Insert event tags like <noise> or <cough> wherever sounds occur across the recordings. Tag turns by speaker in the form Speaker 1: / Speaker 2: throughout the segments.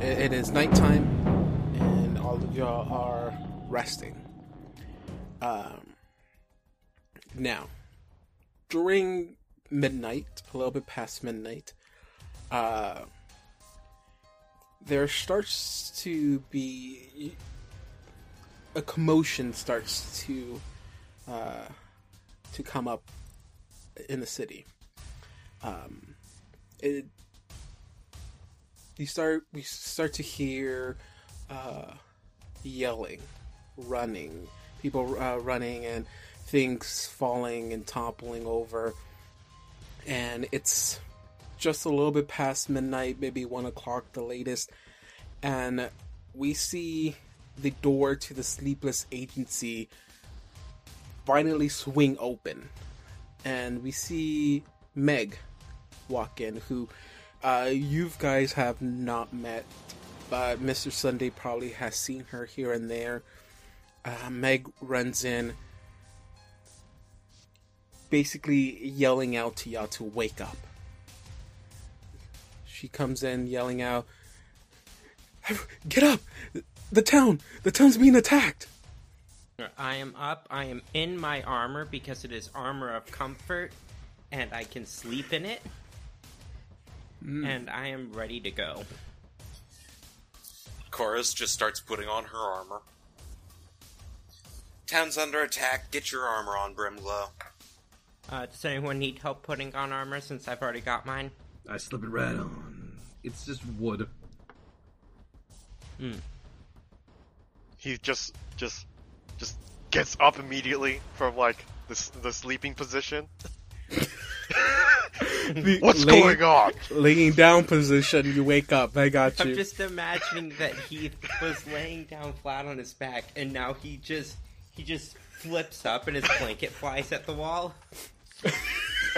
Speaker 1: It, it is nighttime, and all of y'all are resting. Um, now, during midnight, a little bit past midnight, uh, there starts to be a commotion starts to uh, to come up in the city. Um, it you start we start to hear uh, yelling, running, people uh, running, and things falling and toppling over. And it's just a little bit past midnight, maybe one o'clock, the latest. And we see the door to the sleepless agency finally swing open, and we see Meg walk in, who uh, you guys have not met, but Mr. Sunday probably has seen her here and there. Uh, Meg runs in, basically yelling out to y'all to wake up. She comes in yelling out, "Get up! The town! The town's being attacked!"
Speaker 2: I am up. I am in my armor because it is armor of comfort, and I can sleep in it. And I am ready to go.
Speaker 3: Chorus just starts putting on her armor. Town's under attack. Get your armor on, Brimglow.
Speaker 2: Uh, does anyone need help putting on armor since I've already got mine?
Speaker 4: I slip it right on. It's just wood.
Speaker 5: He just just just gets up immediately from like the s- the sleeping position. <laughs> What's going on?
Speaker 1: Laying down position, you wake up. I got
Speaker 2: I'm
Speaker 1: you.
Speaker 2: just imagining that he was laying down flat on his back, and now he just he just flips up, and his blanket flies at the wall.
Speaker 5: Uh,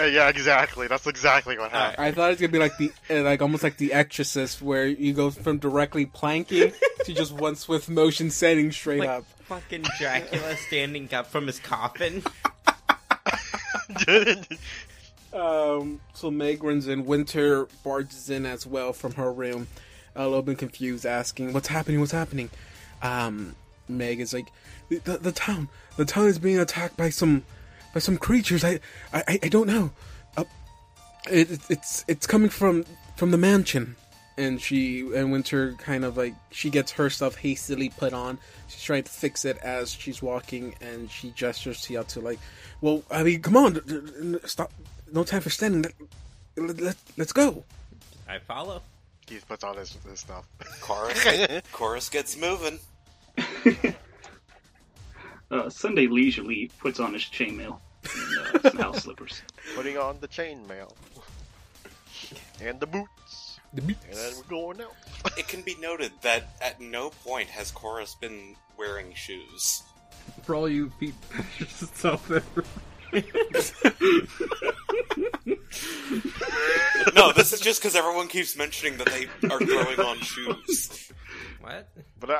Speaker 5: yeah, exactly. That's exactly what happened.
Speaker 1: I thought it's gonna be like the uh, like almost like the Exorcist, where you go from directly
Speaker 2: <laughs>
Speaker 1: planking to just one swift motion setting straight
Speaker 2: Like
Speaker 1: up.
Speaker 2: fucking Dracula standing up from his coffin.
Speaker 1: Um, so Meg runs in. Winter barges in as well from her room, a little bit confused, asking, "What's happening? What's happening?" Um, Meg is like, the, the, "The town, the town is being attacked by some, by some creatures. I, I, I- I don't know. Uh, it, it- it's it's coming from from the mansion." And she and Winter kind of like she gets her stuff hastily put on. She's trying to fix it as she's walking, and she gestures to Yatu like, "Well, I mean, come on, d- d- n- stop! No time for standing. Let, let, let, let's go."
Speaker 2: I follow.
Speaker 5: <laughs> He puts on his, his stuff.
Speaker 3: Chorus, get, chorus gets moving.
Speaker 6: Uh, Sunday leisurely puts on his chainmail and uh, some house slippers.
Speaker 5: Putting on the chainmail and the boots,
Speaker 1: The
Speaker 5: and then we're going out.
Speaker 3: It can be noted that at no point has Chorus been wearing shoes.
Speaker 4: For all you <laughs> feet pictures out there.
Speaker 3: No, this is just because everyone keeps mentioning that they are throwing on shoes.
Speaker 2: What?
Speaker 5: But I,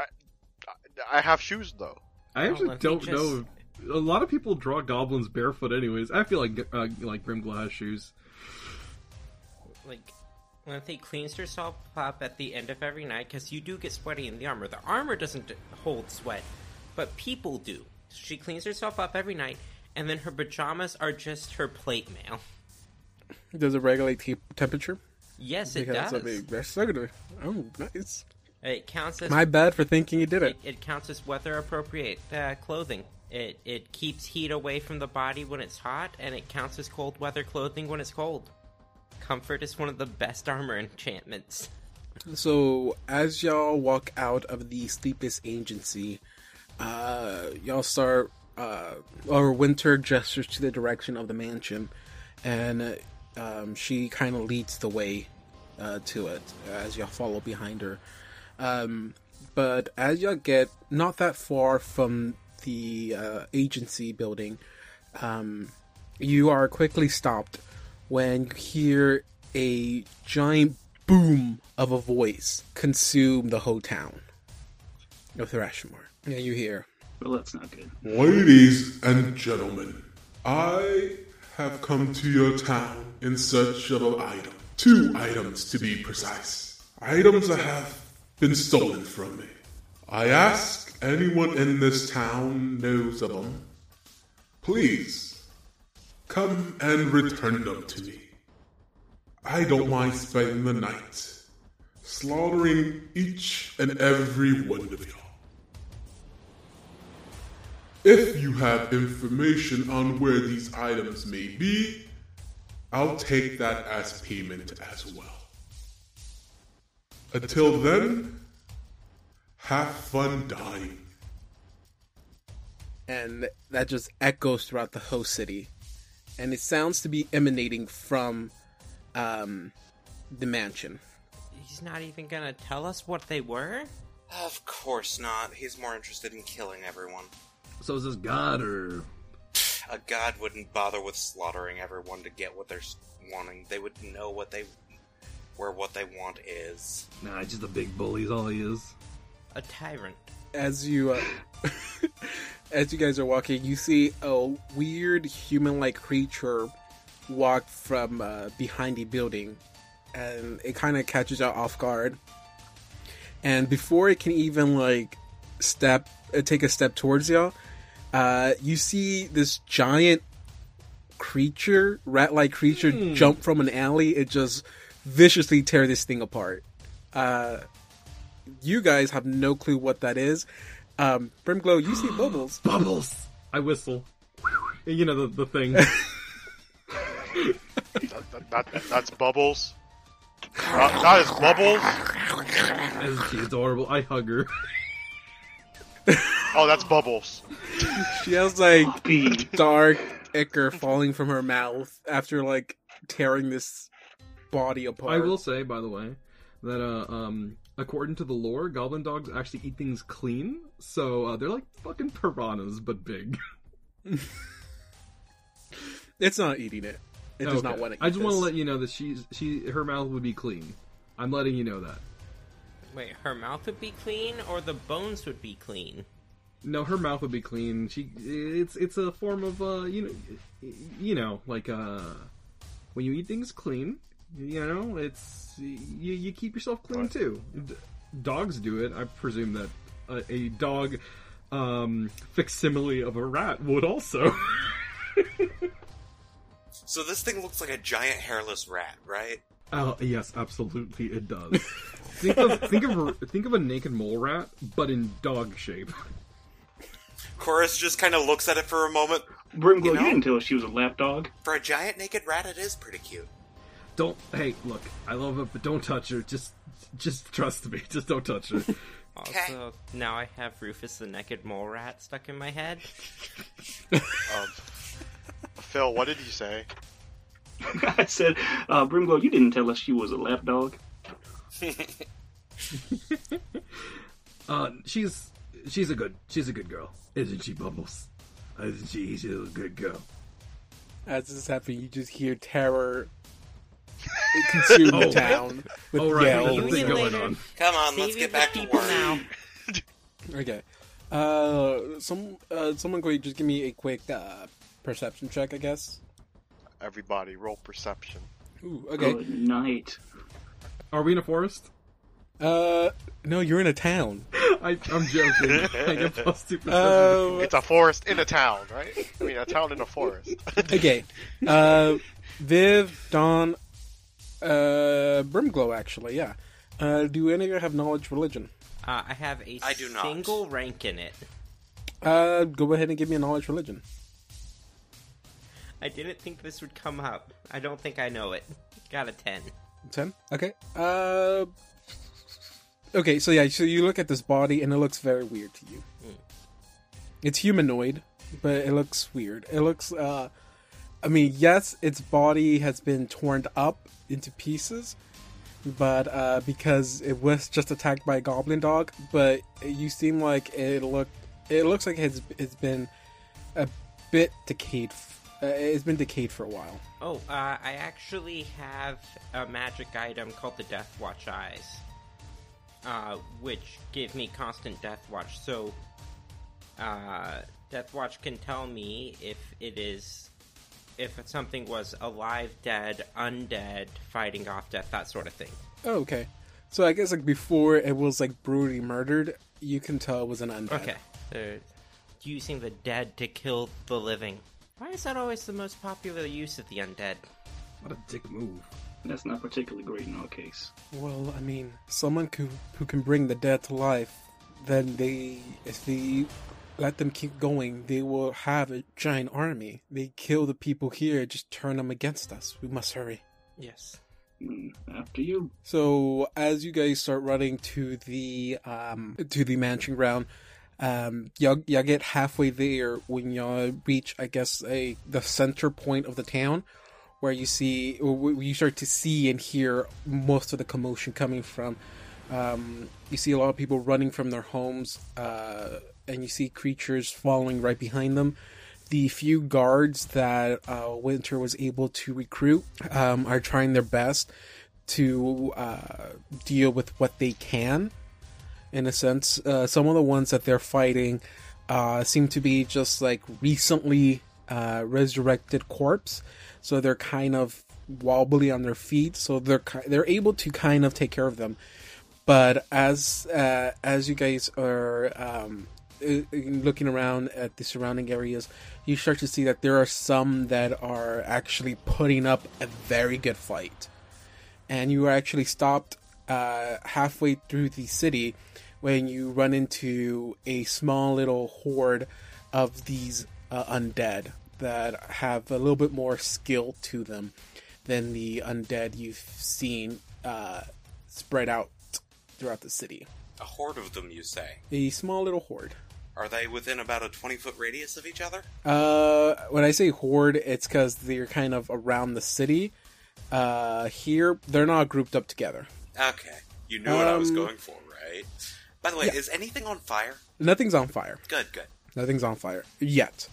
Speaker 5: I, I have shoes though.
Speaker 4: I actually
Speaker 2: let me
Speaker 4: don't
Speaker 2: just-
Speaker 4: know. if- A lot of people draw goblins barefoot, anyways. I feel like uh, like Grimglass has shoes.
Speaker 2: like Lanthe cleans herself up at the end of every night because you do get sweaty in the armor. The armor doesn't d- hold sweat, but people do. She cleans herself up every night, and then her pajamas are just her plate mail. <laughs>
Speaker 1: Does it regulate te- temperature?
Speaker 2: Yes, it
Speaker 1: Because
Speaker 2: does.
Speaker 1: of the rest secondary. Oh, nice.
Speaker 2: It counts as
Speaker 1: My bad for thinking you did
Speaker 2: it,
Speaker 1: it.
Speaker 2: it counts as weather appropriate uh, clothing. It it keeps heat away from the body when it's hot, and it counts as cold weather clothing when it's cold. Comfort is one of the best armor enchantments.
Speaker 1: So as y'all walk out of the sleepless agency, uh, y'all start uh, or Winter gestures to the direction of the mansion, and uh, um, she kind of leads the way uh, to it as y'all follow behind her. Um, but as y'all get not that far from the uh, agency building, um, you are quickly stopped when you hear a giant boom of a voice consume the whole town of Thrashmore. Yeah, you hear.
Speaker 6: Well, that's not good.
Speaker 7: Ladies and gentlemen, I have come to your town in search of an item. Two items to be precise. Items I have been stolen from me. I ask anyone in this town knows of them. Please, come and return them to me. I don't mind spending the night slaughtering each and every one of y'all. If you have information on where these items may be, I'll take that as payment as well. Until then, have fun dying.
Speaker 1: and th- that just echoes throughout the whole city and it sounds to be emanating from um, the mansion
Speaker 2: He's not even gonna tell us what they were?
Speaker 3: Of course not. He's more interested in killing everyone.
Speaker 4: So is this God or
Speaker 3: A god wouldn't bother with slaughtering everyone to get what they're s- wanting. They would know what they where what they want is.
Speaker 4: nah? Just a big bully is all he is.
Speaker 2: A tyrant.
Speaker 1: as you uh, <laughs> as you guys are walking you see a weird human-like creature walk from uh, behind the building and it kind of catches you off guard and before it can even like step uh, take a step towards y'all uh, you see this giant creature rat-like creature jump from an alley it just viciously tear this thing apart you guys have no clue what that is. Um, Brimglow, you see bubbles.
Speaker 4: Bubbles. I whistle. You know the the thing.
Speaker 5: That, that, that- that's bubbles. Not, not as bubbles.
Speaker 4: She's adorable. I hug her.
Speaker 5: Oh, that's bubbles.
Speaker 1: She has like
Speaker 6: B.
Speaker 1: dark ichor falling from her mouth after like tearing this body apart.
Speaker 4: I will say, by the way, that uh, um, according to the lore, goblin dogs actually eat things clean, so uh, they're like fucking piranhas but big.
Speaker 1: It's not eating it. It does not
Speaker 4: Okay.
Speaker 1: want to. Eat
Speaker 4: I just want to
Speaker 1: this.
Speaker 4: let you know that she's she her mouth would be clean. I'm letting you know that.
Speaker 2: Wait, her mouth would be clean or the bones would be clean?
Speaker 4: No, her mouth would be clean. She it's it's a form of uh you know you know like uh when you eat things clean, you know it's you you keep yourself clean too. D- dogs do it. I presume that a, a dog um facsimile of a rat would also. <laughs>
Speaker 3: So this thing looks like a giant hairless rat, right?
Speaker 4: Oh yes, absolutely
Speaker 1: <laughs>
Speaker 4: it does. think of think of think of a naked mole rat, but in dog shape.
Speaker 3: Chorus just kind of looks at it for a moment. You
Speaker 6: Brimglow, you,
Speaker 3: know?
Speaker 6: didn't tell us she was a lapdog.
Speaker 3: For a giant naked rat, it is pretty cute.
Speaker 4: Don't hey look, I love her, but don't touch her. Just just trust me. <laughs> Just don't touch her.
Speaker 2: Also, now I have Rufus the Naked Mole Rat stuck in my head.
Speaker 5: Um, Phil, what did you say?
Speaker 6: <laughs> I said, uh, Brimglow, you didn't tell us she was a lapdog.
Speaker 4: Uh, she's she's a good she's a good girl, isn't she, Bubbles? Isn't she? She's a good girl.
Speaker 1: As this is happening, you just hear terror consume the
Speaker 4: <laughs> Oh.
Speaker 1: town with
Speaker 4: Oh right,
Speaker 1: yells.
Speaker 4: there's a thing
Speaker 2: Union
Speaker 4: going
Speaker 2: later.
Speaker 4: on.
Speaker 3: Come on,
Speaker 2: Saving
Speaker 3: let's get
Speaker 2: the
Speaker 3: back to
Speaker 2: people
Speaker 3: work.
Speaker 2: now.
Speaker 1: Okay. Uh, some uh, someone could just give me a quick uh, perception check, I guess.
Speaker 5: Everybody, roll perception.
Speaker 1: Ooh, okay.
Speaker 6: Good night.
Speaker 4: Are we in a forest? <laughs>
Speaker 1: Uh, no, you're in a town.
Speaker 4: I, I'm joking. I get plus two percent.
Speaker 1: Uh,
Speaker 5: It's a forest in a town, right? I mean, a town in a <laughs> forest.
Speaker 1: okay. Uh, Viv, Dawn, uh, Brimglow, actually, yeah. Uh, do any of you have knowledge religion?
Speaker 2: Uh, I have a
Speaker 3: I do not.
Speaker 2: single rank in it.
Speaker 1: Uh, go ahead and give me a knowledge religion.
Speaker 2: I didn't think this would come up. I don't think I know it. Got a 10.
Speaker 1: 10? Okay. Uh, okay, so yeah, so you look at this body and it looks very weird to you. It's humanoid, but it looks weird. It looks, uh, I mean, yes, its body has been torn up into pieces, but uh, because it was just attacked by a goblin dog, but you seem like it looked, it looks like it's, it's been a bit decayed. f- Uh, it's been decayed for a while.
Speaker 2: Oh, uh, I actually have a magic item called the Death Watch Eyes, uh, which give me constant Death Watch. So, uh, Death Watch can tell me if it is, if something was alive, dead, undead, fighting off death, that sort of thing.
Speaker 1: Oh, okay. So I guess like before it was like brutally murdered, you can tell it was an undead.
Speaker 2: Okay. They're using the dead to kill the living. Why is that always the most popular use of the undead?
Speaker 4: What a dick move.
Speaker 6: That's not particularly great in our case.
Speaker 1: Well, I mean, someone who who can bring the dead to life, then they if they let them keep going, they will have a giant army. They kill the people here, just turn them against us. We must hurry.
Speaker 2: Yes.
Speaker 6: Mm, after you.
Speaker 1: So as you guys start running to the um to the mansion ground, um y'all y'all get halfway there when y'all reach I guess a the center point of the town where you see where you start to see and hear most of the commotion coming from. Um, you see a lot of people running from their homes, uh, and you see creatures following right behind them. The few guards that uh, Winter was able to recruit um, are trying their best to uh, deal with what they can. In a sense, uh, some of the ones that they're fighting uh, seem to be just like recently uh, resurrected corpse, so they're kind of wobbly on their feet. So they're ki- they're able to kind of take care of them, but as uh, as you guys are um, uh, looking around at the surrounding areas, you start to see that there are some that are actually putting up a very good fight, and you are actually stopped uh, halfway through the city when you run into a small little horde of these uh, undead that have a little bit more skill to them than the undead you've seen uh, spread out throughout the city.
Speaker 3: A horde of them, you say?
Speaker 1: A small little horde.
Speaker 3: Are they within about a 20 foot radius of each other?
Speaker 1: Uh, when I say horde, it's because they're kind of around the city. Uh, here, they're not grouped up together.
Speaker 3: Okay. You knew what I was
Speaker 1: Um,
Speaker 3: going for, right? By the way,
Speaker 1: yeah.
Speaker 3: is anything on fire?
Speaker 1: Nothing's on fire.
Speaker 3: Good, good.
Speaker 1: Nothing's on fire yet.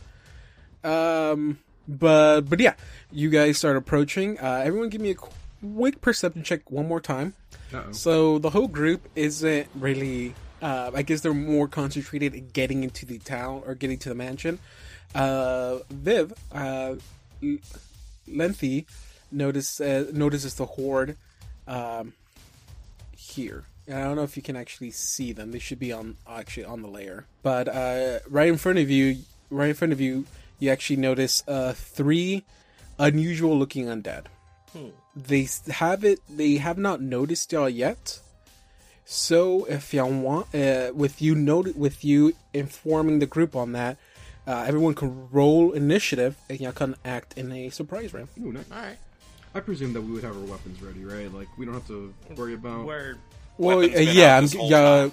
Speaker 1: Um, but but yeah, you guys start approaching. Uh, everyone, give me a quick perception check one more time.
Speaker 4: Uh-oh.
Speaker 1: So the whole group isn't really. Uh, I guess they're more concentrated in getting into the town or getting to the mansion. Uh, Viv, uh, L- Lengthy, notice uh, notices the horde um, here. And I don't know if you can actually see them. They should be on actually on the layer. But uh, right in front of you, right in front of you, you actually notice uh, three unusual looking undead
Speaker 3: Hmm.
Speaker 1: they s- have it they have not noticed y'all yet so if y'all want uh, with you note with you informing the group on that uh, everyone can roll initiative and y'all can act in a surprise round
Speaker 4: Ooh, nice.
Speaker 2: All right.
Speaker 4: I presume that we would have our weapons ready, right? Like we don't have to worry about.
Speaker 2: We're
Speaker 1: well
Speaker 3: Weapons
Speaker 1: uh,
Speaker 3: been out
Speaker 1: yeah I'm,
Speaker 3: this whole
Speaker 1: yeah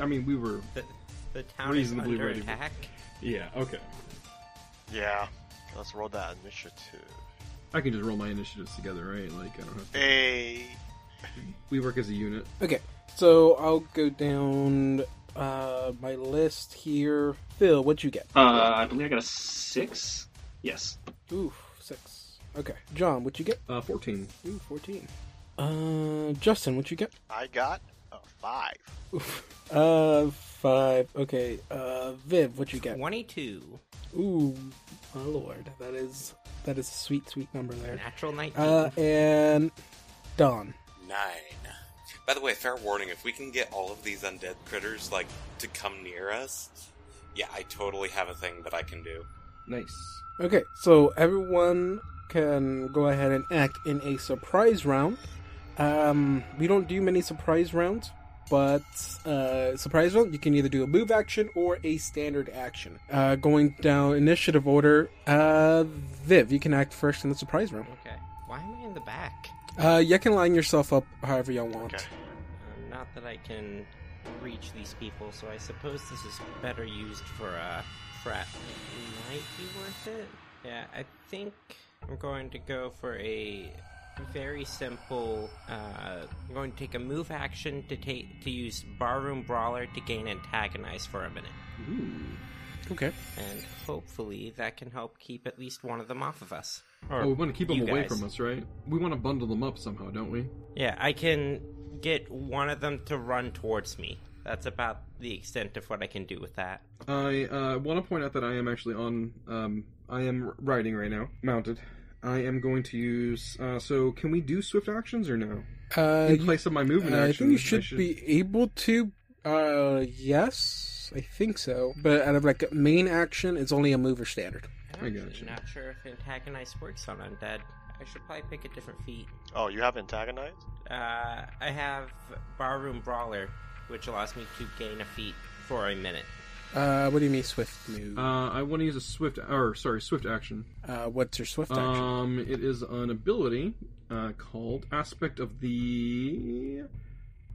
Speaker 4: I mean, we were.
Speaker 2: the, the town
Speaker 4: Reasonably
Speaker 2: is under
Speaker 4: ready.
Speaker 2: attack.
Speaker 4: Yeah. Okay.
Speaker 5: Yeah. Let's roll that initiative.
Speaker 4: I can just roll my initiatives together, right? Like I don't have. To...
Speaker 5: A.
Speaker 4: We work as a unit.
Speaker 1: okay so i'll go down uh, my list here phil what'd you get
Speaker 6: Uh, I believe I got a six. Yes.
Speaker 1: ooh six okay john what'd you get
Speaker 4: Uh, fourteen.
Speaker 1: ooh 14 uh justin what'd you get
Speaker 5: I got a five.
Speaker 1: uh five okay uh viv what'd you get
Speaker 2: 22.
Speaker 1: Ooh, my lord, that is that is a sweet, sweet number there.
Speaker 2: Natural 19.
Speaker 1: Uh, and Don.
Speaker 3: Nine. By the way, fair warning if we can get all of these undead critters, like, to come near us, yeah, I totally have a thing that I can do.
Speaker 4: Nice.
Speaker 1: Okay, so everyone can go ahead and act in a surprise round. Um, we don't do many surprise rounds, but uh, surprise round you can either do a move action or a standard action. Uh, going down initiative order. Uh, Viv, you can act first in the surprise round.
Speaker 2: okay. Why am I in the back?
Speaker 1: Uh, you can line yourself up however y'all want.
Speaker 5: Okay.
Speaker 2: Um, not that I can reach these people, so I suppose this is better used for a frat. It might be worth it. Yeah, I think I'm going to go for a very simple. Uh, I'm going to take a move action to take to use barroom brawler to gain antagonize for a minute,
Speaker 4: Hmm.
Speaker 1: Okay.
Speaker 2: and hopefully that can help keep at least one of them off of us. Or
Speaker 4: Oh, we want to keep them
Speaker 2: you
Speaker 4: away
Speaker 2: guys.
Speaker 4: from us, right? We want to bundle them up somehow, don't we?
Speaker 2: Yeah, I can get one of them to run towards me. That's about the extent of what I can do with that.
Speaker 4: I uh, want to point out that I am actually on. Um, I am riding right now, mounted. I am going to use. Uh, so, can we do swift actions or no?
Speaker 1: Uh,
Speaker 4: In place of my movement
Speaker 1: I
Speaker 4: action,
Speaker 1: think you should, be able to. Uh, yes, I think so. But out of like main action, it's only a mover standard.
Speaker 4: I
Speaker 2: I'm
Speaker 4: got
Speaker 2: actually
Speaker 4: you.
Speaker 2: not sure if antagonize works on undead. I should probably pick a different feat.
Speaker 5: Oh, you have antagonized?
Speaker 2: Uh, I have barroom brawler, which allows me to gain a feat for a minute.
Speaker 1: Uh, what do you mean swift move? Uh,
Speaker 4: Uh, I want to use a swift, or sorry, swift action.
Speaker 1: what's your swift action?
Speaker 4: Um, it is an ability uh, called Aspect of the.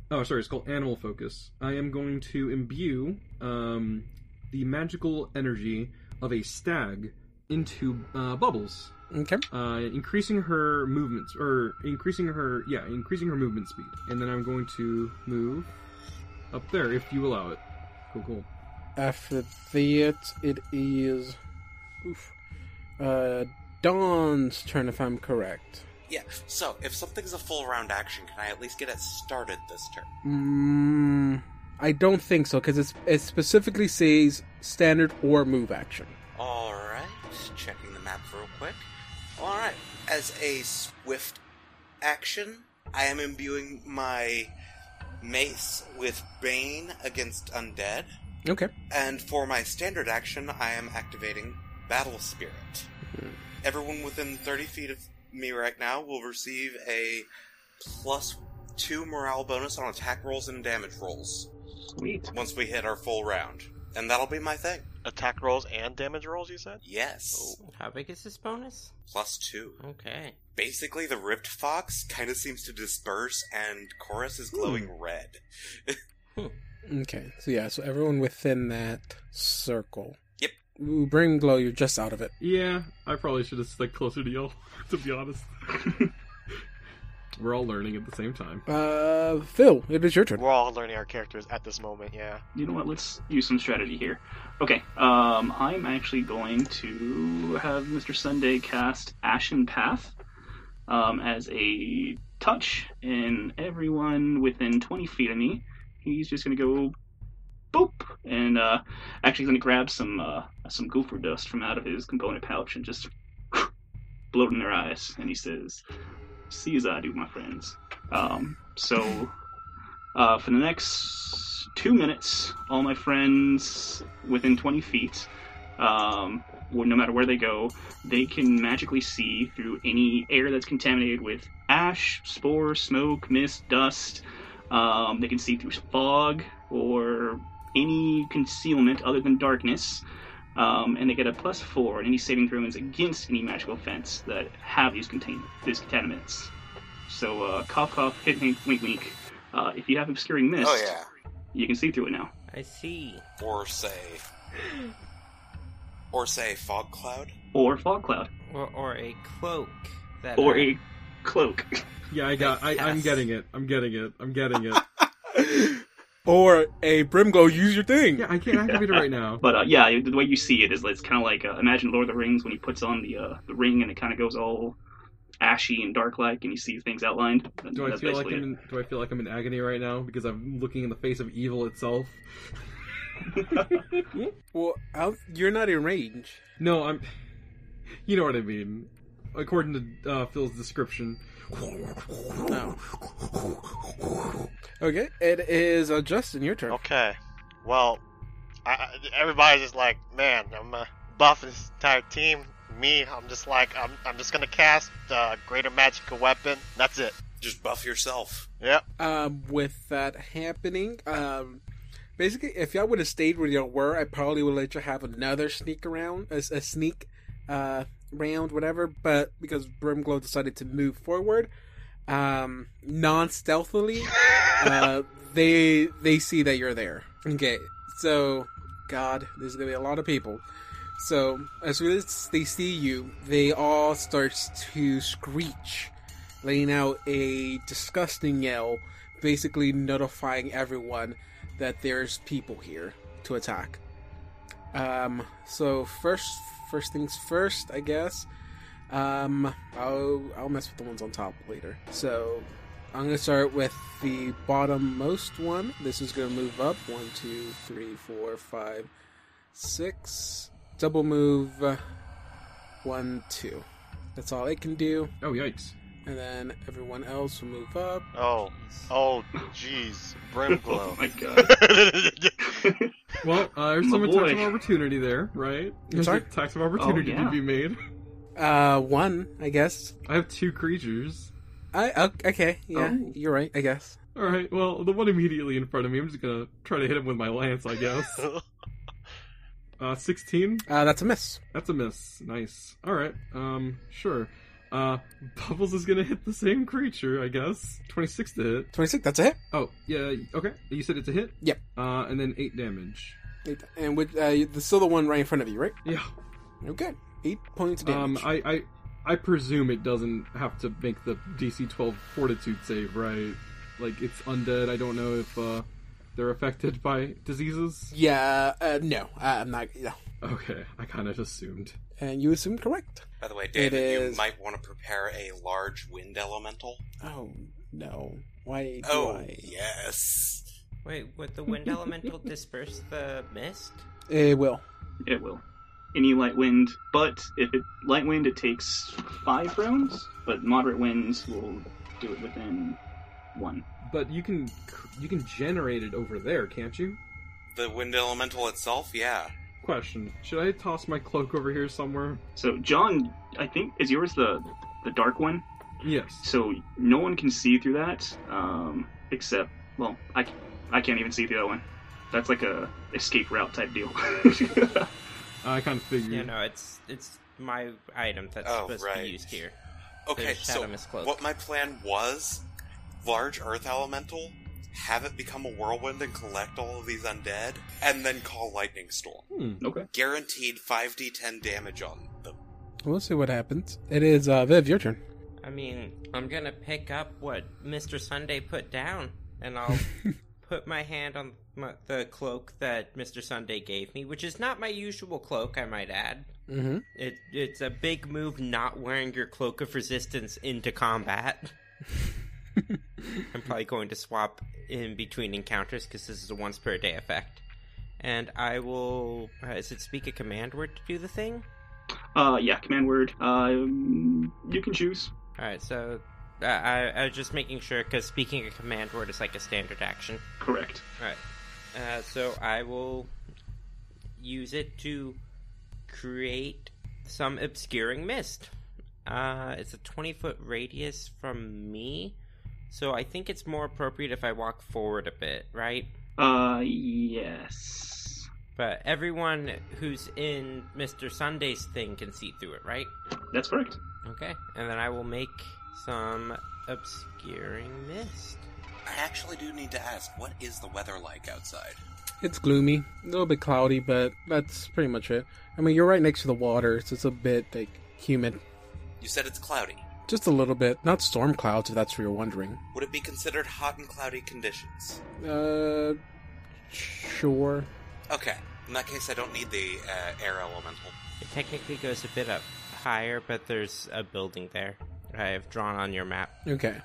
Speaker 4: Oh, sorry, it's called Animal Focus. I am going to imbue um, the magical energy of a stag into uh, bubbles,
Speaker 1: okay.
Speaker 4: uh, increasing her movements or increasing her yeah, increasing her movement speed. And then I'm going to move up there if you allow it. Cool, cool.
Speaker 1: After that, it is. Oof. Uh, Dawn's turn, if I'm correct.
Speaker 3: Yeah, so if something's a full round action, can I at least get it started this turn?
Speaker 1: Mm, I don't think so, because it specifically says standard or move action.
Speaker 3: Alright, checking the map real quick. Alright, as a swift action, I am imbuing my mace with Bane against Undead.
Speaker 1: Okay.
Speaker 3: And for my standard action, I am activating Battle Spirit. Hmm. Everyone within 30 feet of me right now will receive a plus 2 morale bonus on attack rolls and damage rolls
Speaker 6: Sweet.
Speaker 3: once we hit our full round. And that'll be my thing.
Speaker 5: Attack rolls and damage rolls, you said?
Speaker 3: Yes.
Speaker 2: How big is this bonus?
Speaker 3: Plus 2.
Speaker 2: Okay.
Speaker 3: Basically, the Ripped Fox kind of seems to disperse, and Chorus is glowing red.
Speaker 1: Okay. So yeah, so everyone within that circle.
Speaker 3: Yep.
Speaker 1: Ooh, Brain Glow, you're just out of it.
Speaker 4: Yeah, I probably should have stuck closer to y'all, <laughs> to be honest. We're all learning at the same time.
Speaker 1: Uh, Phil, it is your turn.
Speaker 5: We're all learning our characters at this moment, yeah.
Speaker 6: You know what? Let's use some strategy here. Okay, um, I'm actually going to have Mr. Sunday cast Ashen Path um, as a touch, and everyone within 20 feet of me, he's just going to go boop, and uh, actually going to grab some uh, some goofer dust from out of his component pouch and just <laughs> blow it in their eyes, and he says, "See as I do, my friends." Um, so. Uh, for the next two minutes, all my friends within 20 feet, um, well, no matter where they go, they can magically see through any air that's contaminated with ash, spore, smoke, mist, dust. Um, they can see through fog or any concealment other than darkness. Um, and they get a plus four in any saving throws against any magical effects that have these, contain- these contaminants. So, uh, cough, cough, hit, hit, wink, wink. Uh, if you have obscuring mist,
Speaker 3: <laughs> Oh, yeah.
Speaker 6: you can see through it now.
Speaker 2: I see.
Speaker 3: Or say. Or say Fog Cloud.
Speaker 6: Or fog cloud,
Speaker 2: Or, or a cloak. That
Speaker 6: or
Speaker 2: I-
Speaker 6: a cloak. <laughs>
Speaker 4: Yeah, I got. I, I'm
Speaker 2: Yes.
Speaker 4: getting it. I'm getting it. I'm getting
Speaker 6: <laughs>
Speaker 4: it.
Speaker 1: <laughs> Or a Brim Glow, use your thing.
Speaker 4: yeah, I can't activate it right now.
Speaker 6: But uh, yeah, the way you see it is it's kind of like uh, imagine Lord of the Rings when he puts on the uh, the ring and it kind of goes all ashy and dark like, and you see things outlined. That-
Speaker 4: Do I
Speaker 6: that's
Speaker 4: feel like
Speaker 6: basically
Speaker 4: I'm?
Speaker 6: it.
Speaker 4: In, do I feel like I'm in agony right now because I'm looking in the face of evil itself?
Speaker 1: Well, I'll, you're not in range.
Speaker 4: No, I'm. <laughs> You know what I mean. According to uh, Phil's description.
Speaker 6: Oh.
Speaker 1: No. Okay, it is uh, Justin, your turn.
Speaker 5: Okay. Well, I, I- everybody's just like, man, I'm uh, buffing this entire team. Me, I'm just like, I'm, I'm just gonna cast uh, Greater Magical Weapon. That's it.
Speaker 3: Just buff yourself.
Speaker 5: Yep.
Speaker 1: Um, with that happening, um, basically, if y'all would have stayed where y'all were, I probably would let you have another sneak around, a, a sneak uh, round, whatever. But because Brimglow decided to move forward, um, non-stealthily, uh, they they see that you're there. Okay, so God, there's gonna be a lot of people. So as soon as they see you, they all start to screech letting out a disgusting yell, basically notifying everyone that there's people here to attack. Um, so first, first things first, I guess. Um, I'll I'll mess with the ones on top later. So I'm gonna start with the bottommost one. This is gonna move up one, two, three, four, five, six. Double move. uh, One, two. That's That's all it can do.
Speaker 4: Oh yikes!
Speaker 1: And then everyone else will move up.
Speaker 5: Oh, oh, jeez, Brimglow. <laughs>
Speaker 6: Oh my god. <laughs>
Speaker 4: Well, uh, there's
Speaker 6: My
Speaker 4: some
Speaker 6: boy. Oh,
Speaker 4: attacks of opportunity there, right? There's
Speaker 1: sorry?
Speaker 4: attacks of opportunity
Speaker 6: yeah.
Speaker 4: to be made.
Speaker 1: Uh, one, I guess.
Speaker 4: I have two creatures.
Speaker 1: I o- okay, yeah,
Speaker 6: Oh.
Speaker 1: you're right. I guess.
Speaker 4: All right. Well, the one immediately in front of me, I'm just gonna try to hit him with my lance, I guess.
Speaker 5: <laughs>
Speaker 4: Uh, 16.
Speaker 1: Uh, that's a miss.
Speaker 4: That's a miss. Nice. All right. Um, sure. Uh, Bubbles is gonna hit the same creature, I guess. 26 to hit.
Speaker 1: Twenty-six. That's a hit.
Speaker 4: Oh, yeah. Okay. You said it's a hit.
Speaker 1: Yep.
Speaker 4: Uh, and then eight damage.
Speaker 1: Eight- And with uh, you- still the one right in front of you, right?
Speaker 4: Yeah.
Speaker 1: Okay. Eight points of
Speaker 4: Um,
Speaker 1: damage.
Speaker 4: I, I, I presume it doesn't have to make the DC 12 Fortitude save, right? Like it's undead. I don't know if uh, they're affected by diseases.
Speaker 1: yeah. Uh, no, I'm not. No.
Speaker 4: Okay, I kind of assumed.
Speaker 1: And you assume correct.
Speaker 3: By the way, David, you
Speaker 1: is-
Speaker 3: might want to prepare a large wind elemental.
Speaker 1: Oh no. Why? do
Speaker 3: Oh,
Speaker 1: I-
Speaker 3: yes.
Speaker 2: Wait, would the wind
Speaker 6: <laughs>
Speaker 2: elemental disperse the mist?
Speaker 1: It will.
Speaker 6: It will. Any light wind, but if it light wind, it takes five rounds. But moderate winds will do it within one.
Speaker 4: But you can you can generate it over there, can't you?
Speaker 3: The wind elemental itself, yeah.
Speaker 4: Question: Should I toss my cloak over here somewhere?
Speaker 6: So John, I think is yours the the dark one.
Speaker 4: Yes.
Speaker 6: So no one can see through that, um, except well, I I can't even see through that one. That's like a escape route type deal.
Speaker 4: I kind of
Speaker 6: Mm-hmm.
Speaker 4: figured.
Speaker 2: Yeah, no, it's it's my item that's
Speaker 3: Oh,
Speaker 2: supposed to
Speaker 3: right.
Speaker 2: be used here.
Speaker 3: Okay,
Speaker 2: There's
Speaker 3: so
Speaker 2: Shadow Mist Cloak.
Speaker 3: what my plan was large earth elemental, have it become a whirlwind and collect all of these undead, and then call lightning storm.
Speaker 4: Hmm.
Speaker 6: okay.
Speaker 3: Guaranteed 5d10 damage on them.
Speaker 1: We'll see what happens. It is uh, Viv. Your turn.
Speaker 2: I mean, I'm gonna pick up what Mr. Sunday put down, and I'll put my hand on my, the cloak that Mr. Sunday gave me, which is not my usual cloak, I might add.
Speaker 1: Mm-hmm.
Speaker 2: It, it's a big move not wearing your cloak of resistance into combat. I'm probably going to swap in between encounters because this is a once per day effect. And I will. Uh, is it speak a command word to do the thing?
Speaker 6: Uh, yeah, command word. Um, you can choose.
Speaker 2: All right, so uh, I, I was just making sure because speaking a command word is like a standard action.
Speaker 6: Correct.
Speaker 2: All right, uh, so I will use it to create some obscuring mist. Uh, it's a twenty foot radius from me, so I think it's more appropriate if I walk forward a bit, right?
Speaker 6: Uh, yes.
Speaker 2: But everyone who's in Mr. Sunday's thing can see through it, right?
Speaker 6: That's correct.
Speaker 2: Okay, and then I will make some obscuring mist.
Speaker 3: I actually do need to ask, what is the weather like outside?
Speaker 1: It's gloomy, a little bit cloudy, but that's pretty much it. I mean, you're right next to the water, so it's a bit like humid,
Speaker 3: You said it's cloudy.
Speaker 1: just a little bit. Not storm clouds, if that's what you're wondering.
Speaker 3: Would it be considered hot and cloudy conditions?
Speaker 1: Uh, sure.
Speaker 3: Okay, in that case, I don't need the uh, air elemental.
Speaker 2: It technically goes a bit up higher, but there's a building there. I have drawn on your map.
Speaker 1: Okay,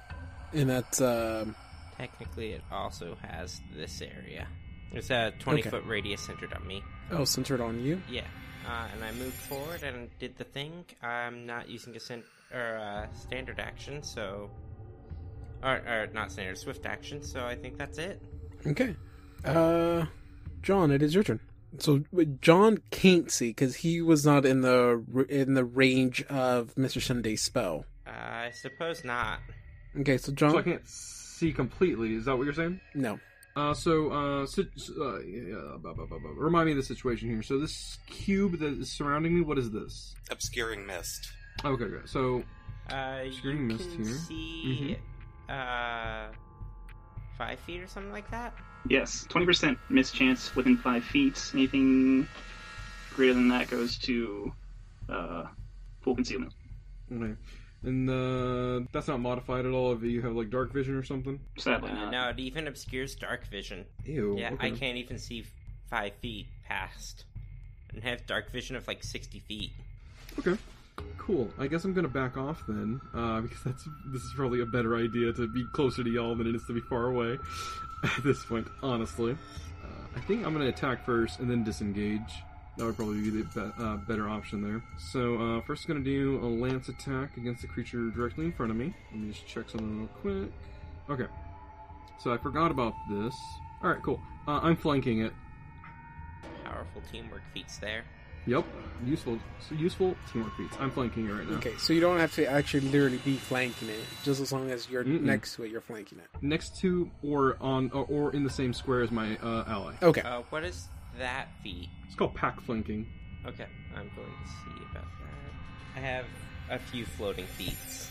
Speaker 1: and that's um.
Speaker 2: Technically, it also has this area. There's a 20
Speaker 1: Okay.
Speaker 2: foot radius centered on me.
Speaker 1: Oh, centered on you.
Speaker 2: Yeah. Uh, and I moved forward and did the thing. I'm not using a cent- or, uh, standard action, so. Or, or not standard, swift action, so I think that's it.
Speaker 1: Okay. Uh, John, it is your turn. So uh, John can't see because he was not in the r- in the range of Mister Sunday's spell.
Speaker 2: Uh, I suppose not.
Speaker 1: Okay, so
Speaker 4: So I
Speaker 1: John,
Speaker 4: can't see completely. Is that what you're saying?
Speaker 1: no,
Speaker 4: Uh, so, uh, sit- uh, yeah, blah, blah, blah, blah. remind me of the situation here. So this cube that is surrounding me, what is this?
Speaker 3: Obscuring mist.
Speaker 4: Okay, okay. So
Speaker 2: Uh, you
Speaker 4: Obscuring mist
Speaker 2: can
Speaker 4: here.
Speaker 2: see. Uh, five feet or something like that?
Speaker 6: Yes, twenty percent miss chance within five feet. Anything greater than that goes to uh, full concealment.
Speaker 4: Okay. And uh, that's not modified at all. If you have like dark vision or something.
Speaker 6: Sadly,
Speaker 2: Uh,
Speaker 6: not.
Speaker 2: no, it even obscures dark vision.
Speaker 4: Ew.
Speaker 2: yeah,
Speaker 4: okay.
Speaker 2: I can't even see f- five feet past. And have dark vision of like 60 feet.
Speaker 4: Okay. Cool. I guess I'm gonna back off then, uh, <laughs> because that's this is probably a better idea to be closer to y'all than it is to be far away <laughs> at this point. Honestly, uh, I think I'm gonna attack first and then disengage. That would probably be the be- uh, better option there. So, uh, first, going to do a lance attack against the creature directly in front of me. Let me just check something real quick. Okay. So, I forgot about this. Alright, cool. Uh, I'm flanking it.
Speaker 2: Powerful teamwork feats there.
Speaker 4: Yep. Useful so useful teamwork feats. I'm flanking it right now.
Speaker 1: Okay, so you don't have to actually literally be flanking it. Just as long as you're
Speaker 4: Mm-mm.
Speaker 1: next to it, you're flanking it.
Speaker 4: Next to or on or, or in the same square as my uh, ally.
Speaker 1: Okay.
Speaker 2: Uh, what is that feat?
Speaker 4: It's called pack flanking.
Speaker 2: Okay, I'm going to see about that. I have a few floating feats.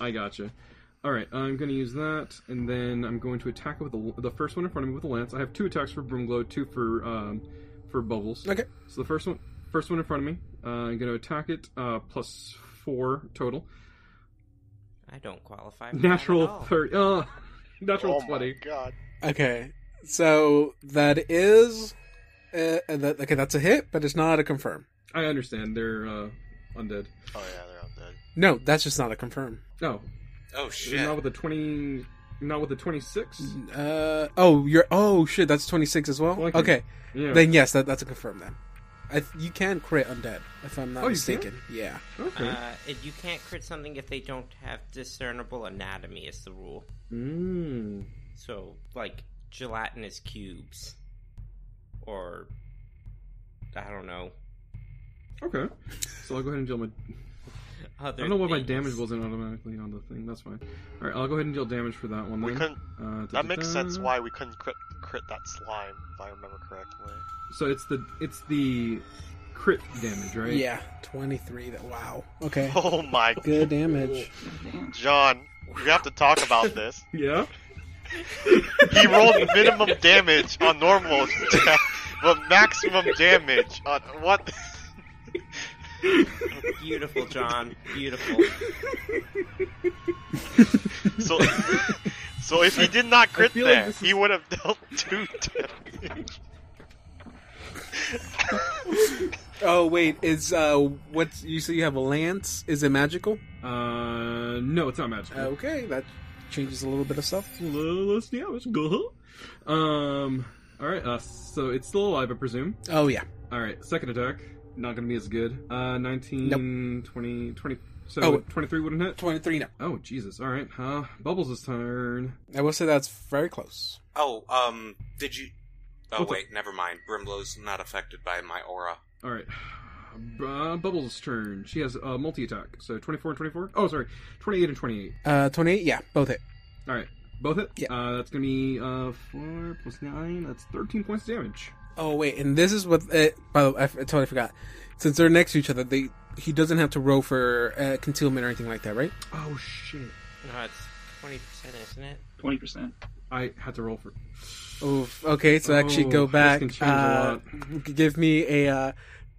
Speaker 4: I gotcha. All right, I'm going to use that, and then I'm going to attack with the, the first one in front of me with a lance. I have two attacks for Broomglow, two for um, for Bubbles.
Speaker 1: Okay.
Speaker 4: So the first one, first one in front of me, uh, I'm going to attack it uh, plus four total.
Speaker 2: I don't qualify. For that at
Speaker 4: Natural
Speaker 2: all.
Speaker 4: thirty. Uh, <laughs> natural
Speaker 5: Oh
Speaker 4: twenty.
Speaker 5: my god.
Speaker 1: Okay. So that is. Uh, that, okay, that's a hit, but it's not a confirm.
Speaker 4: I understand they're uh, undead.
Speaker 5: Oh yeah, they're all dead.
Speaker 1: No, that's just not a confirm.
Speaker 4: No,
Speaker 3: Oh
Speaker 4: not
Speaker 3: shit!
Speaker 4: with the twenty. Not with the twenty-six.
Speaker 2: Mm.
Speaker 1: Uh oh, you're oh shit, that's twenty six as well.
Speaker 4: Flanking.
Speaker 1: Okay,
Speaker 4: Yeah.
Speaker 1: then yes, that, that's a confirm then. I th- you can crit undead if I'm not
Speaker 4: Oh, you
Speaker 1: mistaken. Yeah.
Speaker 4: okay.
Speaker 2: Uh, if you can't crit something if they don't have discernible anatomy is the rule.
Speaker 4: mm.
Speaker 2: So like gelatinous cubes, or I don't know.
Speaker 4: Okay. So I'll go ahead and deal my
Speaker 2: Other
Speaker 4: I don't know why my
Speaker 2: things.
Speaker 4: damage wasn't automatically on the thing. That's fine. All right, I'll go ahead and deal damage for that one.
Speaker 5: We
Speaker 4: Then.
Speaker 5: couldn't.
Speaker 4: Uh,
Speaker 5: That makes sense.
Speaker 4: da-da-da.
Speaker 5: Why we couldn't crit, crit that slime, if I remember correctly. <laughs>
Speaker 4: So it's the it's the crit damage, right?
Speaker 1: Yeah. Twenty three that wow. <laughs> Okay.
Speaker 5: Oh my
Speaker 1: Good damage.
Speaker 6: Damn.
Speaker 5: John, we have to talk
Speaker 4: <laughs>
Speaker 5: about this.
Speaker 4: Yeah.
Speaker 5: He rolled minimum damage on normal <laughs> attack, but maximum damage on what?
Speaker 2: <laughs> Beautiful, John. Beautiful.
Speaker 5: So,
Speaker 4: <laughs>
Speaker 5: so if he did not crit
Speaker 4: feel like
Speaker 5: there,
Speaker 4: this
Speaker 5: he would have dealt two damage.
Speaker 1: Oh wait, is uh what's you say you have a lance? Is it magical?
Speaker 4: Uh, no, it's not magical.
Speaker 1: Okay, that changes a little bit of stuff.
Speaker 4: Well, Let's see how it's go. Um. All right. Uh. So it's still alive, I presume.
Speaker 1: Oh yeah.
Speaker 4: All right. Second attack. Not gonna be as good. Uh, 19, 20, 20. So
Speaker 1: Oh.
Speaker 4: 23 wouldn't hit.
Speaker 1: Twenty three no.
Speaker 4: Oh Jesus! All right. Uh, Bubbles' turn.
Speaker 1: I will say that's very close.
Speaker 3: Oh, um, did you? Oh
Speaker 4: What the-
Speaker 3: wait, never mind. Brimblow's not affected by my aura.
Speaker 4: All right. <sighs> Uh, Bubbles' turn. She has uh, multi attack. So 24 and 24. Oh, sorry. 28 and 28.
Speaker 1: Uh twenty eight, yeah, both hit.
Speaker 4: All right. Both hit?
Speaker 1: Yeah.
Speaker 4: Uh, that's going to be uh, 4 plus 9. That's 13 points of damage.
Speaker 1: Oh wait, and this is what. Uh, by the way, I, f- I totally forgot. Since they're next to each other, they he doesn't have to roll for uh, concealment or anything like that, right?
Speaker 4: Oh, shit.
Speaker 2: no, it's twenty percent, isn't it?
Speaker 6: 20%.
Speaker 4: I had to roll for.
Speaker 1: Oof. Okay, so actually
Speaker 4: Oh,
Speaker 1: go
Speaker 4: this
Speaker 1: back.
Speaker 4: can change a
Speaker 1: Uh, g- give me a. Uh,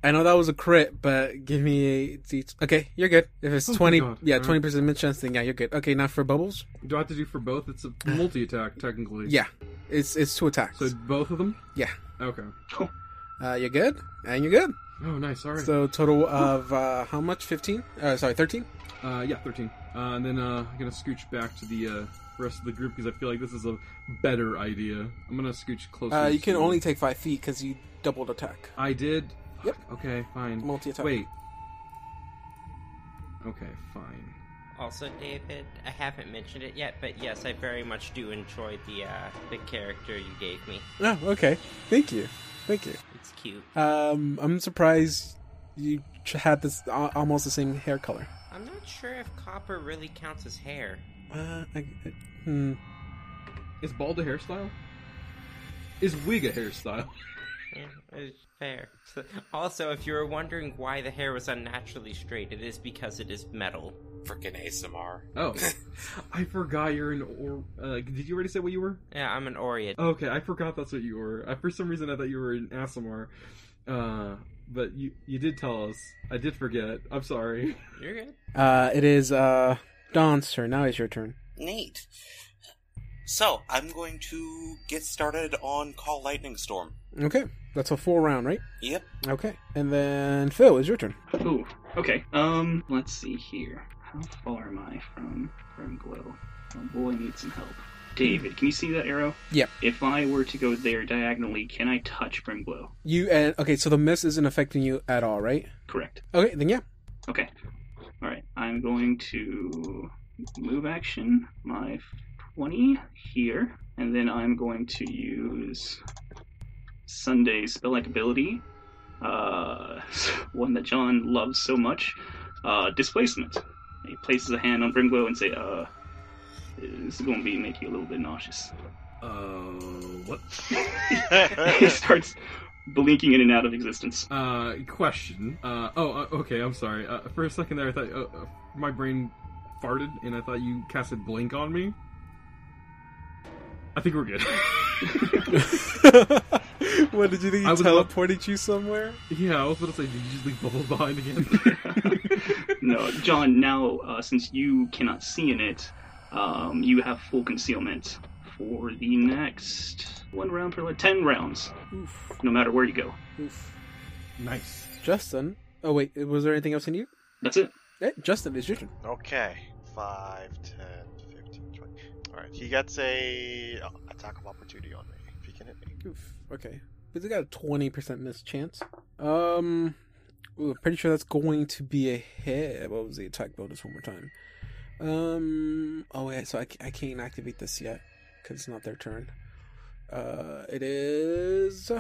Speaker 1: I know that was a crit, but give me a. d- Okay, you're good. If it's
Speaker 4: Oh, thank
Speaker 1: twenty,
Speaker 4: God.
Speaker 1: yeah,
Speaker 4: All right.
Speaker 1: twenty percent mid chance thing. Yeah, you're good. Okay, now for bubbles.
Speaker 4: Do I have to do for both?
Speaker 1: <sighs>
Speaker 4: It's a multi attack, technically.
Speaker 1: Yeah, it's it's two attacks.
Speaker 4: So both of them?
Speaker 1: Yeah.
Speaker 4: Okay.
Speaker 1: uh, you're good, and you're good.
Speaker 4: Oh, nice. All right.
Speaker 1: So total of uh, how much? Fifteen? Uh, sorry, thirteen.
Speaker 4: uh, yeah, 13. Uh, and then uh, I'm going to scooch back to the uh, rest of the group because I feel like this is a better idea. I'm going to scooch closer.
Speaker 1: Uh, you can
Speaker 4: to-
Speaker 1: only take five feet because you doubled attack,
Speaker 4: I did.
Speaker 1: Yep.
Speaker 4: Okay, fine.
Speaker 1: multi attack.
Speaker 4: Wait. Okay, fine.
Speaker 2: Also, David, I haven't mentioned it yet, but yes, I very much do enjoy the uh, the character you gave me.
Speaker 1: Oh, okay. Thank you. Thank you.
Speaker 2: It's cute.
Speaker 1: Um, I'm surprised you ch- had this a- almost the same hair color.
Speaker 2: I'm not sure if copper really counts as hair.
Speaker 1: Uh, I, I- hmm.
Speaker 4: Is bald a hairstyle? Is wig a hairstyle? <laughs>
Speaker 2: Yeah, it's fair. <laughs> Also, if you were wondering why the hair was unnaturally straight, it is because it is metal.
Speaker 3: Frickin' ASMR.
Speaker 4: Oh, I forgot you're an or. Uh, did you already say what you were?
Speaker 2: Yeah, I'm an Orient.
Speaker 4: Okay, I forgot that's what you were. I, for some reason, I thought you were an Asimar. Uh, but you you did tell us. I did forget. I'm sorry. <laughs>
Speaker 2: You're good.
Speaker 1: Uh, it is uh Dawn's turn. Now it's your turn.
Speaker 3: Neat. So I'm going to get started on Call Lightning Storm.
Speaker 1: Okay, that's a full round, right?
Speaker 3: Yep.
Speaker 1: Okay, and then Phil is your turn.
Speaker 6: Ooh, okay. Um, let's see here. How far am I from Grimglow? Oh boy, I need some help. David, can you see that arrow?
Speaker 1: Yep.
Speaker 6: If I were to go there diagonally, can I touch Brimglow?
Speaker 1: You and okay, so the miss isn't affecting you at all, right?
Speaker 6: Correct.
Speaker 1: Okay, then yeah. <laughs>
Speaker 6: Okay. All right. I'm going to move action my 20 here, and then I'm going to use Sunday spell like ability, uh, <laughs> one that John loves so much, uh, displacement. He places a hand on Brimglow and say, "Uh, this is going to be make you a little bit nauseous." <laughs>
Speaker 4: Uh, what?
Speaker 6: he
Speaker 5: <laughs>
Speaker 4: <laughs>
Speaker 6: starts blinking in and out of existence.
Speaker 4: Uh, question. Uh, oh, uh, okay. I'm sorry. Uh, for a second there, I thought uh, uh, my brain farted, and I thought you casted blink on me. I think we're good.
Speaker 1: what did you think? He
Speaker 4: I was
Speaker 1: teleported you somewhere?
Speaker 4: <laughs> yeah, I was about to say, did you just leave bubbles behind again?
Speaker 6: No, John. Now, uh, since you cannot see in it, um, you have full concealment for the next one round for like ten rounds,
Speaker 1: Oof,
Speaker 6: no matter where you go.
Speaker 1: oof.
Speaker 4: nice.
Speaker 1: Justin. Oh wait, was there anything else in you?
Speaker 6: That's it.
Speaker 1: Eh, Justin, it's your turn.
Speaker 5: Okay. 5, 10, 15, 20. Alright, he gets a uh, attack of opportunity on me if he can hit me.
Speaker 1: Oof. Okay, but they got a twenty percent miss chance. Um, ooh, I'm pretty sure that's going to be a hit. What was the attack bonus? One more time. Um. Oh yeah, so I, ca- I can't activate this yet because it's not their turn. Uh, it is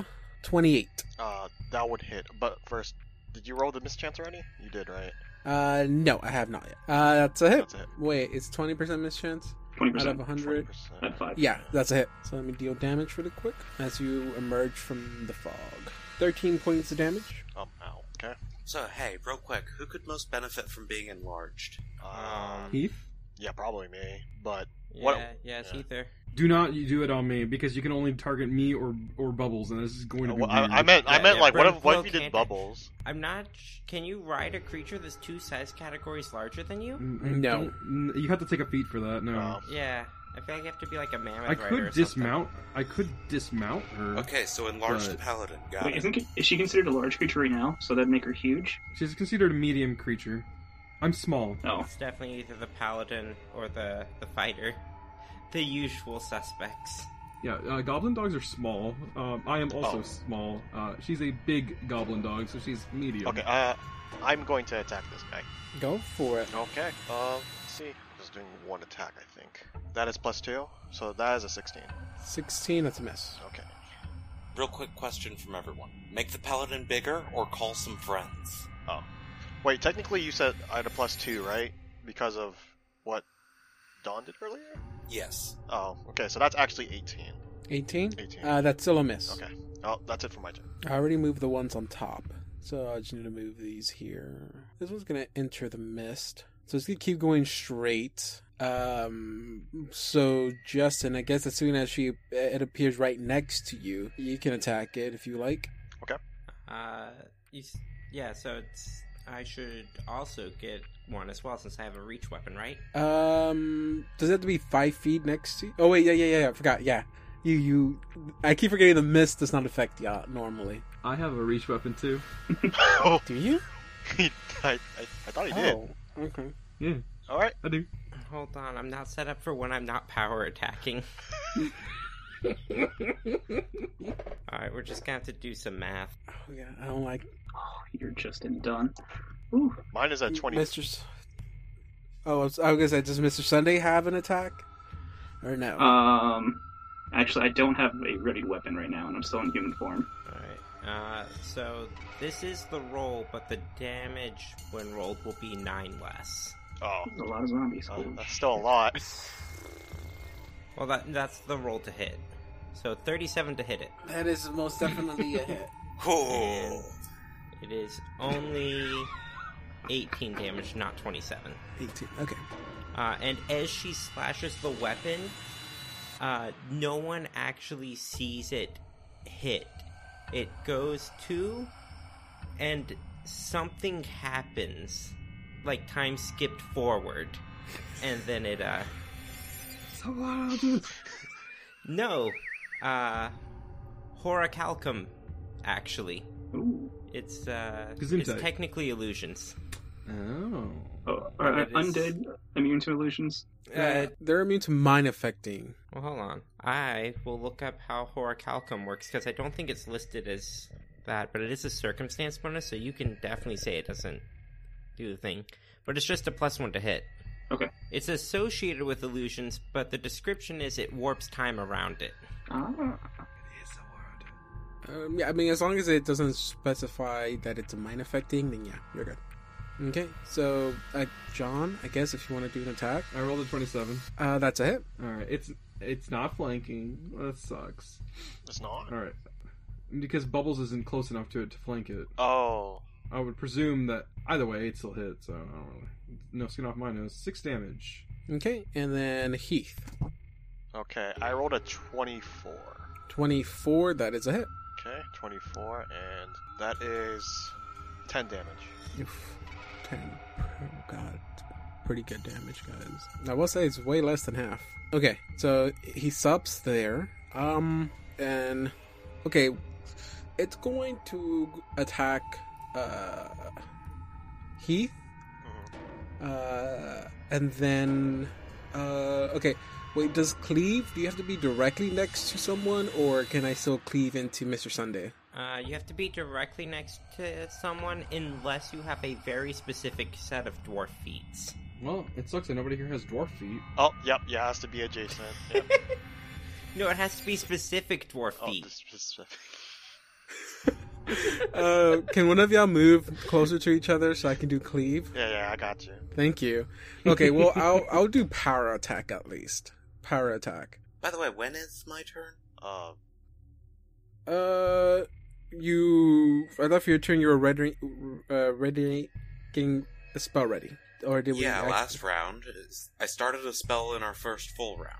Speaker 1: twenty-eight.
Speaker 5: Uh, that would hit. But first, did you roll the mischance already? You did, right?
Speaker 1: Uh, no, I have not yet. Uh, that's a hit.
Speaker 5: That's a hit.
Speaker 1: Wait, it's twenty percent miss chance
Speaker 6: Twenty
Speaker 1: out of
Speaker 6: percent
Speaker 1: hundred.
Speaker 5: 20%.
Speaker 6: at five.
Speaker 1: Yeah, that's a hit. So let me deal damage really quick as you emerge from the fog. Thirteen points of damage.
Speaker 5: Um, ow. Okay.
Speaker 3: So, hey, real quick, who could most benefit from being enlarged?
Speaker 5: Um,
Speaker 4: Heath,
Speaker 5: yeah, probably me. But
Speaker 2: Yeah,
Speaker 5: What-
Speaker 2: yeah, it's
Speaker 5: yeah.
Speaker 2: Ether.
Speaker 4: do not you do it on me because you can only target me or or bubbles, and this is going to be.
Speaker 5: Well, uh, I,
Speaker 4: weird.
Speaker 5: I meant, I
Speaker 2: Yeah,
Speaker 5: meant
Speaker 2: yeah,
Speaker 5: like, what
Speaker 2: Brim
Speaker 5: if, what if
Speaker 2: Flow
Speaker 5: you did
Speaker 2: can't-
Speaker 5: bubbles?
Speaker 2: I'm not. sh- Can you ride a creature that's two size categories larger than you?
Speaker 4: Mm,
Speaker 1: No.
Speaker 4: don't- n- You have to take a feat for that. No.
Speaker 5: Um,
Speaker 2: Yeah, I feel like you have to be like a mammoth.
Speaker 4: I
Speaker 2: rider or
Speaker 4: could
Speaker 2: something.
Speaker 4: dismount. I could dismount her.
Speaker 3: Okay, so enlarged
Speaker 4: Uh, Right.
Speaker 3: paladin. Got
Speaker 6: Wait,
Speaker 3: it.
Speaker 4: <laughs>
Speaker 6: isn't is she considered a large creature right now? So that'd make her huge.
Speaker 4: She's considered a medium creature. I'm small.
Speaker 6: Oh,
Speaker 2: It's definitely either the paladin or the the fighter, the usual suspects.
Speaker 4: Yeah, uh, goblin dogs are small. Um, I am also
Speaker 5: Oh.
Speaker 4: small. Uh, she's a big goblin dog, so she's medium.
Speaker 5: Okay, uh, I'm going to attack this guy.
Speaker 1: Go for it.
Speaker 5: Okay. Uh, let's see. Just doing one attack, I think. That is plus two, so that is a 16.
Speaker 1: Sixteen. That's a miss.
Speaker 5: Okay.
Speaker 3: Real quick question from everyone: Make the paladin bigger or call some friends?
Speaker 5: Oh. Wait, technically you said I had a plus two, right? Because of what Dawn did earlier?
Speaker 3: Yes.
Speaker 5: Oh, okay, so that's actually 18.
Speaker 1: 18?
Speaker 5: 18.
Speaker 1: Uh, that's still a miss.
Speaker 5: Okay. Oh, that's it for my turn. <laughs>
Speaker 1: I already moved the ones on top, so I just need to move these here. This one's gonna enter the mist, so it's gonna keep going straight. Um, so Justin, I guess as soon as she uh, it appears right next to you, you can attack it if you like.
Speaker 2: Uh, you, s- yeah. So it's I should also get one as well since I have a reach weapon, right?
Speaker 1: Um, does it have to be five feet next to? You? Oh wait, yeah, yeah, yeah, yeah, I forgot. Yeah, you, you, I keep forgetting the mist does not affect you normally.
Speaker 4: I have a reach weapon too.
Speaker 5: oh,
Speaker 1: Do you?
Speaker 5: he, I, I, I thought he did.
Speaker 1: Oh, okay.
Speaker 4: Yeah,
Speaker 5: Alright.
Speaker 4: I do.
Speaker 2: Hold on, I'm not set up for when I'm not power attacking. <laughs> All right, we're just gonna have to do some math.
Speaker 1: Oh yeah, I don't like
Speaker 6: you're just in done. Ooh,
Speaker 5: Mine is at 20.
Speaker 1: Mr. S- Oh, I was, I was gonna say, does Mr. Sunday have an attack? Or no?
Speaker 6: um, actually, I don't have a ready weapon right now, and I'm still in human form.
Speaker 2: All right. Uh, so this is the roll, but the damage when rolled will be nine less.
Speaker 5: Oh,
Speaker 6: There's a lot of zombies.
Speaker 5: uh,
Speaker 6: Holy
Speaker 5: that's
Speaker 6: shit.
Speaker 5: still a lot.
Speaker 2: Well, that that's the roll to hit. So 37 to hit it.
Speaker 1: that is most definitely a <laughs> hit.
Speaker 3: Cool.
Speaker 2: It is only 18 damage, not 27.
Speaker 1: 18. Okay.
Speaker 2: Uh, and as she slashes the weapon, uh, no one actually sees it hit. It goes to, and something happens. Like time skipped forward, and then it uh,
Speaker 4: So wild.
Speaker 2: no, uh, horacalcum. Actually,
Speaker 6: Ooh.
Speaker 2: it's uh, it's
Speaker 4: Gesundheit.
Speaker 2: technically illusions.
Speaker 4: Oh.
Speaker 6: Oh, are, are
Speaker 2: It is-
Speaker 6: undead immune to illusions?
Speaker 2: Uh,
Speaker 1: They're immune to mind affecting.
Speaker 2: well, hold on. I will look up how horocalcum works because I don't think it's listed as that, but it is a circumstance bonus, so you can definitely say it doesn't do the thing. But it's just a plus one to hit.
Speaker 6: Okay.
Speaker 2: It's associated with illusions, but the description is it warps time around it.
Speaker 6: Ah,
Speaker 1: Um, yeah, I mean, as long as it doesn't specify that it's a mind affecting, then yeah, you're good. Okay, so uh, John, I guess if you want to do an attack,
Speaker 4: I rolled a 27.
Speaker 1: uh, that's a hit.
Speaker 4: All right, it's it's not flanking. That sucks.
Speaker 5: It's not.
Speaker 4: All right, because Bubbles isn't close enough to it to flank it.
Speaker 5: Oh,
Speaker 4: I would presume that either way it still hit. So I don't really. No skin off my nose. Six damage.
Speaker 1: Okay, and then Heath,
Speaker 5: okay. I rolled a 24.
Speaker 1: twenty-four. That is a hit.
Speaker 5: Okay, 24, and that is 10 damage.
Speaker 1: Oof, ten. Oh, God, pretty good damage, guys. I will say it's way less than half. Okay, so he subs there. Um, and okay, it's going to attack uh Heath. Uh, and then uh, okay. Wait, does cleave? Do you have to be directly next to someone, or can I still cleave into Mister Sunday?
Speaker 2: Uh, you have to be directly next to someone unless you have a very specific set of dwarf feats.
Speaker 4: Well, it sucks that nobody here has dwarf feet.
Speaker 5: Oh, yep, yeah, it has to be adjacent. Yep.
Speaker 2: No, it has to be specific dwarf <laughs>
Speaker 5: oh,
Speaker 2: feats.
Speaker 5: this, this,
Speaker 1: Uh, can one of y'all move closer to each other so I can do cleave?
Speaker 5: <laughs> yeah, yeah, I got you.
Speaker 1: Thank you. Okay,
Speaker 3: <laughs>
Speaker 1: well, I'll I'll do power attack at least. Power attack.
Speaker 3: By the way, when is my turn?
Speaker 5: Uh,
Speaker 1: Uh, you. I thought for your turn you were ready, uh, ready, getting a spell ready, or did we?
Speaker 3: yeah,
Speaker 1: act-
Speaker 3: last round. is- I started a spell in our first full round.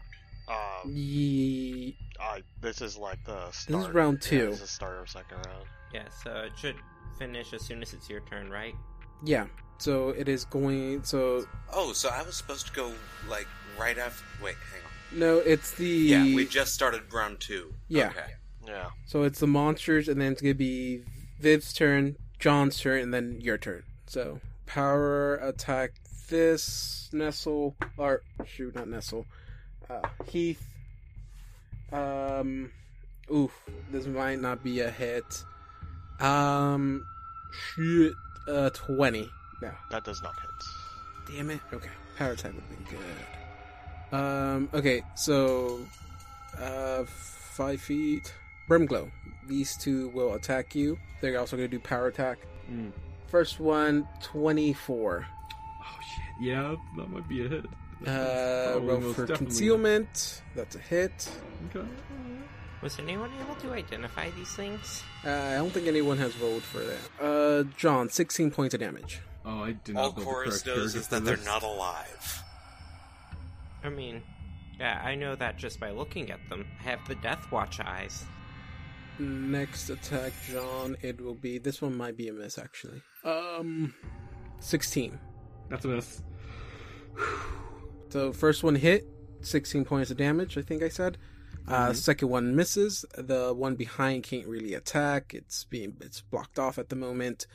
Speaker 5: uh,
Speaker 1: Ye-
Speaker 5: I, this is like the
Speaker 1: This
Speaker 5: start.
Speaker 1: is round
Speaker 5: yeah,
Speaker 1: two.
Speaker 5: this is start of second round.
Speaker 2: Yeah, so it should finish as soon as it's your turn, right?
Speaker 1: yeah. So it is going. So
Speaker 3: Oh, so I was supposed to go like right after. Wait, hang on.
Speaker 1: no, it's the
Speaker 3: Yeah, we just started round two.
Speaker 1: Yeah.
Speaker 3: Okay.
Speaker 5: Yeah.
Speaker 1: So it's the monsters, and then it's gonna be Viv's turn, John's turn, and then your turn. So power attack this Nestle or shoot, not Nestle, uh, Heath. Um, oof, this might not be a hit. Um, shoot, uh, twenty. No,
Speaker 5: That does not hit.
Speaker 1: damn it. Okay, power attack would be good. Um, okay, so uh, five feet. Brimglow. These two will attack you. They're also going to do power attack.
Speaker 4: Mm.
Speaker 1: First one, 24.
Speaker 4: Oh shit. Yeah, that might be a hit.
Speaker 1: Uh,
Speaker 4: Probably
Speaker 1: roll
Speaker 4: Oh, most
Speaker 1: for
Speaker 4: definitely.
Speaker 1: concealment. That's a hit.
Speaker 4: Okay.
Speaker 2: Was anyone able to identify these things?
Speaker 1: Uh, I don't think anyone has rolled for that. Uh, John, 16 points of damage.
Speaker 4: Oh, I did not.
Speaker 3: All
Speaker 4: build the
Speaker 3: Chorus
Speaker 4: correct
Speaker 3: knows
Speaker 4: character
Speaker 3: is
Speaker 4: for
Speaker 3: that they're
Speaker 4: this.
Speaker 3: not alive.
Speaker 2: I mean, yeah, I know that just by looking at them. I have the Death Watch eyes.
Speaker 1: Next attack, John. It will be. This one might be a miss, actually. Um, 16.
Speaker 4: That's a miss.
Speaker 1: So first one hit, sixteen points of damage. I think I said. Uh, second one misses. The one behind can't really attack. It's being it's blocked off at the moment.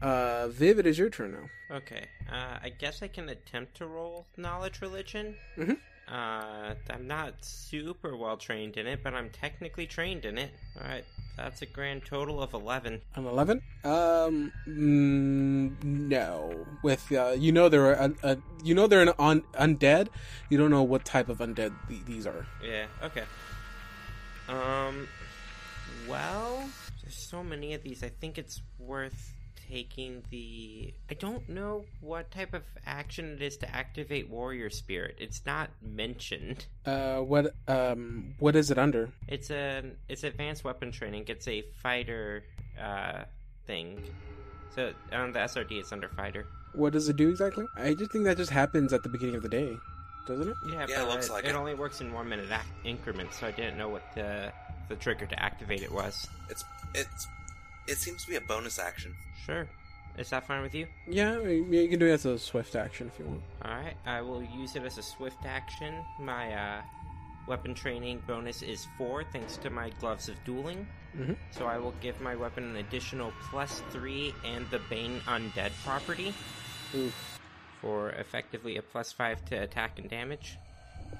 Speaker 1: Uh, Viv, it is your turn now.
Speaker 2: Okay, uh, I guess I can attempt to roll Knowledge Religion.
Speaker 1: Mhm.
Speaker 2: Uh, I'm not super well trained in it, but I'm technically trained in it. Alright, that's a grand total of 11.
Speaker 1: An eleven. Um, mm, no. With uh, you know they're a, a, you know they're an un- undead. You don't know what type of undead th- these are.
Speaker 2: Yeah, okay. Um, well, there's so many of these. I think it's worth taking the. I don't know what type of action it is to activate Warrior Spirit. It's not mentioned.
Speaker 1: Uh, what um what is it under?
Speaker 2: It's an it's advanced weapon training. It's a fighter uh thing. So on the SRD, it's under fighter.
Speaker 1: What does it do exactly? I just think that just happens at the beginning of the day, doesn't it?
Speaker 2: Yeah,
Speaker 3: Yeah, it
Speaker 2: but
Speaker 3: looks like
Speaker 2: it,
Speaker 3: it.
Speaker 2: only works in one minute ac- increments, so I didn't know what the the trigger to activate it was.
Speaker 3: It's it's it seems to be a bonus action.
Speaker 2: Sure, is that fine with you?
Speaker 1: Yeah, I mean, you can do it as a swift action if you want.
Speaker 2: Alright, I will use it as a swift action. My uh, weapon training bonus is 4 thanks to my gloves of dueling.
Speaker 1: Mhm.
Speaker 2: So I will give my weapon an additional plus 3 and the Bane Undead property.
Speaker 1: Oof.
Speaker 2: for effectively a plus five to attack and damage.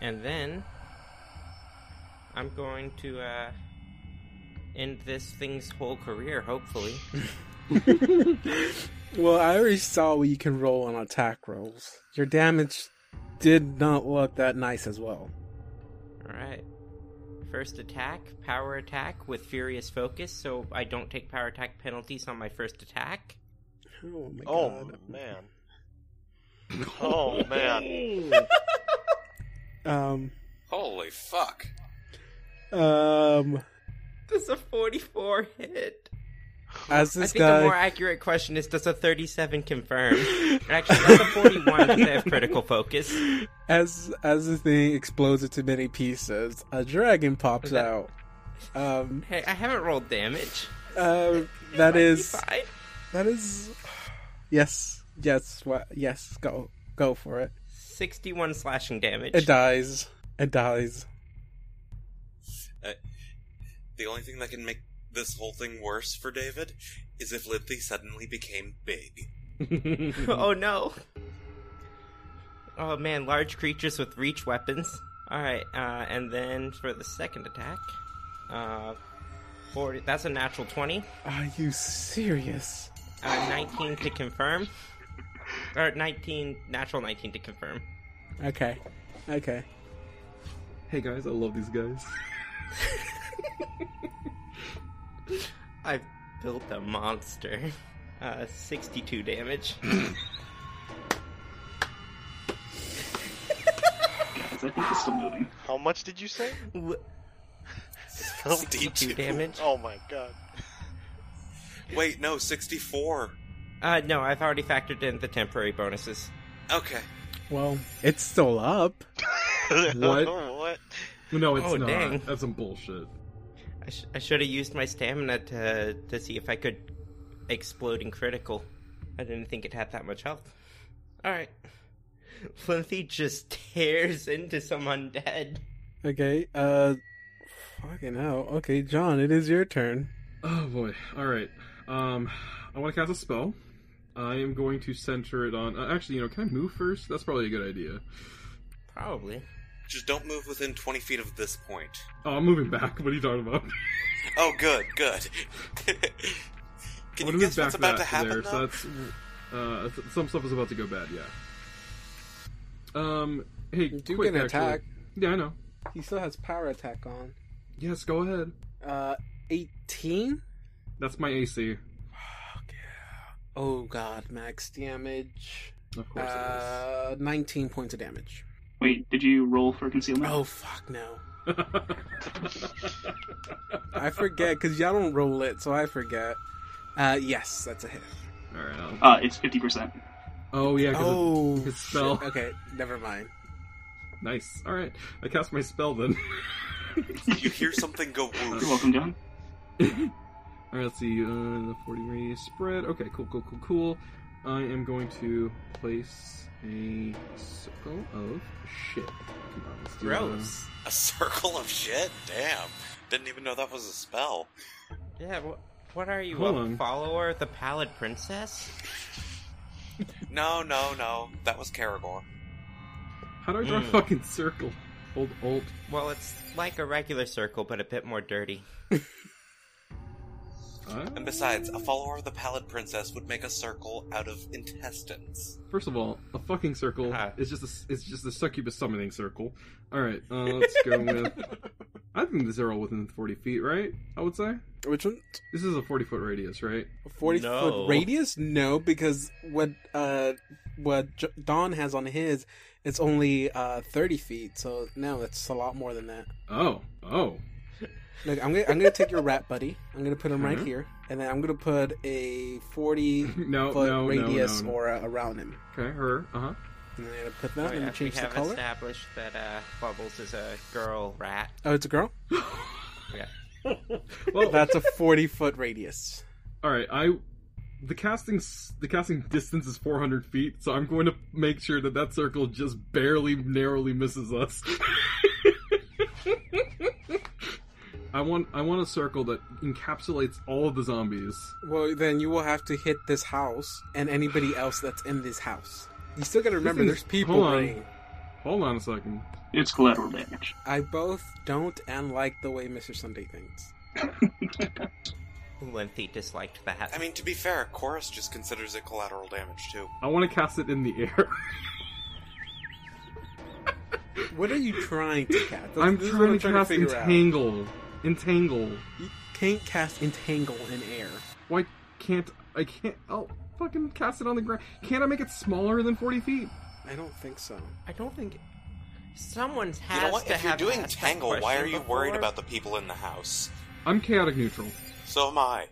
Speaker 2: And then I'm going to uh, end this thing's whole career, hopefully.
Speaker 1: <laughs> Well, I already saw what you can roll on attack rolls. Your damage did not look that nice as well.
Speaker 2: Alright. First attack, power attack with furious focus, so I don't take power attack penalties on my first attack.
Speaker 1: Oh my
Speaker 5: Oh
Speaker 1: god.
Speaker 5: man. Oh man.
Speaker 1: Um,
Speaker 3: Holy fuck.
Speaker 1: um,
Speaker 2: Does a 44 hit?
Speaker 1: as
Speaker 2: I
Speaker 1: this
Speaker 2: think the more
Speaker 1: guy,
Speaker 2: accurate question is does a 37 confirm? Actually, that's a 41 if they have critical focus.
Speaker 1: <laughs> as as the thing explodes into many pieces, a dragon pops
Speaker 2: That-
Speaker 1: out. Um,
Speaker 2: Hey, I haven't rolled damage.
Speaker 1: uh,
Speaker 2: Might
Speaker 1: that
Speaker 2: be
Speaker 1: is
Speaker 2: fine.
Speaker 1: that is, <sighs> yes, yes, wha- yes. Go go for it.
Speaker 2: 61 slashing damage.
Speaker 1: It dies. It dies.
Speaker 3: The only thing that can make this whole thing worse for David is if Lindsay suddenly became big.
Speaker 2: <laughs> oh no. Oh man, large creatures with reach weapons. Alright, uh, and then for the second attack, uh, 40, that's a natural 20.
Speaker 1: Are you serious?
Speaker 2: Uh, 19 to confirm. Or 19, natural 19 to confirm.
Speaker 1: Okay, okay.
Speaker 4: Hey guys, I love these guys. <laughs>
Speaker 2: I've built a monster. <laughs> Uh, 62 damage.
Speaker 6: Guys, I think it's still moving.
Speaker 5: How much did you say?
Speaker 2: Wh- 62
Speaker 3: 62.
Speaker 2: damage.
Speaker 5: Oh my
Speaker 1: <laughs>
Speaker 5: god.
Speaker 3: Wait, no, 64.
Speaker 2: Uh, no, I've already factored in the temporary bonuses.
Speaker 3: Okay.
Speaker 1: Well, it's still up.
Speaker 4: What?
Speaker 5: <laughs> what?
Speaker 4: No, it's
Speaker 2: Oh,
Speaker 4: not.
Speaker 2: dang.
Speaker 4: That's some bullshit.
Speaker 2: I, sh- I should have used my stamina to to see if I could explode in critical. I didn't think it had that much health. All <laughs> right, Flinty just tears into some undead.
Speaker 1: Okay, uh, fucking hell. Okay, John, it is your turn.
Speaker 4: Oh boy. All right. Um, I want to cast a spell. I am going to center it on. Uh, actually, you know, can I move first? That's probably a good idea.
Speaker 2: Probably.
Speaker 3: Just don't move within 20 feet of this point.
Speaker 4: Oh, I'm moving back. <laughs> What are you talking
Speaker 3: <laughs>
Speaker 4: about?
Speaker 3: Oh, good, good. Can
Speaker 4: I'm
Speaker 3: you
Speaker 4: gonna
Speaker 3: guess
Speaker 4: move
Speaker 3: what's about
Speaker 4: back
Speaker 3: to happen?
Speaker 4: There, so
Speaker 3: though?
Speaker 4: that's uh, th- some stuff is about to go bad. Yeah. Um. Hey,
Speaker 1: do
Speaker 4: quick,
Speaker 1: get an
Speaker 4: actually.
Speaker 1: attack.
Speaker 4: Yeah, I know.
Speaker 1: He still has power attack on.
Speaker 4: Yes, go ahead.
Speaker 1: Uh, 18?
Speaker 4: That's my AC.
Speaker 1: Oh god, max damage.
Speaker 4: Of course it
Speaker 1: Uh, 19 points of damage.
Speaker 6: Wait, did you roll for concealment?
Speaker 1: Oh fuck no.
Speaker 4: is.
Speaker 1: <laughs> I forget, cause y'all don't roll it, so I forget. Uh, yes, that's a hit.
Speaker 4: All right. I'll-
Speaker 6: Uh, it's 50%.
Speaker 4: Oh yeah. 'cause it-
Speaker 1: Oh,
Speaker 4: <laughs> his spell.
Speaker 1: shit. okay, never mind.
Speaker 4: Nice. All right. I cast my spell then. <laughs>
Speaker 3: You hear something go
Speaker 6: You're
Speaker 3: whoosh.
Speaker 6: welcome, John.
Speaker 4: All right, let's see. Uh, the 40 radius spread. Okay, cool, cool, cool, cool. I am going to place a circle of shit. Come on, let's do uh, that.
Speaker 2: Gross.
Speaker 3: A circle of shit? Damn. Didn't even know that was a spell.
Speaker 2: Yeah. Wh- what are you,
Speaker 4: Hold
Speaker 2: a
Speaker 4: on.
Speaker 2: follower of the Pallid Princess?
Speaker 3: No, no, no. That was Caragor.
Speaker 4: How do I draw a
Speaker 2: Mm.
Speaker 4: fucking circle? Hold alt.
Speaker 2: Well, it's like a regular circle, but a bit more dirty.
Speaker 4: Uh,
Speaker 3: And besides, a follower of the Pallid Princess would make a circle out of intestines.
Speaker 4: first of all, a fucking circle
Speaker 2: Ah.
Speaker 4: is just a, s- it's just a succubus summoning circle. All right, uh, let's go with. I think these are all within 40 feet, right? I would say
Speaker 1: Which one?
Speaker 4: this is a 40 foot radius, right?
Speaker 1: 40
Speaker 2: No.
Speaker 1: foot radius? No, because what uh what J- Don has on his, it's only uh 30 feet. So no, that's a lot more than that.
Speaker 4: Oh, oh, <laughs>
Speaker 1: Look, I'm gonna I'm gonna take your rat buddy. I'm gonna put him right
Speaker 4: Mhm.
Speaker 1: here, and then I'm gonna put a
Speaker 4: <clears throat>
Speaker 1: 40
Speaker 4: Oh, no,
Speaker 1: foot
Speaker 4: no,
Speaker 1: radius
Speaker 4: no, no.
Speaker 1: aura around him.
Speaker 4: Okay, her, uh huh.
Speaker 1: And then I'm gonna put that.
Speaker 2: Oh,
Speaker 1: and
Speaker 2: yeah, we
Speaker 1: change the
Speaker 2: have
Speaker 1: color.
Speaker 2: established that uh, Bubbles is a girl rat.
Speaker 1: Oh, it's a girl.
Speaker 2: <laughs> Yeah.
Speaker 4: <laughs> Well,
Speaker 1: That's a 40 foot radius.
Speaker 4: All right, I the casting s- the casting distance is 400 feet, so I'm going to make sure that that circle just barely narrowly misses us. <laughs> I want I want a circle that encapsulates all of the zombies.
Speaker 1: Well, then you will have to hit this house and anybody else that's in this house. You still gotta remember
Speaker 4: Listen,
Speaker 1: there's people
Speaker 4: hold on.
Speaker 1: running.
Speaker 4: Hold on a second.
Speaker 6: It's collateral damage.
Speaker 1: I both don't and like the way Mr. Sunday thinks.
Speaker 2: Lengthy disliked that.
Speaker 3: I mean, to be fair, Chorus just considers it collateral damage too.
Speaker 4: I want to cast it in the air.
Speaker 1: What are you trying to cast?
Speaker 4: I'm
Speaker 1: <laughs> This is what
Speaker 4: trying to cast
Speaker 1: figure out.
Speaker 4: entangle. Entangle.
Speaker 1: You can't cast entangle in air.
Speaker 4: Why can't I can't? I'll fucking cast it on the ground. Can't I make it smaller than forty feet?
Speaker 1: I don't think so.
Speaker 2: I don't think someone's
Speaker 3: You
Speaker 2: has
Speaker 3: know what?
Speaker 2: to
Speaker 3: If you're
Speaker 2: have
Speaker 3: doing
Speaker 2: asked that
Speaker 3: Tangle, why
Speaker 2: question
Speaker 3: are you worried
Speaker 2: before.
Speaker 3: about the people in the house?
Speaker 4: I'm chaotic neutral.
Speaker 3: So am I.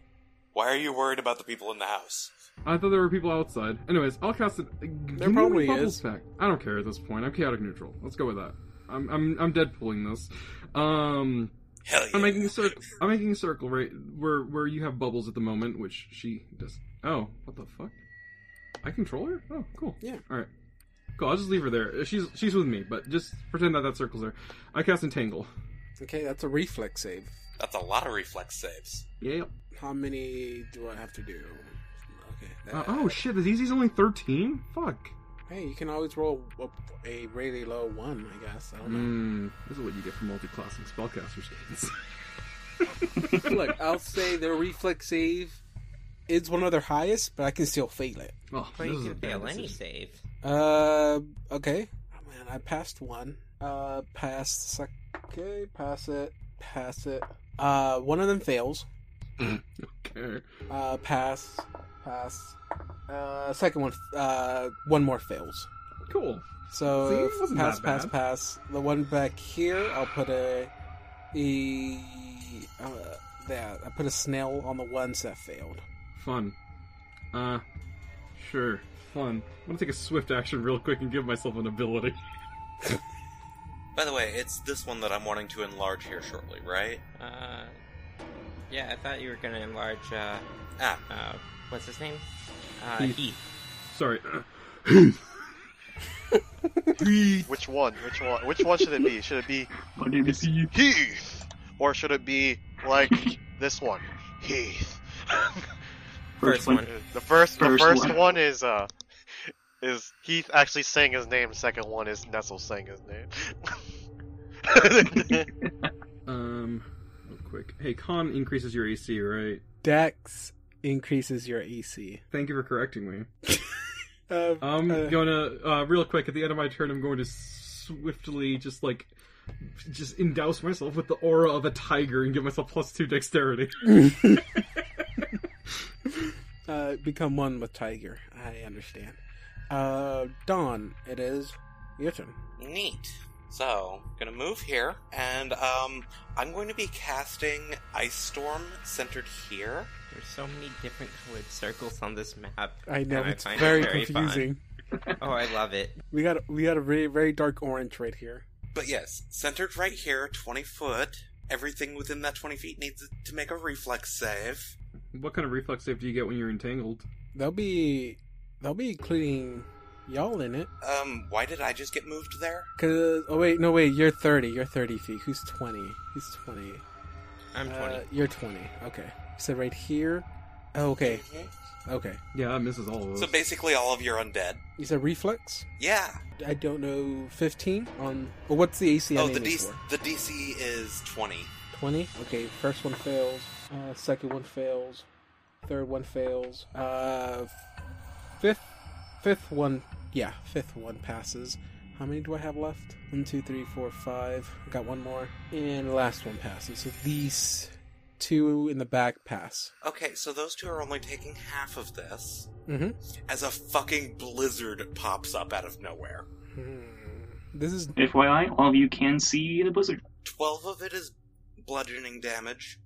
Speaker 3: Why are you worried about the people in the house?
Speaker 4: I thought there were people outside. Anyways, I'll cast it. uh, Give me
Speaker 1: probably
Speaker 4: my bubbles
Speaker 1: is.
Speaker 4: Back. I don't care at this point. I'm chaotic neutral. Let's go with that. I'm I'm I'm Deadpooling this. Um,
Speaker 3: Hell yeah.
Speaker 4: I'm making a circle. I'm making a circle right where where you have bubbles at the moment, which she does. Oh, what the fuck? I control her. Oh, cool.
Speaker 1: Yeah.
Speaker 4: All right. Cool. I'll just leave her there. Uh, She's she's with me, but just pretend that that circle's there. I cast entangle.
Speaker 1: Okay, that's a reflex save.
Speaker 3: That's a lot of reflex saves.
Speaker 4: Yeah.
Speaker 1: How many do I have to do? Okay.
Speaker 4: Uh,
Speaker 1: that-
Speaker 4: oh shit! The DC's only thirteen. Fuck.
Speaker 1: Hey, you can always roll a, a really low one, I guess. I
Speaker 2: Oh,
Speaker 1: don't know.
Speaker 4: Mm, this is what you get for multi-classing spellcasters, <laughs> kids.
Speaker 1: Look, I'll say their reflex save is one of their highest, but I can still fail it.
Speaker 4: Oh,
Speaker 2: Well,
Speaker 4: this
Speaker 2: you
Speaker 4: is a
Speaker 2: can
Speaker 4: bad
Speaker 2: fail any
Speaker 4: decision.
Speaker 2: save.
Speaker 1: Uh, okay. Oh, man, I passed one. Uh, passed. Sec- okay, pass it. Pass it. Uh, one of them fails.
Speaker 4: Okay.
Speaker 1: Uh, pass. Pass. Uh, second one. Uh, one more fails.
Speaker 4: Cool. See,
Speaker 1: So
Speaker 4: it wasn't
Speaker 1: pass,
Speaker 4: that
Speaker 1: pass,
Speaker 4: bad.
Speaker 1: pass. The one back here, I'll put a e uh, there. I put a snail on the ones that failed.
Speaker 4: Fun. Uh, sure. Fun. I'm gonna take a swift action real quick and give myself an ability.
Speaker 3: By the way, it's this one that I'm wanting to enlarge here shortly, right?
Speaker 2: Uh, yeah, I thought you were gonna enlarge. Uh,
Speaker 3: Ah,
Speaker 2: uh, what's his name? Uh,
Speaker 4: Heath.
Speaker 2: Heath.
Speaker 4: Sorry.
Speaker 5: Which one? Which one? Which one should it be? Should it be
Speaker 6: My name is Heath.
Speaker 5: Heath, or should it be like this one, Heath?
Speaker 2: First one.
Speaker 5: The first, the
Speaker 6: First
Speaker 5: first
Speaker 6: one.
Speaker 5: one. is uh, is Heath actually saying his name. The second one is Nestle saying his name.
Speaker 4: um, real quick. Hey, con increases your AC, right?
Speaker 1: Dex increases your AC.
Speaker 4: Thank you for correcting me.
Speaker 1: Uh,
Speaker 4: I'm
Speaker 1: uh,
Speaker 4: gonna, uh, real quick, at the end of my turn, I'm going to swiftly just like, just endouse myself with the aura of a tiger and give myself plus two dexterity. <laughs>
Speaker 1: <laughs> uh, become one with Tiger. I understand. Uh, Dawn, it is your turn.
Speaker 3: neat. So, gonna move here, and um, I'm going to be casting Ice Storm centered here.
Speaker 2: There's so many different colored circles on this map.
Speaker 1: I know
Speaker 2: and
Speaker 1: it's
Speaker 2: find it
Speaker 1: very,
Speaker 2: fun.
Speaker 1: confusing.
Speaker 2: <laughs> Oh, I love it.
Speaker 1: We got we got a very very dark orange right here.
Speaker 3: But yes, centered right here, 20 foot. Everything within that 20 feet needs to make a reflex save.
Speaker 4: what kind of reflex save do you get when you're entangled?
Speaker 1: They'll be they'll be including y'all in it.
Speaker 3: Um, why did I just get moved there?
Speaker 1: Cause oh wait no wait you're thirty you're thirty feet who's twenty who's twenty
Speaker 2: I'm 20. <laughs>
Speaker 1: Uh, you're twenty okay so right here oh, okay
Speaker 3: Mhm.
Speaker 1: okay
Speaker 4: Yeah, that misses all of those.
Speaker 3: So basically, all of you are undead.
Speaker 1: you said reflex
Speaker 3: Yeah.
Speaker 1: I don't know fifteen on well, what's the AC
Speaker 3: oh,
Speaker 1: on
Speaker 3: the,
Speaker 1: the
Speaker 3: DC
Speaker 1: for
Speaker 3: the DC is 20.
Speaker 1: twenty okay first one fails uh, second one fails third one fails uh fifth fifth one yeah fifth one passes how many do I have left one two three four five I got one more and last one passes so these two in the back pass
Speaker 3: Okay, so those two are only taking half of this.
Speaker 1: mm-hmm.
Speaker 3: As a fucking blizzard pops up out of nowhere.
Speaker 1: Hmm. this is
Speaker 6: FYI, all of you can see the blizzard.
Speaker 3: 12 of it is bludgeoning damage,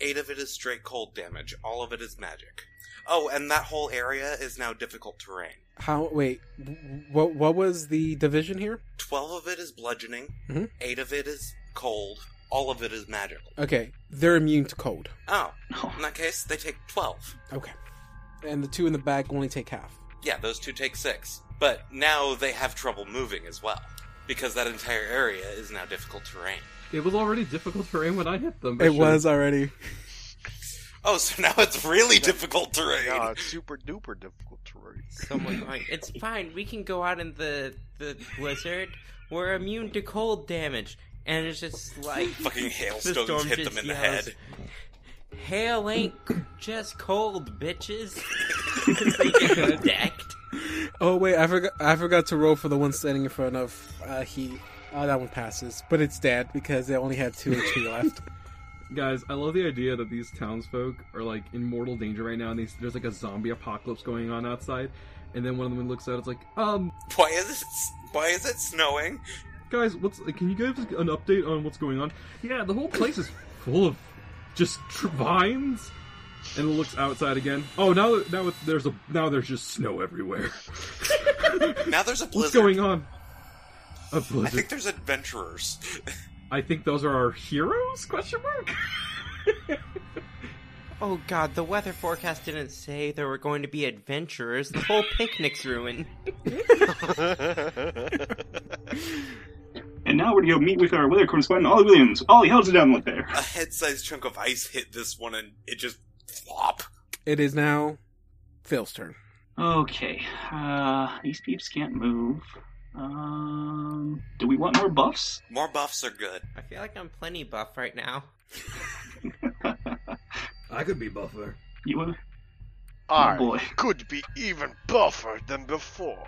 Speaker 3: 8 of it is straight cold damage, all of it is magic. Oh, and that whole area is now difficult terrain.
Speaker 1: how wait w- what what was the division here
Speaker 3: 12 of it is bludgeoning,
Speaker 1: Mhm.
Speaker 3: 8 of it is cold, all of it is magical.
Speaker 1: okay they're immune to cold
Speaker 3: Oh,
Speaker 6: No.
Speaker 3: in that case, they take 12.
Speaker 1: okay and the two in the back only take half
Speaker 3: Yeah, those two take 6. But now they have trouble moving as well, because that entire area is now difficult terrain.
Speaker 4: It was already difficult terrain when I hit them.
Speaker 1: it was already
Speaker 3: Oh, so now it's really difficult terrain.
Speaker 5: Yeah, it's super duper difficult to read.
Speaker 2: Someone like, it's fine. We can go out in the the blizzard. We're immune to cold damage, and it's just like
Speaker 3: <laughs> Fucking
Speaker 2: the
Speaker 3: hailstones
Speaker 2: storm
Speaker 3: hit
Speaker 2: just
Speaker 3: them in the
Speaker 2: yells,
Speaker 3: head.
Speaker 2: Hail ain't just cold,
Speaker 3: <laughs>
Speaker 2: bitches. <laughs> they get decked.
Speaker 1: Oh wait, I forgot. I forgot to roll for the one standing in front of uh, he. Oh, that one passes, but it's dead because it only had two HP <laughs> left.
Speaker 4: Guys, I love the idea that these townsfolk are like in mortal danger right now, and they, there's like a zombie apocalypse going on outside. And then one of them looks out. It's like, um,
Speaker 3: Why is it? s- Why is it snowing?
Speaker 4: guys, what's? Can you give us an update on what's going on? Yeah, the whole place is full of just tr- vines. And it looks outside again. Oh, now now it's, there's a now there's just snow everywhere. <laughs>
Speaker 3: Now there's a
Speaker 4: What's
Speaker 3: blizzard.
Speaker 4: going on? A
Speaker 3: I think
Speaker 4: blizzard.
Speaker 3: there's adventurers.
Speaker 4: I think those are our heroes? Question mark.
Speaker 2: Oh god, the weather forecast didn't say there were going to be adventurers. The whole picnic's ruined.
Speaker 6: And now we're going to go meet with our weather correspondent, Ollie Williams. Ollie, how's it down up there?
Speaker 3: a head-sized chunk of ice hit this one, and it just flop.
Speaker 1: It is now Phil's turn.
Speaker 6: Okay. Uh, these peeps can't move. Um, do we want more buffs? <laughs>
Speaker 3: More buffs are good.
Speaker 2: I feel like I'm plenty buff right now.
Speaker 4: I could be buffer.
Speaker 6: You want?
Speaker 5: I
Speaker 6: boy.
Speaker 5: could be even buffer than before.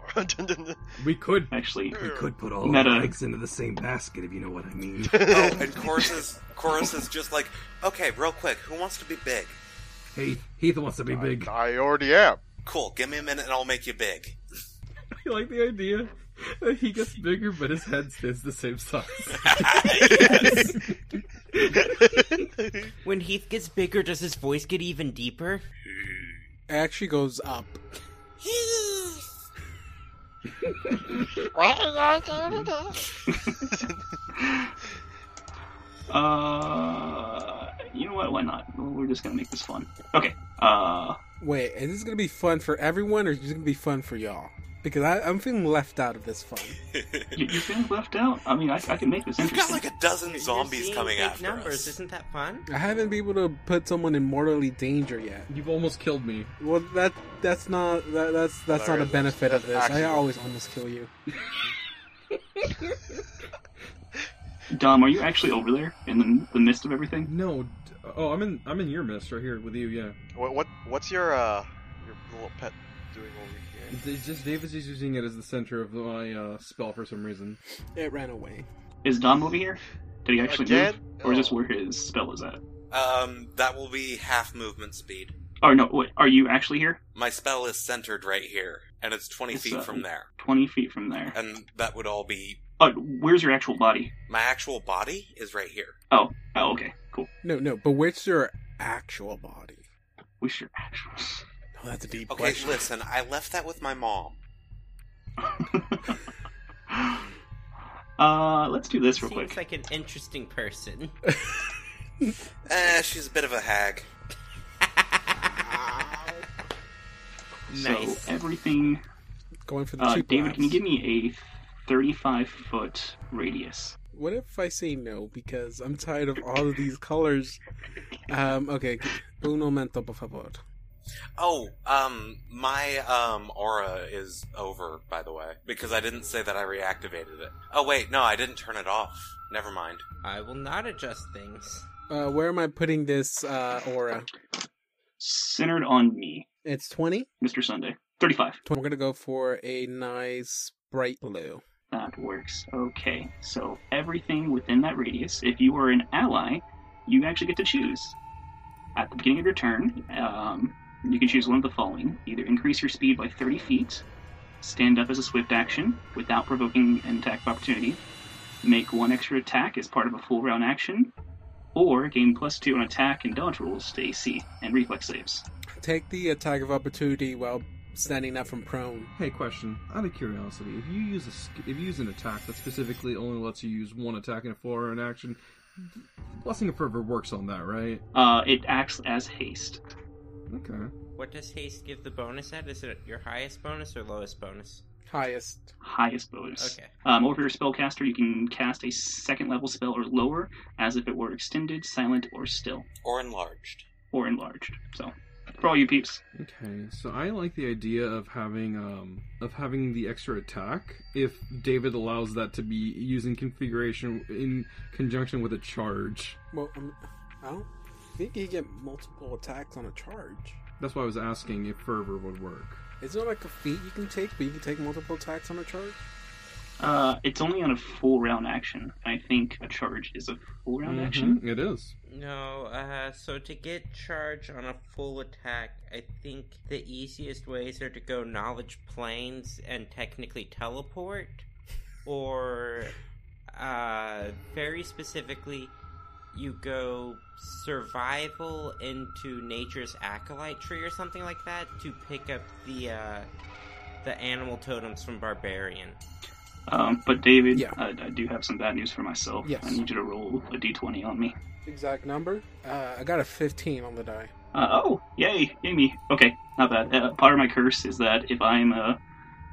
Speaker 5: <laughs>
Speaker 4: We could
Speaker 6: Actually,
Speaker 4: we could put all
Speaker 6: Meta.
Speaker 4: our eggs into the same basket if you know what I mean.
Speaker 3: Oh, and chorus is chorus is just like, okay, real quick, who wants to be big?
Speaker 4: Heath, Heath wants to be
Speaker 5: <laughs>
Speaker 4: big.
Speaker 5: I already
Speaker 6: <laughs>
Speaker 5: am.
Speaker 3: Cool, give me a minute, and I'll make you big.
Speaker 4: <laughs>
Speaker 3: <laughs>
Speaker 4: I like the idea that he gets bigger, but his head stays the same size.
Speaker 2: When Heath gets bigger, does his voice get even deeper?
Speaker 1: It actually goes up.
Speaker 6: Uh, you know what? Why not? Well, we're just gonna make this fun. Okay. Uh,
Speaker 1: Wait, is this gonna be fun for everyone, or is this gonna be fun for y'all? Because I, I'm feeling left out of this fun.
Speaker 6: you, you feeling left out? I mean, I, I can make this
Speaker 3: You've got
Speaker 6: interesting.
Speaker 3: like a dozen
Speaker 2: You're
Speaker 3: zombies
Speaker 2: seeing
Speaker 3: coming
Speaker 2: big
Speaker 3: after
Speaker 2: numbers.
Speaker 3: us.
Speaker 2: Isn't that fun?
Speaker 1: I haven't been able to put someone in mortally danger yet.
Speaker 4: <laughs> You've almost killed me.
Speaker 1: Well, that that's not that, that's that's not a
Speaker 5: Hilarious.
Speaker 1: benefit of this.
Speaker 5: That's
Speaker 1: I
Speaker 5: actually-
Speaker 1: always almost kill you.
Speaker 6: Dom, are you actually over there in the, the midst of everything?
Speaker 4: No, d- oh, I'm in I'm in your mist right here with you. Yeah,
Speaker 5: What, what what's your uh your little pet doing over here?
Speaker 4: it's just Davis is using it as the center of my uh, spell for some reason.
Speaker 1: It ran away.
Speaker 6: Is Dom over here? Did he actually
Speaker 5: Again?
Speaker 6: move, or is this
Speaker 5: No.
Speaker 6: where his spell is at?
Speaker 3: Um, that will be half movement speed.
Speaker 6: Or Oh, no, wait, are you actually here?
Speaker 3: My spell is centered right here, and it's twenty
Speaker 6: It's,
Speaker 3: feet
Speaker 6: uh,
Speaker 3: from there,
Speaker 6: Twenty feet from there.
Speaker 2: Uh,
Speaker 3: and that would all be.
Speaker 6: Oh, where's your actual body?
Speaker 3: My actual body is right here.
Speaker 6: Oh, oh, okay, cool.
Speaker 1: No, no, but where's your actual body?
Speaker 6: Where's your actual?
Speaker 1: Oh, that's a deep
Speaker 3: Okay,
Speaker 1: question.
Speaker 3: listen, I left that with my mom.
Speaker 6: uh, let's do this real
Speaker 2: Seems
Speaker 6: quick.
Speaker 2: like an interesting person.
Speaker 3: Eh, she's a bit of a hag.
Speaker 2: nice.
Speaker 6: So everything.
Speaker 1: Going for the
Speaker 6: Uh,
Speaker 1: cheap
Speaker 6: David,
Speaker 1: laughs.
Speaker 6: can you give me a 35 foot radius?
Speaker 1: What if I say no because I'm tired of all of these colors? Um, okay, un momento, por favor.
Speaker 3: Oh, um, my um aura is over, by the way, because I didn't say that I reactivated it. Oh wait, no, I didn't turn it off. Never mind.
Speaker 2: I will not adjust things.
Speaker 1: Uh, where am I putting this uh, aura?
Speaker 6: Centered on me,
Speaker 1: It's 20.
Speaker 6: Mr. Sunday. 35.
Speaker 1: We're gonna go for a nice bright blue.
Speaker 6: That works. Okay. So everything within that radius, if you are an ally, you actually get to choose. At the beginning of your turn, um, you can choose one of the following either increase your speed by 30 feet, stand up as a swift action without provoking an attack of opportunity, make one extra attack as part of a full round action, or gain plus two on attack and dodge rolls to AC and reflex saves.
Speaker 1: Take the attack of opportunity while standing up from prone.
Speaker 4: Hey, question. Out of curiosity, if you use a sk- if you use an attack that specifically only lets you use one attack in a full round action, blessing of fervor works on that, right?
Speaker 6: Uh, it acts as haste.
Speaker 4: Okay.
Speaker 2: What does haste give the bonus at? Is it your highest bonus or lowest bonus?
Speaker 1: Highest.
Speaker 6: highest bonus.
Speaker 2: Okay.
Speaker 6: Um, or if you're a spellcaster, you can cast a second level spell or lower as if it were extended, silent, or still.
Speaker 3: Or enlarged.
Speaker 6: or enlarged. So for all you peeps,
Speaker 4: Okay, so I like the idea of having um of having the extra attack if David allows that to be using configuration in conjunction with a charge.
Speaker 1: Well, I'm, I don't think you get multiple attacks on a charge.
Speaker 4: That's why I was asking if fervor would work.
Speaker 1: Is there like a feat you can take, but you can take multiple attacks on a charge?
Speaker 6: uh, it's only on a full round action. I think a charge is a full round
Speaker 1: Mm-hmm.
Speaker 6: action.
Speaker 4: Mm-hmm. It is.
Speaker 2: No, uh, so to get charge on a full attack, I think the easiest ways are to go knowledge planes and technically teleport, or, uh, very specifically, you go survival into nature's acolyte tree or something like that to pick up the, uh, the animal totems from barbarian.
Speaker 6: Um, but David,
Speaker 1: Yeah.
Speaker 6: I, I do have some bad news for myself.
Speaker 1: Yes.
Speaker 6: I need you to roll a d20 on me.
Speaker 1: Exact number? Uh, I got a 15 on the die.
Speaker 6: Uh, oh, yay, yay me. Okay, not bad. Uh, part of my curse is that if I'm uh,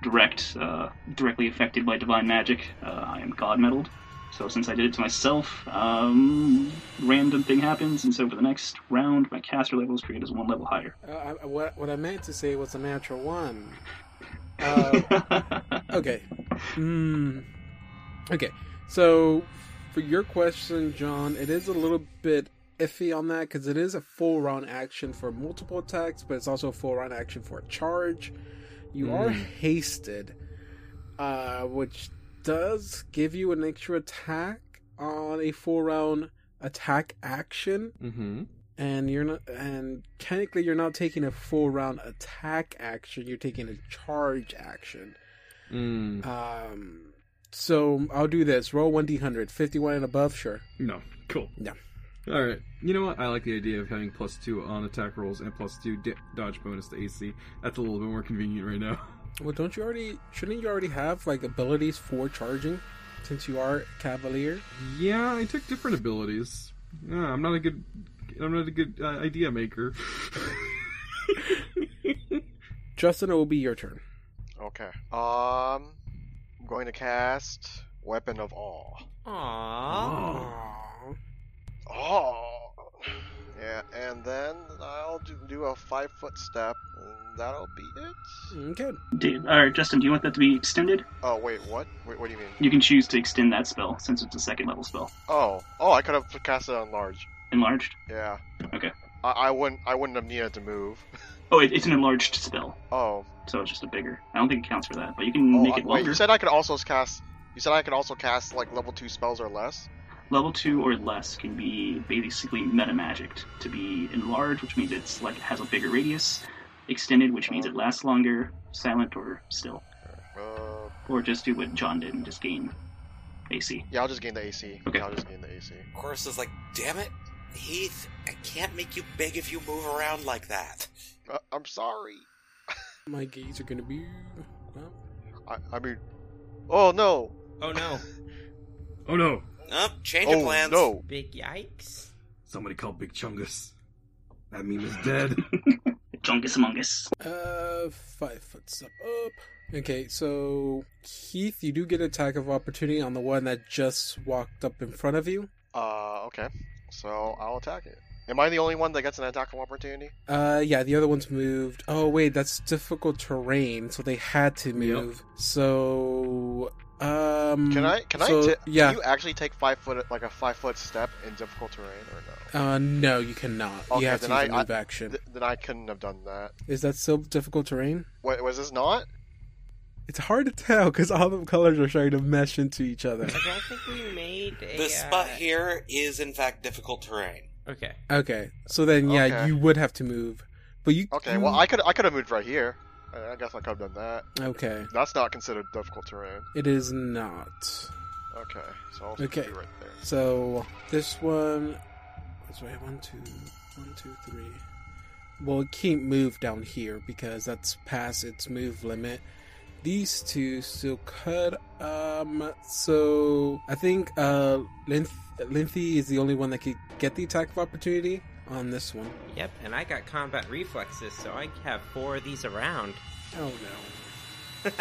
Speaker 6: direct, uh, directly affected by divine magic, uh, I am god meddled. So since I did it to myself, um, random thing happens, and so for the next round, my caster level is created as one level higher.
Speaker 1: Uh, I, I- what, what I meant to say was a natural one.
Speaker 5: Oh.
Speaker 6: <laughs>
Speaker 1: Uh, okay. Mm. Okay. So, for your question, John, it is a little bit iffy on that because it is a full round action for multiple attacks, but it's also a full round action for a charge. You are hasted, uh, which does give you an extra attack on a full round attack action
Speaker 4: Mm-hmm.
Speaker 1: and you're not and technically you're not taking a full round attack action you're taking a charge action
Speaker 4: Mm.
Speaker 1: um so i'll do this roll 1d100 51 and above sure
Speaker 4: No. Cool.
Speaker 1: No.
Speaker 4: All right. You know what? I like the idea of having plus two on attack rolls and plus two di- dodge bonus to AC. That's a little bit more convenient right now. <laughs>
Speaker 1: well don't you already shouldn't you already have like abilities for charging since you are cavalier
Speaker 4: Yeah, I took different abilities. Yeah, I'm not a good. I'm not a good uh, idea maker.
Speaker 1: justin it will be your turn
Speaker 5: Okay. Um, I'm going to cast Weapon of Awe.
Speaker 2: Aww.
Speaker 1: Aw.
Speaker 5: Oh. Yeah, and then I'll do, do a five foot step, and that'll be it.
Speaker 1: okay
Speaker 6: Dave, or Justin, do you want that to be extended?
Speaker 5: Oh wait, what? Wait, what do you mean?
Speaker 6: You can choose to extend that spell since it's a second level spell.
Speaker 5: Oh, oh, I could have cast it on large.
Speaker 6: Enlarged.
Speaker 5: Yeah.
Speaker 6: Okay.
Speaker 5: I, I wouldn't. I wouldn't have needed to move.
Speaker 6: Oh, it, it's an enlarged spell,
Speaker 5: Oh.
Speaker 6: so it's just a bigger. I don't think it counts for that, but you can
Speaker 5: oh
Speaker 6: make
Speaker 5: I- wait,
Speaker 6: it longer.
Speaker 5: you said I could also cast. You said I could also cast like level two spells or less.
Speaker 6: Level two or less can be basically meta magicked to be enlarged, which means it's like has a bigger radius. Extended, which means it lasts longer. Silent or still,
Speaker 5: Uh,
Speaker 6: or just do what John did and just gain AC.
Speaker 5: yeah, I'll just gain the AC.
Speaker 6: Okay.
Speaker 5: Yeah, I'll just gain the AC.
Speaker 3: Chorus is like, damn it, Heath, I can't make you big if you move around like that.
Speaker 5: Uh, I'm sorry.
Speaker 1: my gates are gonna be well,
Speaker 5: I, I mean, oh no.
Speaker 2: Oh no.
Speaker 4: oh no!
Speaker 3: Up, change
Speaker 5: Oh
Speaker 3: of plans.
Speaker 5: no.
Speaker 2: Big yikes.
Speaker 4: Somebody called Big Chungus. That meme is
Speaker 6: <laughs>
Speaker 4: dead.
Speaker 6: Jungus Among Us.
Speaker 1: Uh, five foot step up. Okay, so Heath, you do get an attack of opportunity on the one that just walked up in front of you.
Speaker 5: Uh, okay. So I'll attack it. Am I the only one that gets an attack of opportunity?
Speaker 1: Uh, yeah, the other one's moved. Oh wait, that's difficult terrain, so they had to move. So, um,
Speaker 5: Can I? Can I?
Speaker 1: so-
Speaker 5: T-
Speaker 1: yeah.
Speaker 5: Can you actually take five foot, like a five foot step in difficult terrain, or no?
Speaker 1: Uh, no, you cannot.
Speaker 5: Okay,
Speaker 1: you have to
Speaker 5: then
Speaker 1: use a
Speaker 5: I- I-
Speaker 1: move action.
Speaker 5: Th- then I couldn't have done that.
Speaker 1: Is that still difficult terrain?
Speaker 5: Wait, was this not?
Speaker 1: It's hard to tell because all the colors are starting to mesh into each other.
Speaker 2: I don't think we made a.
Speaker 3: The spot
Speaker 2: uh,
Speaker 3: here is, in fact, difficult terrain.
Speaker 2: Okay.
Speaker 1: okay, so then yeah,
Speaker 5: Okay.
Speaker 1: you would have to move, but you
Speaker 5: Okay.
Speaker 1: you-
Speaker 5: Well, I could. I could have moved right here. I I guess I could have done that.
Speaker 1: okay.
Speaker 5: That's not considered difficult terrain.
Speaker 1: It is not.
Speaker 5: Okay. So I'll just
Speaker 1: Okay.
Speaker 5: be right there.
Speaker 1: So this one. Let's wait. One, two, one, two, three. Well, it can't move down here because that's past its move limit. These two still could. Um. So I think uh, Linth- Linthy is the only one that could get the attack of opportunity on this one.
Speaker 2: Yep, and I got combat reflexes, so I have four of these around.
Speaker 1: Oh no.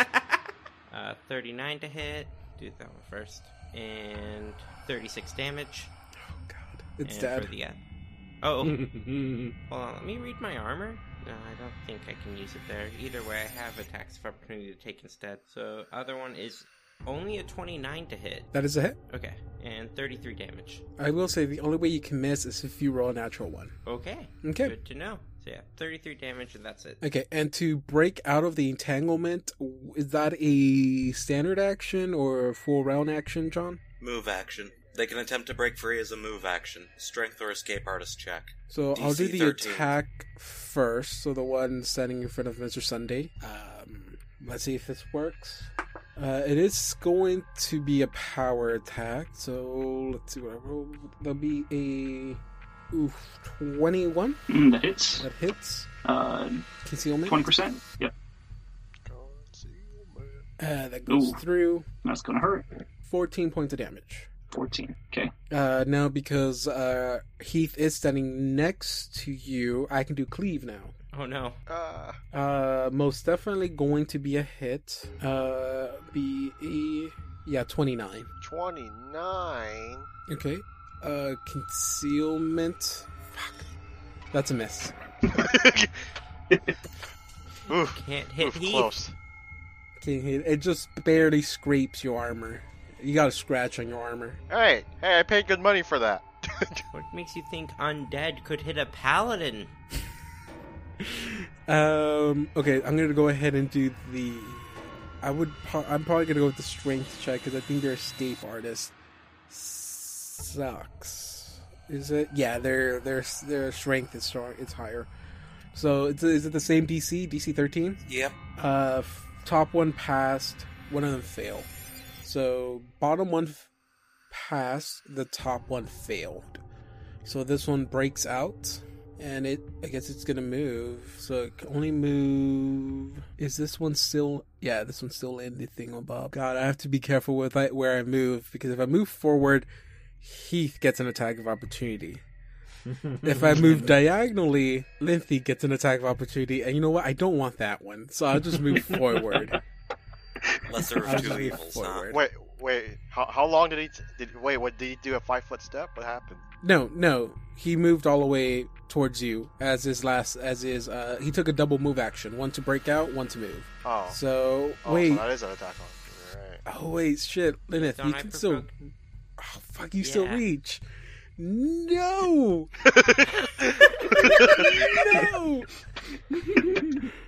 Speaker 2: Uh, 39 to hit. Do that one first. And 36 damage.
Speaker 1: Oh god. It's
Speaker 2: and
Speaker 1: dead. Hmm.
Speaker 2: For the, uh, Oh,
Speaker 1: <laughs>
Speaker 2: hold on. Let me read my armor. No, I don't think I can use it there. Either way, I have a tax of opportunity to take instead. So, other one is only a 29 to hit.
Speaker 1: That is a hit.
Speaker 2: Okay, and 33 damage.
Speaker 1: I will say the only way you can miss is if you roll a natural one.
Speaker 2: Okay.
Speaker 1: Okay.
Speaker 2: Good to know. So, yeah, 33 damage, and that's it.
Speaker 1: Okay, and to break out of the entanglement, w- is that a standard action or a full round action, John?
Speaker 3: Move action. They can attempt to break free as a move action. Strength or escape artist check.
Speaker 1: So I'll do
Speaker 3: DC
Speaker 1: the
Speaker 3: 13.
Speaker 1: attack first. So the one standing in front of Mr. Sunday. Um, let's see if this works. Uh, it is going to be a power attack. So let's see what I roll. There'll be a oof twenty-one
Speaker 6: Mm, that hits.
Speaker 1: that hits
Speaker 6: Uh,
Speaker 1: concealment.
Speaker 6: 20%? Yep,
Speaker 1: Uh, that goes
Speaker 6: Ooh.
Speaker 1: through
Speaker 6: that's going to hurt.
Speaker 1: fourteen points of damage.
Speaker 6: 14. Okay.
Speaker 1: Uh, now because uh, Heath is standing next to you, I can do cleave now.
Speaker 2: Oh, no.
Speaker 5: Uh,
Speaker 1: Uh, most definitely going to be a hit. Uh, be a yeah, twenty nine. <laughs>
Speaker 5: 29.
Speaker 1: Okay. Uh, concealment. Fuck, that's a miss.
Speaker 5: <laughs> Oof.
Speaker 2: Can't hit
Speaker 5: Oof,
Speaker 2: Heath.
Speaker 5: close.
Speaker 1: Can't hit. It just barely scrapes your armor. You got a scratch on your armor.
Speaker 5: Hey, hey, I paid good money for that.
Speaker 2: What makes you think undead could hit a paladin?
Speaker 1: Um. Okay, I'm gonna go ahead and do the. I would. pro- I'm probably gonna go with the strength check because I think their escape artist sucks. Is it? Yeah, their their their strength is strong. It's higher. So it's, is it the same DC? DC 13.
Speaker 3: Yep.
Speaker 1: Uh, f- top one passed. One of them failed. So bottom one f- passed. The top one failed. So this one breaks out, and it. I guess it's gonna move. So it can only move. Is this one still? Yeah, this one's still in the thing above. God, I have to be careful with I, where I move because if I move forward, Heath gets an attack of opportunity. If I move diagonally, Linthy gets an attack of opportunity, and you know what? I don't want that one, so I'll just move forward.
Speaker 3: Lesser
Speaker 1: I'll
Speaker 3: of
Speaker 1: just
Speaker 3: two
Speaker 1: move
Speaker 3: evils, huh?
Speaker 1: forward.
Speaker 5: Wait, wait. How, how long did he t- did? Wait, what did he do? A five foot step? What happened?
Speaker 1: No, no, he moved all the way towards you as his last, as his. Uh, he took a double move action: one to break out, one to move.
Speaker 5: Oh,
Speaker 1: So
Speaker 5: oh
Speaker 1: wait,
Speaker 5: so that is an attack on. Right.
Speaker 1: oh wait, shit, Lyneth,
Speaker 2: Don't
Speaker 1: you
Speaker 2: I
Speaker 1: can still.
Speaker 2: provoke?
Speaker 1: Oh fuck, you still
Speaker 2: Yeah.
Speaker 1: reach. No, <laughs> no. <laughs>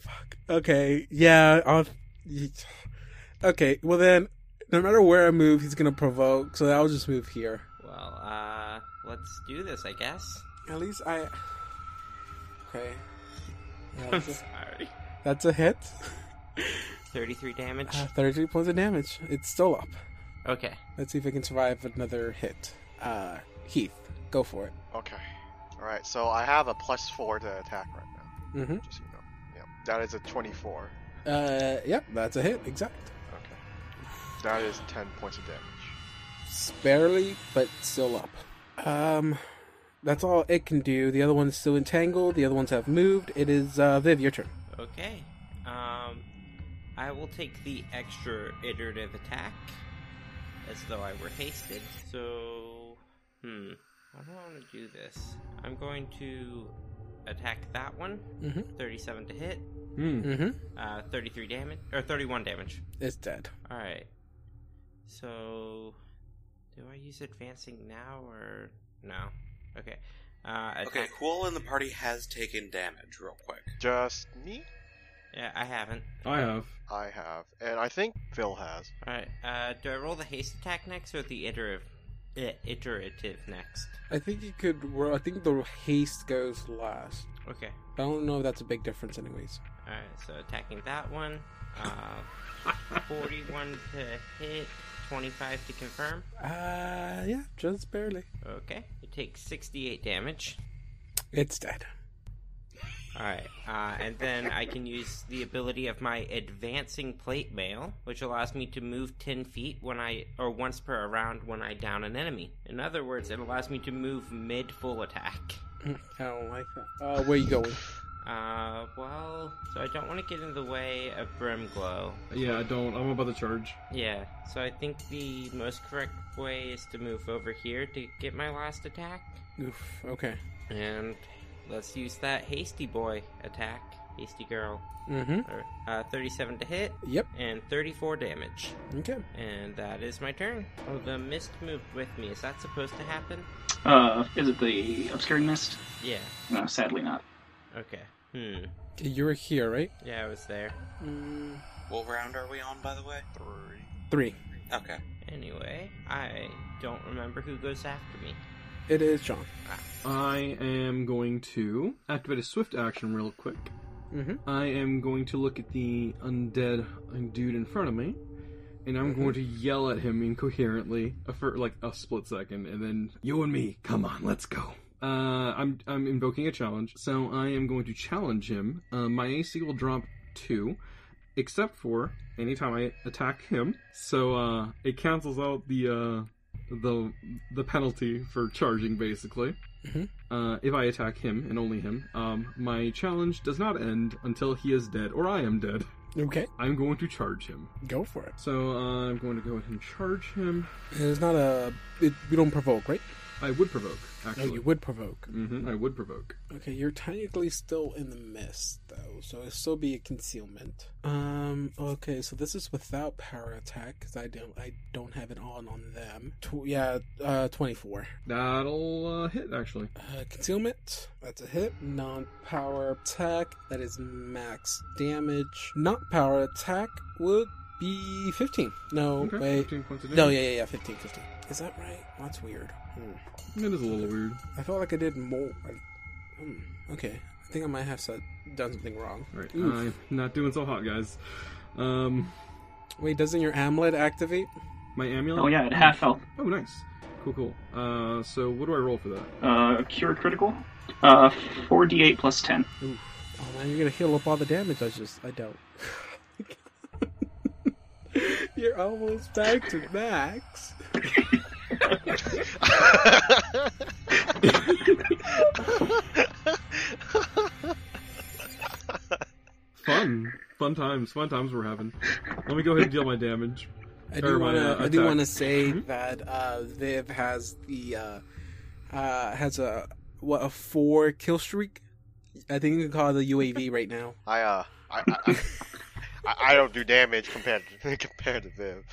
Speaker 1: Fuck. Okay. Yeah. I'll... Okay. Well, then, no matter where I move, he's gonna provoke. So I'll just move here.
Speaker 2: Well, uh, let's do this, I guess.
Speaker 1: At least I. Okay. Yeah,
Speaker 2: I'm
Speaker 1: that's, a,
Speaker 2: sorry.
Speaker 1: that's a hit.
Speaker 2: 33 damage.
Speaker 1: Uh, Thirty-three points of damage. It's still up. Uh-huh.
Speaker 2: Okay.
Speaker 1: Let's see if I can survive another hit. Uh, Heath, go for it.
Speaker 5: <laughs> Okay. All right. So I have a plus four to attack right now.
Speaker 1: Mm-hmm.
Speaker 5: Just so you know. Yeah. That is a twenty-four.
Speaker 1: Uh, yep, that's a hit. Exact.
Speaker 5: Okay. That is ten points of damage.
Speaker 1: barely, but still up. Um, that's all it can do. The other one's still entangled. The other ones have moved. It is uh, Viv, your turn.
Speaker 2: Okay. Um, I will take the extra iterative attack, as though I were hasted. So, hmm, how do I want to do this? I'm going to attack that one.
Speaker 1: Mhm.
Speaker 2: 37 to hit.
Speaker 4: <laughs> Hmm.
Speaker 1: Mm-hmm.
Speaker 2: Uh, 33 damage or 31 damage.
Speaker 1: It's dead.
Speaker 2: All right. So, do I use advancing now or no? Okay. Uh, attack.
Speaker 3: Okay, who all in the party has taken damage, real quick?
Speaker 5: Just me.
Speaker 2: Yeah, I haven't.
Speaker 4: I have.
Speaker 5: I have, and I think Phil has.
Speaker 2: All right. Uh, do I roll the haste attack next or the iterative? eh, iterative next.
Speaker 1: I think you could. Well, I think the haste goes last.
Speaker 2: Okay.
Speaker 1: I don't know if that's a big difference, anyways.
Speaker 2: All right. So attacking that one. Uh, forty-one to hit, twenty-five to confirm.
Speaker 1: Uh, yeah, just barely.
Speaker 2: Okay. It takes sixty-eight damage.
Speaker 1: It's dead.
Speaker 2: All right, uh, and then I can use the ability of my advancing plate mail, which allows me to move ten feet when I or once per round when I down an enemy. In other words, it allows me to move mid full attack.
Speaker 1: Mm. I don't like that. Uh, where you going?
Speaker 2: Uh, well, so I don't want to get in the way of Brimglow.
Speaker 4: Yeah, I don't. I'm about to charge.
Speaker 2: Yeah, so I think the most correct way is to move over here to get my last attack.
Speaker 1: Oof. Okay.
Speaker 2: And let's use that Hasty Boy attack. Hasty Girl.
Speaker 1: Mm-hmm.
Speaker 2: Or, Uh, 37 to hit.
Speaker 1: Yep.
Speaker 2: And 34 damage.
Speaker 1: Okay.
Speaker 2: And that is my turn. Oh, the mist moved with me. Is that supposed to happen?
Speaker 6: Uh, is it the obscuring mist?
Speaker 2: Yeah.
Speaker 6: No, sadly not.
Speaker 2: Okay. Hmm.
Speaker 1: You were here, right?
Speaker 2: Yeah, I was there.
Speaker 1: Mm,
Speaker 3: What round are we on, by the way?
Speaker 5: Three.
Speaker 1: three.
Speaker 3: Okay.
Speaker 2: Anyway, I don't remember who goes after me.
Speaker 1: It is John.
Speaker 4: I am going to activate a swift action real quick.
Speaker 1: Mm-hmm.
Speaker 4: I am going to look at the undead dude in front of me, and I'm going to yell at him incoherently for like a split second, and then you and me, come on, let's go. Uh, I'm I'm invoking a challenge, so I am going to challenge him. Uh, my AC will drop two, except for anytime I attack him. So uh, it cancels out the uh, the the penalty for charging, basically.
Speaker 1: Mhm.
Speaker 4: Uh, if I attack him and only him, um, my challenge does not end until he is dead or I am dead. <laughs>
Speaker 1: Okay.
Speaker 4: I'm going to charge him.
Speaker 1: Go for it.
Speaker 4: So uh, I'm going to go ahead and charge him.
Speaker 1: It's not a. It, you don't provoke, right?
Speaker 4: I would provoke,
Speaker 1: No,
Speaker 4: actually.
Speaker 1: you would provoke.
Speaker 4: hmm I would provoke.
Speaker 1: Okay, you're technically still in the mist, though, so it'll still be a concealment. Um. Okay, so this is without power attack because I don't. I don't have it on on them. Tw- yeah. Uh. Twenty-four.
Speaker 4: That'll uh, hit, actually.
Speaker 1: Uh, concealment, that's a hit. Non power attack, that is max damage. Not power attack would be 15. No,
Speaker 4: okay,
Speaker 1: Oh, wait.
Speaker 4: 15 points of
Speaker 1: No,
Speaker 4: damage.
Speaker 1: yeah, yeah, yeah, 15, 15. Is that right? That's weird. Hmm.
Speaker 4: It is a little weird.
Speaker 1: I felt like I did more. Like, hmm. Okay, I think I might have said, done something wrong.
Speaker 4: All right, uh,
Speaker 1: Oof.
Speaker 4: I'm not doing so hot, guys. Um,
Speaker 1: Wait, doesn't your amulet activate?
Speaker 4: my amulet.
Speaker 6: Oh yeah, at half health.
Speaker 4: Oh, nice. Cool, cool. Uh, so what do I roll for that?
Speaker 6: Uh, cure critical. Uh, four d eight plus ten.
Speaker 1: Oof. Oh man, you're gonna heal up all the damage I just. I don't. <laughs> you're almost back to max.
Speaker 4: Fun, fun times, fun times we're having. Let me go ahead and deal my damage.
Speaker 1: I
Speaker 4: Or
Speaker 1: do
Speaker 4: my,
Speaker 1: want to.
Speaker 4: uh,
Speaker 1: I do
Speaker 4: attack.
Speaker 1: want to say
Speaker 4: Mhm.
Speaker 1: that uh, Viv has the uh, uh, has a what a four kill streak. I think you can call it the UAV right now.
Speaker 5: I uh, I, I, I, <laughs> I- I don't do damage compared to, <laughs> compared to Viv.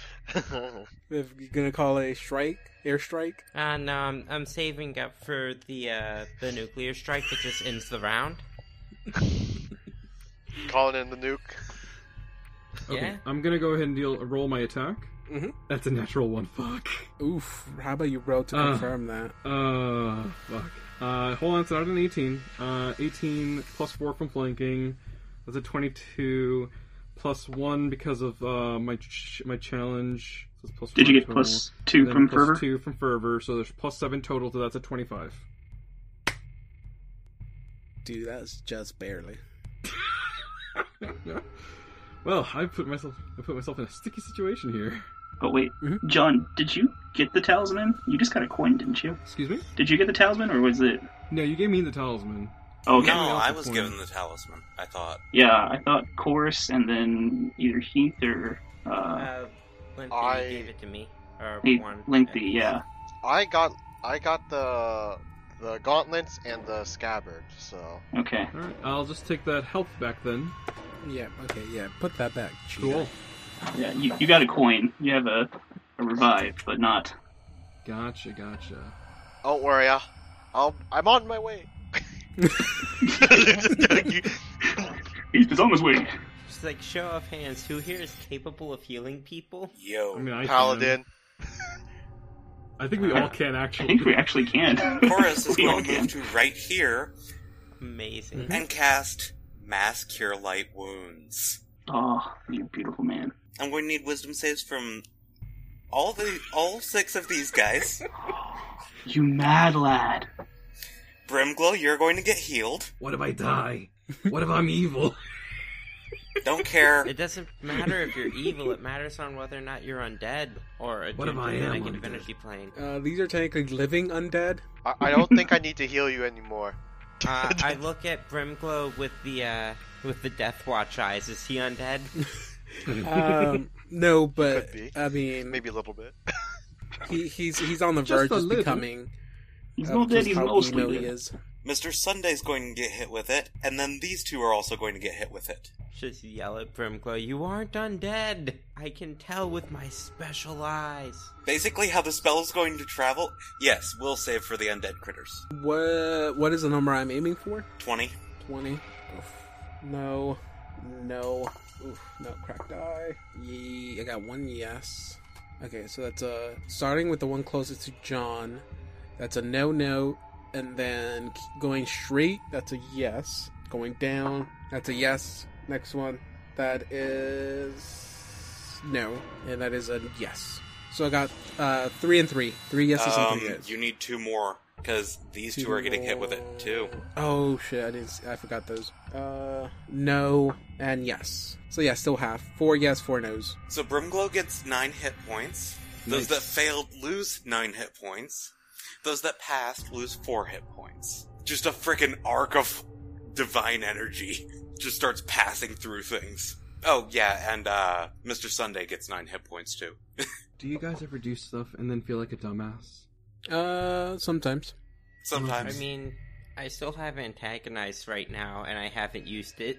Speaker 1: Viv, you gonna call it a strike, airstrike.
Speaker 2: Uh, no, I'm, I'm saving up for the, uh, the nuclear strike that just ends the round.
Speaker 5: Calling in the nuke.
Speaker 4: Okay,
Speaker 2: Yeah?
Speaker 4: I'm gonna go ahead and deal roll my attack.
Speaker 6: Mm-hmm.
Speaker 1: Mhm.
Speaker 4: That's a natural one. <laughs> Fuck.
Speaker 1: Oof! How about you roll to
Speaker 4: Uh.
Speaker 1: confirm that?
Speaker 4: Uh, fuck. Uh, hold on, it's not an 18. Uh, 18 plus 4 from flanking. That's a 22. Plus 1 because of uh, my ch- my challenge. So it's plus
Speaker 6: Did you
Speaker 4: four
Speaker 6: get
Speaker 4: total.
Speaker 6: plus two
Speaker 4: Then
Speaker 6: from
Speaker 4: plus
Speaker 6: fervor?
Speaker 4: 2 from fervor, so there's plus 7 total, so that's a 25.
Speaker 1: Dude, that's just barely.
Speaker 4: <laughs> well, I put myself I put myself in a sticky situation here.
Speaker 6: Oh wait,
Speaker 1: Mhm.
Speaker 6: John, did you get the talisman? You just got a coin, didn't you?
Speaker 4: Excuse me?
Speaker 6: Did you get the talisman, or was it?
Speaker 4: No, you gave me the talisman.
Speaker 6: Oh, okay.
Speaker 3: No,
Speaker 4: else
Speaker 3: I
Speaker 4: is
Speaker 3: was
Speaker 4: going.
Speaker 3: given the talisman. I thought.
Speaker 6: Yeah, I thought chorus, and then either Heath or uh,
Speaker 2: Uh, Lengthy
Speaker 5: I-
Speaker 2: gave it to me. Or
Speaker 6: Heath
Speaker 2: one.
Speaker 6: lengthy. Yeah.
Speaker 5: I got I got the the gauntlets and the scabbard. So
Speaker 6: Okay.
Speaker 4: All right, I'll just take that health back then.
Speaker 1: Yeah. Okay. Yeah. Put that back. cheater.
Speaker 4: Cool.
Speaker 6: Yeah, you, you got a coin. You have a, a revive, but not.
Speaker 4: Gotcha, gotcha.
Speaker 5: don't worry, I'll, I'll I'm on my
Speaker 4: <laughs>
Speaker 5: way. <laughs> Just kidding, you-
Speaker 6: Heath is on his way.
Speaker 2: Just like, show of hands, who here is capable of healing people?
Speaker 3: Yo.
Speaker 4: I mean, I
Speaker 5: Paladin.
Speaker 4: Can. I think we all can
Speaker 6: I
Speaker 4: actually.
Speaker 6: think we actually can. <laughs>
Speaker 3: Chorus <laughs> is
Speaker 6: We all
Speaker 3: going to
Speaker 6: can.
Speaker 3: move to right here
Speaker 6: <laughs>
Speaker 2: Amazing.
Speaker 3: and cast Mass Cure Light Wounds.
Speaker 6: Oh, you beautiful man.
Speaker 3: And we need wisdom saves from all the all six of these <laughs> guys.
Speaker 6: You mad lad.
Speaker 3: Brimglow, you're going to get healed.
Speaker 4: What if I die? What if I'm evil? <laughs>
Speaker 3: Don't care.
Speaker 2: It doesn't matter if you're evil, it matters on whether or not you're undead or a
Speaker 4: What if I am
Speaker 2: an
Speaker 4: undead?
Speaker 2: energy plane.
Speaker 6: <laughs>
Speaker 1: Uh, these are technically living undead.
Speaker 5: I, I don't think I need to heal you anymore.
Speaker 2: Uh, I look at Brimglow with the uh, with the Death Watch eyes. Is he undead? <laughs>
Speaker 1: Um, no, but
Speaker 5: Could be.
Speaker 1: I mean,
Speaker 5: Maybe a little bit.
Speaker 1: he, he's he's on the
Speaker 4: Just
Speaker 1: verge
Speaker 4: a
Speaker 1: of
Speaker 4: little.
Speaker 1: becoming.
Speaker 6: He's
Speaker 1: of
Speaker 6: not dead,
Speaker 1: just
Speaker 6: he's
Speaker 1: how
Speaker 6: mostly
Speaker 1: emo he
Speaker 6: dead.
Speaker 1: is.
Speaker 3: Mr. Sunday's going to get hit with it, and then these two are also going to get hit with it.
Speaker 2: Just yell at Brimglow. You aren't undead. I can tell with my special eyes.
Speaker 3: Basically, how the spell is going to travel, yes, we'll save for the undead critters.
Speaker 1: What what is the number I'm aiming for?
Speaker 3: 20.
Speaker 1: Twenty. Oof. No, no, Oof, no. Cracked eye. Ye, I got one yes. Okay, so that's a starting with the one closest to John. That's a no, no, and then keep going straight. That's a yes. Going down. That's a yes. Next one. That is no, and that is a yes. So I got uh, three and three. Three yeses and
Speaker 3: Um,
Speaker 1: three yes.
Speaker 3: you need two more, because these two are getting hit with it, too.
Speaker 1: Oh shit! I didn't. See, I forgot those. Uh, no and yes. So yeah, still half. Four yes, four no's.
Speaker 3: So Brimglow gets 9 hit points. Those that failed lose 9 hit points. Those that passed lose 4 hit points. Just a freaking arc of divine energy. <laughs> Just starts passing through things. Oh, yeah, and uh, Mr. Sunday gets 9 hit points, too.
Speaker 4: Do you guys ever do stuff and then feel like a dumbass?
Speaker 1: Uh, sometimes. <laughs>
Speaker 2: I
Speaker 3: Sometimes.
Speaker 2: mean, I still have antagonized right now, and I haven't used it.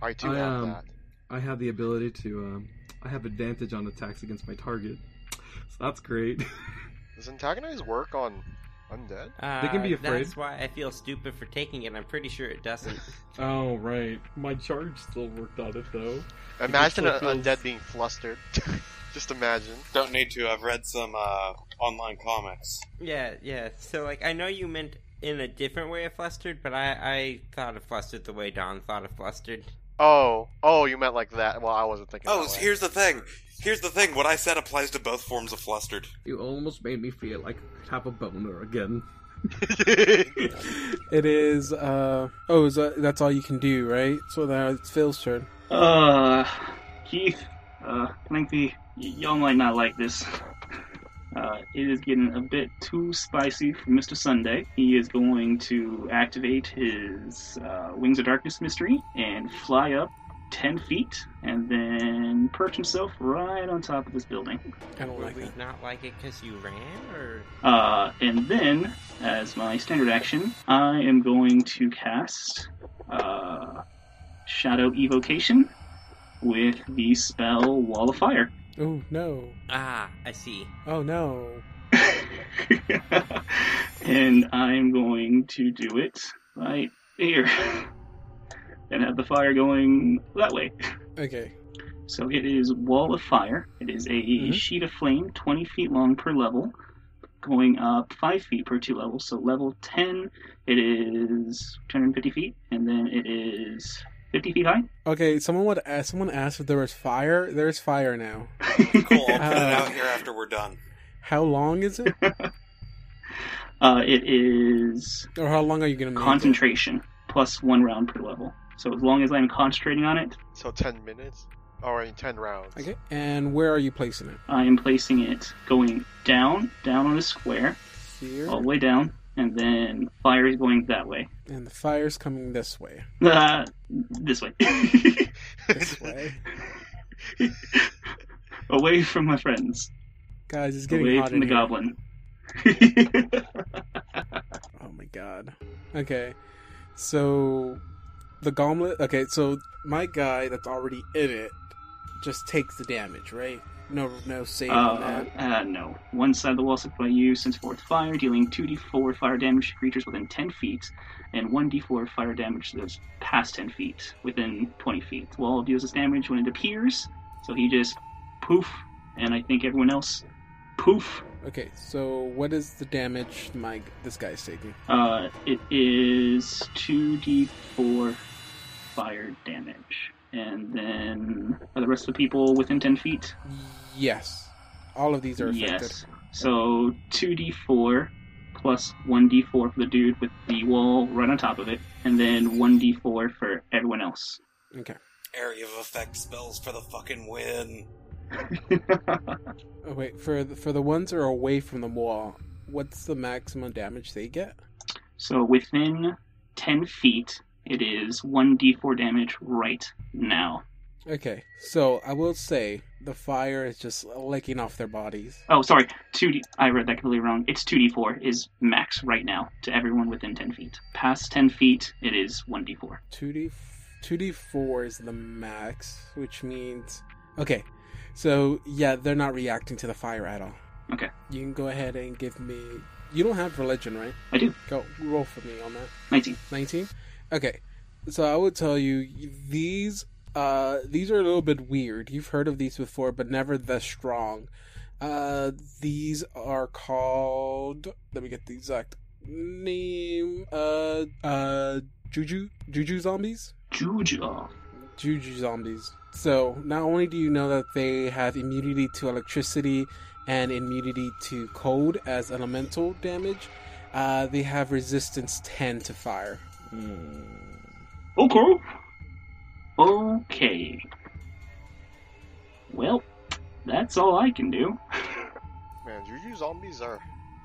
Speaker 5: I do
Speaker 4: I,
Speaker 5: have
Speaker 4: um,
Speaker 5: that.
Speaker 4: I have the ability to. Um, I have advantage on attacks against my target, so that's great. <laughs>
Speaker 5: Does antagonize work on undead?
Speaker 2: Uh,
Speaker 4: They can be afraid.
Speaker 2: That's why I feel stupid for taking it. I'm pretty sure it doesn't.
Speaker 4: oh right, my charge still worked on it though.
Speaker 5: Imagine
Speaker 4: still
Speaker 5: an
Speaker 4: feels-
Speaker 5: undead being flustered. <laughs> Just imagine.
Speaker 3: Don't need to. I've read some uh, online comics.
Speaker 2: yeah, yeah. So like, I know you meant in a different way of flustered, but I I thought of flustered the way Don thought of flustered.
Speaker 5: Oh, oh, you meant like that. Well, I wasn't thinking.
Speaker 3: Oh,
Speaker 5: that
Speaker 3: so
Speaker 5: way.
Speaker 3: here's the thing. Here's the thing. What I said applies to both forms of flustered. <laughs>
Speaker 4: You almost made me feel like I could have a boner again.
Speaker 1: It is. Uh oh, is that, that's all you can do, right? So now it's Phil's turn.
Speaker 6: Uh, Keith, uh, I think the y- y'all might not like this. Uh, it is getting a bit too spicy for Mr. Sunday. He is going to activate his uh, Wings of Darkness mystery and fly up 10 feet and then perch himself right on top of this building.
Speaker 1: I don't
Speaker 2: Would
Speaker 1: like
Speaker 2: we
Speaker 1: that.
Speaker 2: not like it because you ran, or
Speaker 6: Uh, and then, as my standard action, I am going to cast uh, Shadow Evocation with the spell Wall of Fire.
Speaker 1: Oh no!
Speaker 2: ah, I see.
Speaker 1: Oh no!
Speaker 6: and I'm going to do it right here. <laughs> and have the fire going that way.
Speaker 1: Okay.
Speaker 6: So it is Wall of Fire. It is a sheet of flame, 20 feet long per level, going up 5 feet per two levels. So level 10, it is 250 feet, and then it is 50 feet high.
Speaker 1: Okay. Someone would ask. Someone asked if there was fire. There's fire now.
Speaker 3: Cool. I'll put it
Speaker 1: Uh.
Speaker 3: out here after we're done.
Speaker 1: How long is it?
Speaker 6: <laughs> Uh, it is
Speaker 1: or how long are you gonna make it?
Speaker 6: concentration, plus one round per level. So as long as I'm concentrating on it,
Speaker 5: <laughs> So ten minutes, or in ten rounds.
Speaker 1: Okay. And where are you placing it?
Speaker 6: I am placing it going down, down on a square,
Speaker 1: Here.
Speaker 6: all the way down, and then fire is going that way. <laughs>
Speaker 1: And the fire's coming this way.
Speaker 6: Uh, this way. <laughs>
Speaker 3: <laughs>
Speaker 1: This way.
Speaker 6: Away from my friends.
Speaker 1: Guys, it's getting
Speaker 6: Away
Speaker 1: hot
Speaker 6: from
Speaker 1: in
Speaker 6: the Uh,
Speaker 1: here.
Speaker 6: goblin.
Speaker 1: <laughs> Oh my god. Okay. So the goblet okay, so my guy that's already in it just takes the damage, right? No no save
Speaker 6: uh,
Speaker 1: on that.
Speaker 6: uh, no. One side of the wall set by you sends forth fire, dealing 2d4 fire damage to creatures within 10 feet, and 1d4 fire damage to those past 10 feet, within 20 feet. The wall deals its damage when it appears, so he just poof, and I think everyone else poof.
Speaker 1: Okay, so what is the damage my this guy's taking?
Speaker 6: Uh, it is 2d4 fire damage. And then are the rest of the people within 10 feet?
Speaker 1: Yes. All of these are affected.
Speaker 6: Yes. So 2d4 plus 1d4 for the dude with the wall right on top of it, and then 1d4 for everyone else.
Speaker 1: Okay.
Speaker 3: Area of effect spells for the fucking win.
Speaker 1: Oh wait, for the, for the ones that are away from the wall, what's the maximum damage they get?
Speaker 6: so within 10 feet, it is 1d4 damage right now.
Speaker 1: Okay, so I will say the fire is just licking off their bodies.
Speaker 6: Oh, sorry, 2d. I read that completely wrong. It's 2d4 is max right now to everyone within 10 feet. Past 10 feet, it is 1d4.
Speaker 1: 2d 2d4 is the max, which means okay. So yeah, they're not reacting to the fire at all.
Speaker 6: Okay.
Speaker 1: You can go ahead and give me. You don't have religion, right?
Speaker 6: I do.
Speaker 1: Go roll for me on that.
Speaker 6: 19.
Speaker 1: 19 okay so i would tell you these uh these are a little bit weird you've heard of these before but never this strong uh these are called let me get the exact name uh uh juju juju zombies
Speaker 6: Juju.
Speaker 1: juju zombies so not only do you know that they have immunity to electricity and immunity to cold as elemental damage uh, they have resistance 10 to fire Hmm.
Speaker 6: Okay. Okay. Well, that's all I can do. <laughs>
Speaker 5: Man, Juju zombies are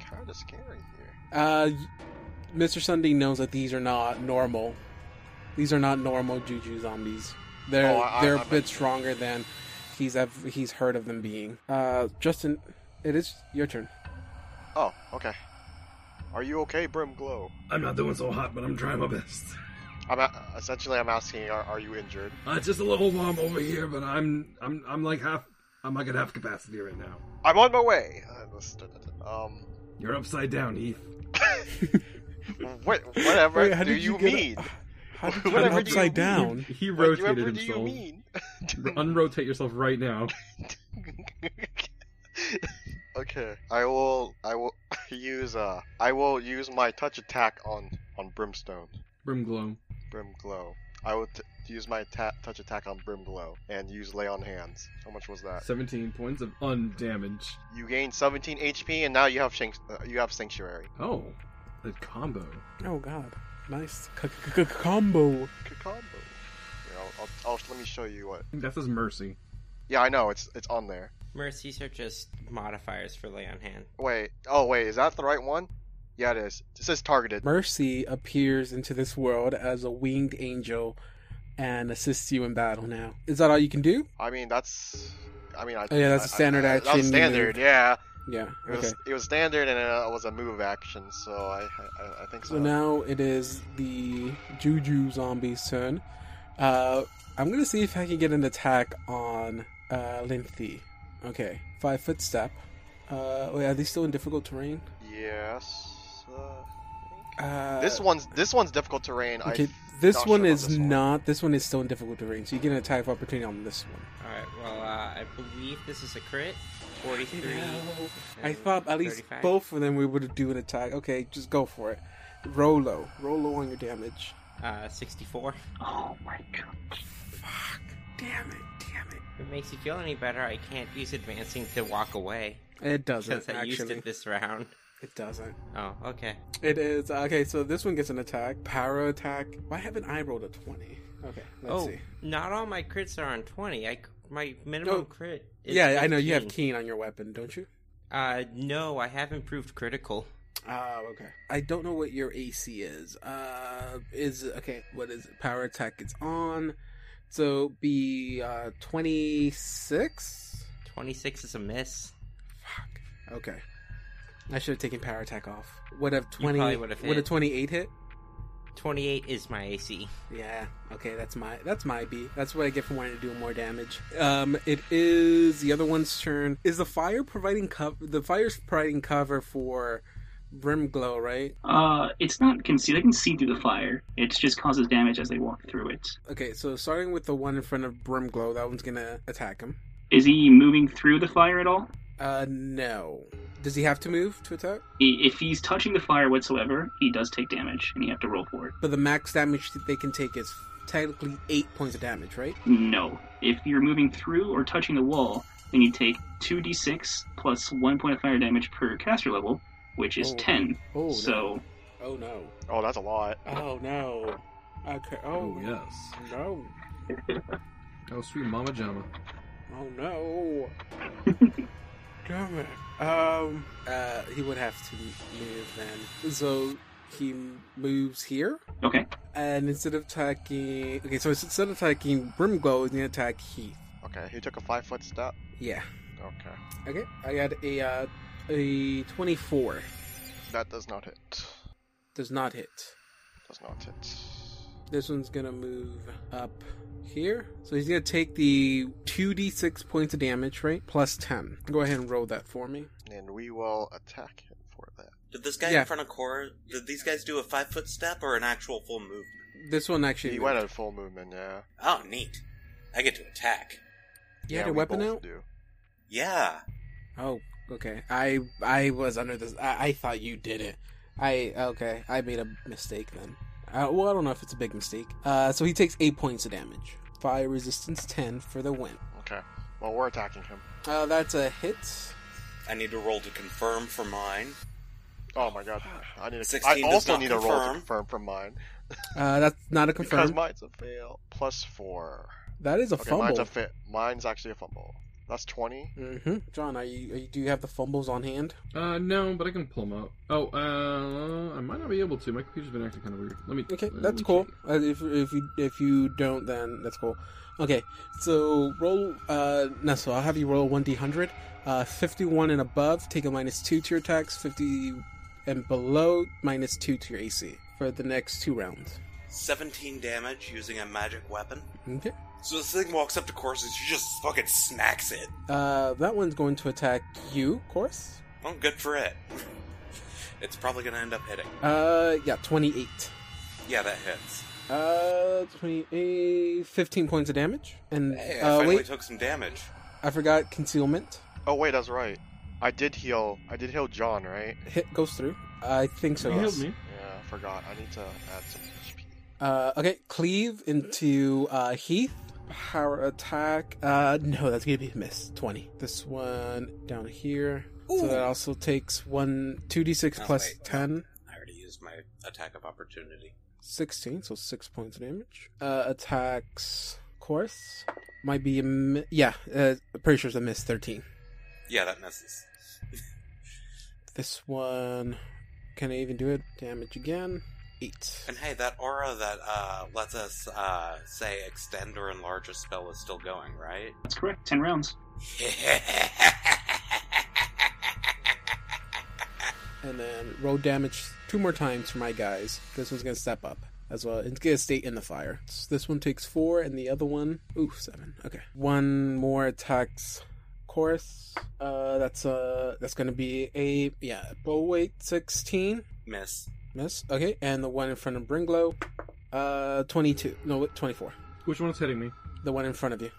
Speaker 5: kind of scary here.
Speaker 1: Uh, Mr. Sunday knows that these are not normal. These are not normal Juju zombies. They're
Speaker 5: Oh, I- I-
Speaker 1: they're a
Speaker 5: I'm-
Speaker 1: bit stronger than he's ever, he's heard of them being. Uh, Justin, it is your turn.
Speaker 5: Oh, okay. Are you okay, Brimglow?
Speaker 4: I'm not doing so hot, but I'm trying my best.
Speaker 5: I'm a- essentially I'm asking, are, are you injured?
Speaker 4: Uh, just a little warm over here, but I'm I'm I'm like half I'm like at half capacity right now.
Speaker 5: I'm on my way. Uh, let's do that. Um,
Speaker 4: You're upside down, Heath.
Speaker 3: <laughs>
Speaker 5: what, whatever
Speaker 1: Wait, how
Speaker 5: do
Speaker 1: did
Speaker 5: you,
Speaker 1: you get a-
Speaker 5: mean?
Speaker 1: <laughs> How did you turn
Speaker 5: Whatever do you
Speaker 1: upside
Speaker 5: mean?
Speaker 1: down?
Speaker 4: He, he
Speaker 5: Whatever
Speaker 4: rotated
Speaker 5: do you
Speaker 4: himself.
Speaker 5: mean?
Speaker 4: Unrotate yourself right now.
Speaker 5: <laughs> okay, I will. I will <laughs> use. Uh, I will use my touch attack on on Brimstone.
Speaker 4: Brimglow.
Speaker 5: Brimglow. I will t- use my ta- touch attack on Brimglow and use lay on hands. How much was that?
Speaker 4: 17 points of undamage.
Speaker 5: You gain 17 HP and now you have shank- uh, you have sanctuary.
Speaker 4: Oh, the combo.
Speaker 1: Oh God, nice c- c- c- combo.
Speaker 5: Good combo. Here, I'll, I'll, I'll, let me show you what.
Speaker 4: That's his mercy.
Speaker 5: Yeah, I know it's it's on there.
Speaker 2: Mercies are just modifiers for lay on hand.
Speaker 5: Wait. Oh wait, is that the right one? Yeah, it is. It says targeted.
Speaker 1: Mercy appears into this world as a winged angel and assists you in battle. Now, is that all you can do?
Speaker 5: I mean, that's. I mean, I,
Speaker 1: Oh, yeah, that's a standard
Speaker 5: I, I, That
Speaker 1: action,
Speaker 5: was
Speaker 1: you
Speaker 5: standard,
Speaker 1: moved.
Speaker 5: yeah.
Speaker 1: Yeah.
Speaker 5: It
Speaker 1: Okay.
Speaker 5: was it was standard, and uh, it was a move action, so I I, I think so.
Speaker 1: So now it is the Juju zombie's turn. Uh, I'm gonna see if I can get an attack on uh, Limpy. Okay, five foot step. Uh, wait, are they still in difficult terrain?
Speaker 5: Yes. Uh,
Speaker 1: Uh,
Speaker 5: this one's this one's difficult terrain.
Speaker 1: Okay,
Speaker 5: I,
Speaker 1: this
Speaker 5: not
Speaker 1: one
Speaker 5: sure about
Speaker 1: is
Speaker 5: this one.
Speaker 1: not. This one is still in difficult terrain, so you get an attack of opportunity on this one.
Speaker 2: Alright, well, uh, I believe this is a crit. 43.
Speaker 1: I thought at least
Speaker 2: 35.
Speaker 1: both of them we would do an attack. Okay, just go for it. Roll low. Roll low on your damage.
Speaker 2: Uh, 64.
Speaker 6: Oh my god.
Speaker 1: Fuck. Damn it. Damn it.
Speaker 2: If it makes you feel any better, I can't use advancing to walk away.
Speaker 1: It
Speaker 2: Since
Speaker 1: doesn't
Speaker 2: I used
Speaker 1: actually.
Speaker 2: it this round.
Speaker 1: It doesn't.
Speaker 2: Oh, okay.
Speaker 1: It is uh, okay. So this one gets an attack, power attack. Why haven't I rolled a twenty? Okay, let's
Speaker 2: oh,
Speaker 1: see.
Speaker 2: not all my crits are on 20. I, my minimum
Speaker 1: Oh,
Speaker 2: crit is
Speaker 1: Yeah, I know you have
Speaker 2: 15.
Speaker 1: keen on your weapon, don't you?
Speaker 2: Uh, no, I haven't proved critical.
Speaker 1: Oh, okay. I don't know what your AC is. Uh, is okay. What is it? power attack? It's on. So be uh twenty six.
Speaker 2: 26 is a miss.
Speaker 1: Fuck. Okay. I should have taken power attack off. Would have
Speaker 2: probably
Speaker 1: twenty. Would
Speaker 2: would've
Speaker 1: have
Speaker 2: hit.
Speaker 1: twenty eight hit?
Speaker 2: 28 is my AC.
Speaker 1: Yeah. Okay, that's my that's my beat. That's what I get for wanting to do more damage. Um, it is the other one's turn. Is the fire providing cover? The fire's providing cover for Brimglow, right?
Speaker 6: Uh, it's not concealed. They can see through the fire. It just causes damage as they walk through it.
Speaker 1: Okay, so starting with the one in front of Brimglow, that one's gonna attack him.
Speaker 6: Is he moving through the fire at all?
Speaker 1: Uh, no. Does he have to move to attack?
Speaker 6: I- If he's touching the fire whatsoever, he does take damage, and you have to roll for it.
Speaker 1: But the max damage that they can take is technically eight points of damage, right?
Speaker 6: No. If you're moving through or touching the wall, then you take 2d6 plus 1 point of fire damage per caster level, which is
Speaker 1: Oh.
Speaker 6: 10.
Speaker 1: Oh no!
Speaker 6: so,
Speaker 1: Oh no!
Speaker 5: Oh, that's a lot.
Speaker 1: Oh no! Okay. Oh,
Speaker 4: Oh, yes.
Speaker 1: no!
Speaker 4: Oh, sweet Mama Jama.
Speaker 1: Oh no! Damn it. Um, uh, he would have to move then. So he moves here,
Speaker 6: Okay.
Speaker 1: and instead of attacking, okay, so instead of attacking Brimglow, he's gonna attack Heath.
Speaker 5: Okay, he took a five foot step.
Speaker 1: Yeah.
Speaker 5: Okay,
Speaker 1: Okay, I got a uh, a twenty-four.
Speaker 5: that does not hit.
Speaker 1: Does not hit.
Speaker 5: Does not hit.
Speaker 1: This one's gonna move up here. So he's gonna take the two d six points of damage, right? Plus ten. Go ahead and roll that for me.
Speaker 5: And we will attack him for that.
Speaker 3: Did this guy
Speaker 1: Yeah.
Speaker 3: in front of Cora? Did these guys do a five foot step or an actual full movement?
Speaker 1: This one actually.
Speaker 5: He
Speaker 1: moved.
Speaker 5: went at full movement. Yeah.
Speaker 3: Oh, neat! I get to attack.
Speaker 1: You had
Speaker 5: yeah,
Speaker 1: your
Speaker 5: we
Speaker 1: weapon
Speaker 5: both
Speaker 1: out.
Speaker 5: Do.
Speaker 3: Yeah,
Speaker 1: Oh, okay. I I was under this. I, I thought you did it. I okay. I made a mistake then. Uh, well, I don't know if it's a big mistake. Uh, so he takes eight points of damage. Fire resistance ten for the win.
Speaker 5: Okay. Well, we're attacking him.
Speaker 1: Uh, that's a hit.
Speaker 3: I need to roll to confirm for mine.
Speaker 5: Oh my god. I need. A,
Speaker 3: 16
Speaker 5: I
Speaker 3: does
Speaker 5: also
Speaker 3: not
Speaker 5: need a roll to
Speaker 3: confirm.
Speaker 5: confirm from mine
Speaker 1: Uh, that's not a
Speaker 5: because
Speaker 1: confirm.
Speaker 5: mine's a fail. Plus four.
Speaker 1: That is a
Speaker 5: Okay,
Speaker 1: fumble.
Speaker 5: mine's a fa- Mine's actually a fumble. That's twenty.
Speaker 1: hmm John, are you, are you? Do you have the fumbles on hand?
Speaker 4: Uh, no, but I can pull them out. Oh, uh, I might not be able to. My computer's been acting kind of weird. Let me.
Speaker 1: Okay,
Speaker 4: let
Speaker 1: that's
Speaker 4: me
Speaker 1: cool.
Speaker 4: check.
Speaker 1: Uh, if if you if you don't, then that's cool. Okay, so roll. Uh, no, so I'll have you roll one d hundred. Uh, fifty-one and above, take a minus two to your attacks. Fifty and below, minus two to your AC for the next two rounds.
Speaker 3: Seventeen damage using a magic weapon.
Speaker 1: Okay.
Speaker 3: So this thing walks up to Cora and she just fucking smacks it.
Speaker 1: Uh, that one's going to attack you, of course.
Speaker 3: Oh, good for it. it's probably gonna end up hitting.
Speaker 1: Uh, yeah, twenty-eight.
Speaker 3: Yeah, that hits.
Speaker 1: Uh, 28, 15 points of damage. And
Speaker 3: Hey, I
Speaker 1: uh,
Speaker 3: finally
Speaker 1: wait,
Speaker 3: took some damage.
Speaker 1: I forgot concealment.
Speaker 5: Oh wait, that's right. I did heal. I did heal John, right?
Speaker 1: Hit goes through. I think so.
Speaker 4: You healed
Speaker 1: yes.
Speaker 4: me.
Speaker 5: Yeah, I forgot. I need to add some HP.
Speaker 1: Uh, okay, cleave into uh, Heath. Power attack. Uh, no, that's gonna be a miss. Twenty. This one down here. So that also takes one two d six
Speaker 3: Oh,
Speaker 1: plus
Speaker 3: wait.
Speaker 1: ten.
Speaker 3: I already used my attack of opportunity.
Speaker 1: 16, so 6 points of damage. Uh, attacks, course. Might be a mi- yeah, uh, pretty sure it's a miss 13.
Speaker 3: Yeah, that misses.
Speaker 1: This one, can I even do it? Damage again. 8.
Speaker 3: And hey, that aura that uh, lets us uh, say extend or enlarge a spell is still going, right? <laughs>
Speaker 6: That's correct. Ten rounds.
Speaker 1: And then roll damage two more times for my guys. This one's gonna step up as well. It's gonna stay in the fire. So this one takes four, and the other one, ooh, seven. Okay, one more attacks. Chorus. Uh, that's uh, that's gonna be a yeah. Bow weight sixteen.
Speaker 3: Miss.
Speaker 1: Miss. Okay, and the one in front of Bringlow, uh, twenty-two. No, wait, twenty-four.
Speaker 4: Which one's hitting me? <sighs>
Speaker 1: The one in front of you.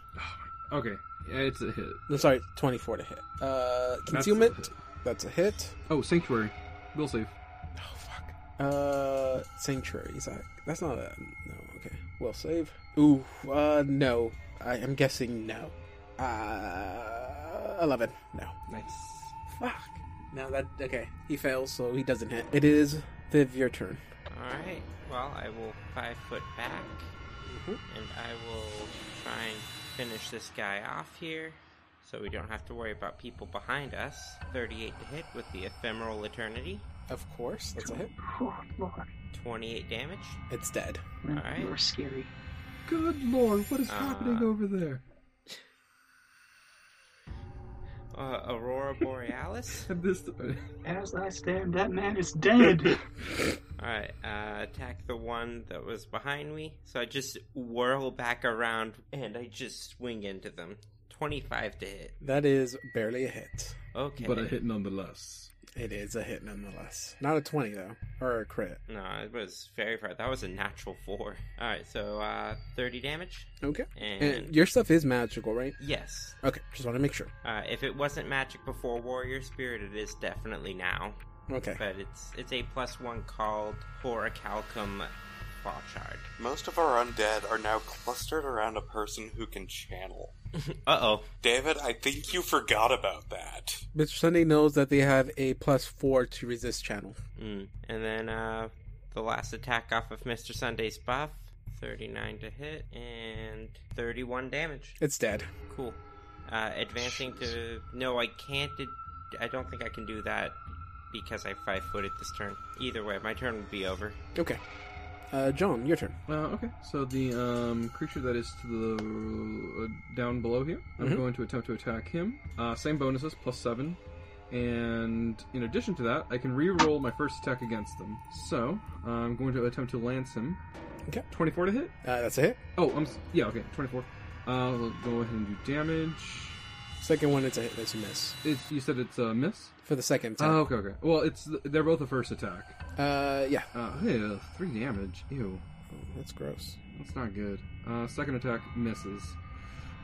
Speaker 4: Okay, yeah, it's a hit.
Speaker 1: No, sorry, twenty-four to hit. Uh,
Speaker 4: That's
Speaker 1: concealment.
Speaker 4: a hit.
Speaker 1: That's a hit.
Speaker 4: Oh, sanctuary. Will save.
Speaker 1: Oh fuck. Uh, sanctuary. Is that? That's not a no. Okay. Well, save. Ooh. Uh, no. I am guessing no. Uh, eleven. No.
Speaker 4: Nice.
Speaker 1: Fuck. Now that okay, he fails, so he doesn't hit. It is Viv your turn.
Speaker 2: Alright, well, I will five foot back.
Speaker 1: Mm-hmm.
Speaker 2: And I will try and finish this guy off here so we don't have to worry about people behind us. 38 to hit with the ephemeral eternity,
Speaker 1: Of course, that's a hit.
Speaker 6: Oh Lord,
Speaker 2: 28 damage.
Speaker 1: It's dead.
Speaker 6: Lynn,
Speaker 2: Alright.
Speaker 6: you are scary.
Speaker 4: Good lord, what is
Speaker 2: Uh,
Speaker 4: happening over there?
Speaker 2: Uh, Aurora Borealis. <laughs>
Speaker 4: At this.
Speaker 6: As I stand, that man is <laughs> dead.
Speaker 2: Alright, uh, attack the one that was behind me. So I just whirl back around and I just swing into them. 25 to hit.
Speaker 1: That is barely a hit.
Speaker 2: Okay.
Speaker 4: but a hit nonetheless.
Speaker 1: It is a hit nonetheless. Not a twenty though, or a crit.
Speaker 2: No, it was very far. That was a natural four. All right, so uh, thirty damage,
Speaker 1: Okay.
Speaker 2: and,
Speaker 1: And your stuff is magical, right?
Speaker 2: yes,
Speaker 1: Okay. Just want to make sure.
Speaker 2: uh, if it wasn't magic before warrior spirit, it is definitely now.
Speaker 1: Okay.
Speaker 2: But it's it's a plus one called horacalcum Fauchard.
Speaker 3: Most of our undead are now clustered around a person who can channel.
Speaker 2: Uh oh.
Speaker 3: David, I think you forgot about that.
Speaker 1: Mr. Sunday knows that they have a plus four to resist channel.
Speaker 2: Mm. And then uh, the last attack off of Mister Sunday's buff, thirty nine to hit and thirty one damage.
Speaker 1: It's dead.
Speaker 2: Cool. Uh, advancing to no, I can't. ad- I don't think I can do that because I five footed this turn. Either way, my turn would be over.
Speaker 1: Okay. Uh, John, your turn.
Speaker 4: Uh, okay, so the um, creature that is to the uh, down below here, I'm going to attempt to attack him. Uh, same bonuses, plus seven, and in addition to that, I can re-roll my first attack against them. So I'm going to attempt to lance him.
Speaker 1: Okay.
Speaker 4: 24 to hit.
Speaker 1: Uh, that's a hit.
Speaker 4: Oh, I'm s- yeah, okay, 24. Uh, we'll go ahead and do damage.
Speaker 1: Second one, it's a hit. That's a miss
Speaker 4: It, you said it's a miss.
Speaker 1: for the second
Speaker 4: Oh,
Speaker 1: time.
Speaker 4: okay, okay. Well, it's they're both a first attack.
Speaker 1: Uh, yeah.
Speaker 4: Uh, yeah, three damage. Ew.
Speaker 1: That's gross.
Speaker 4: That's not good. Uh, second attack misses.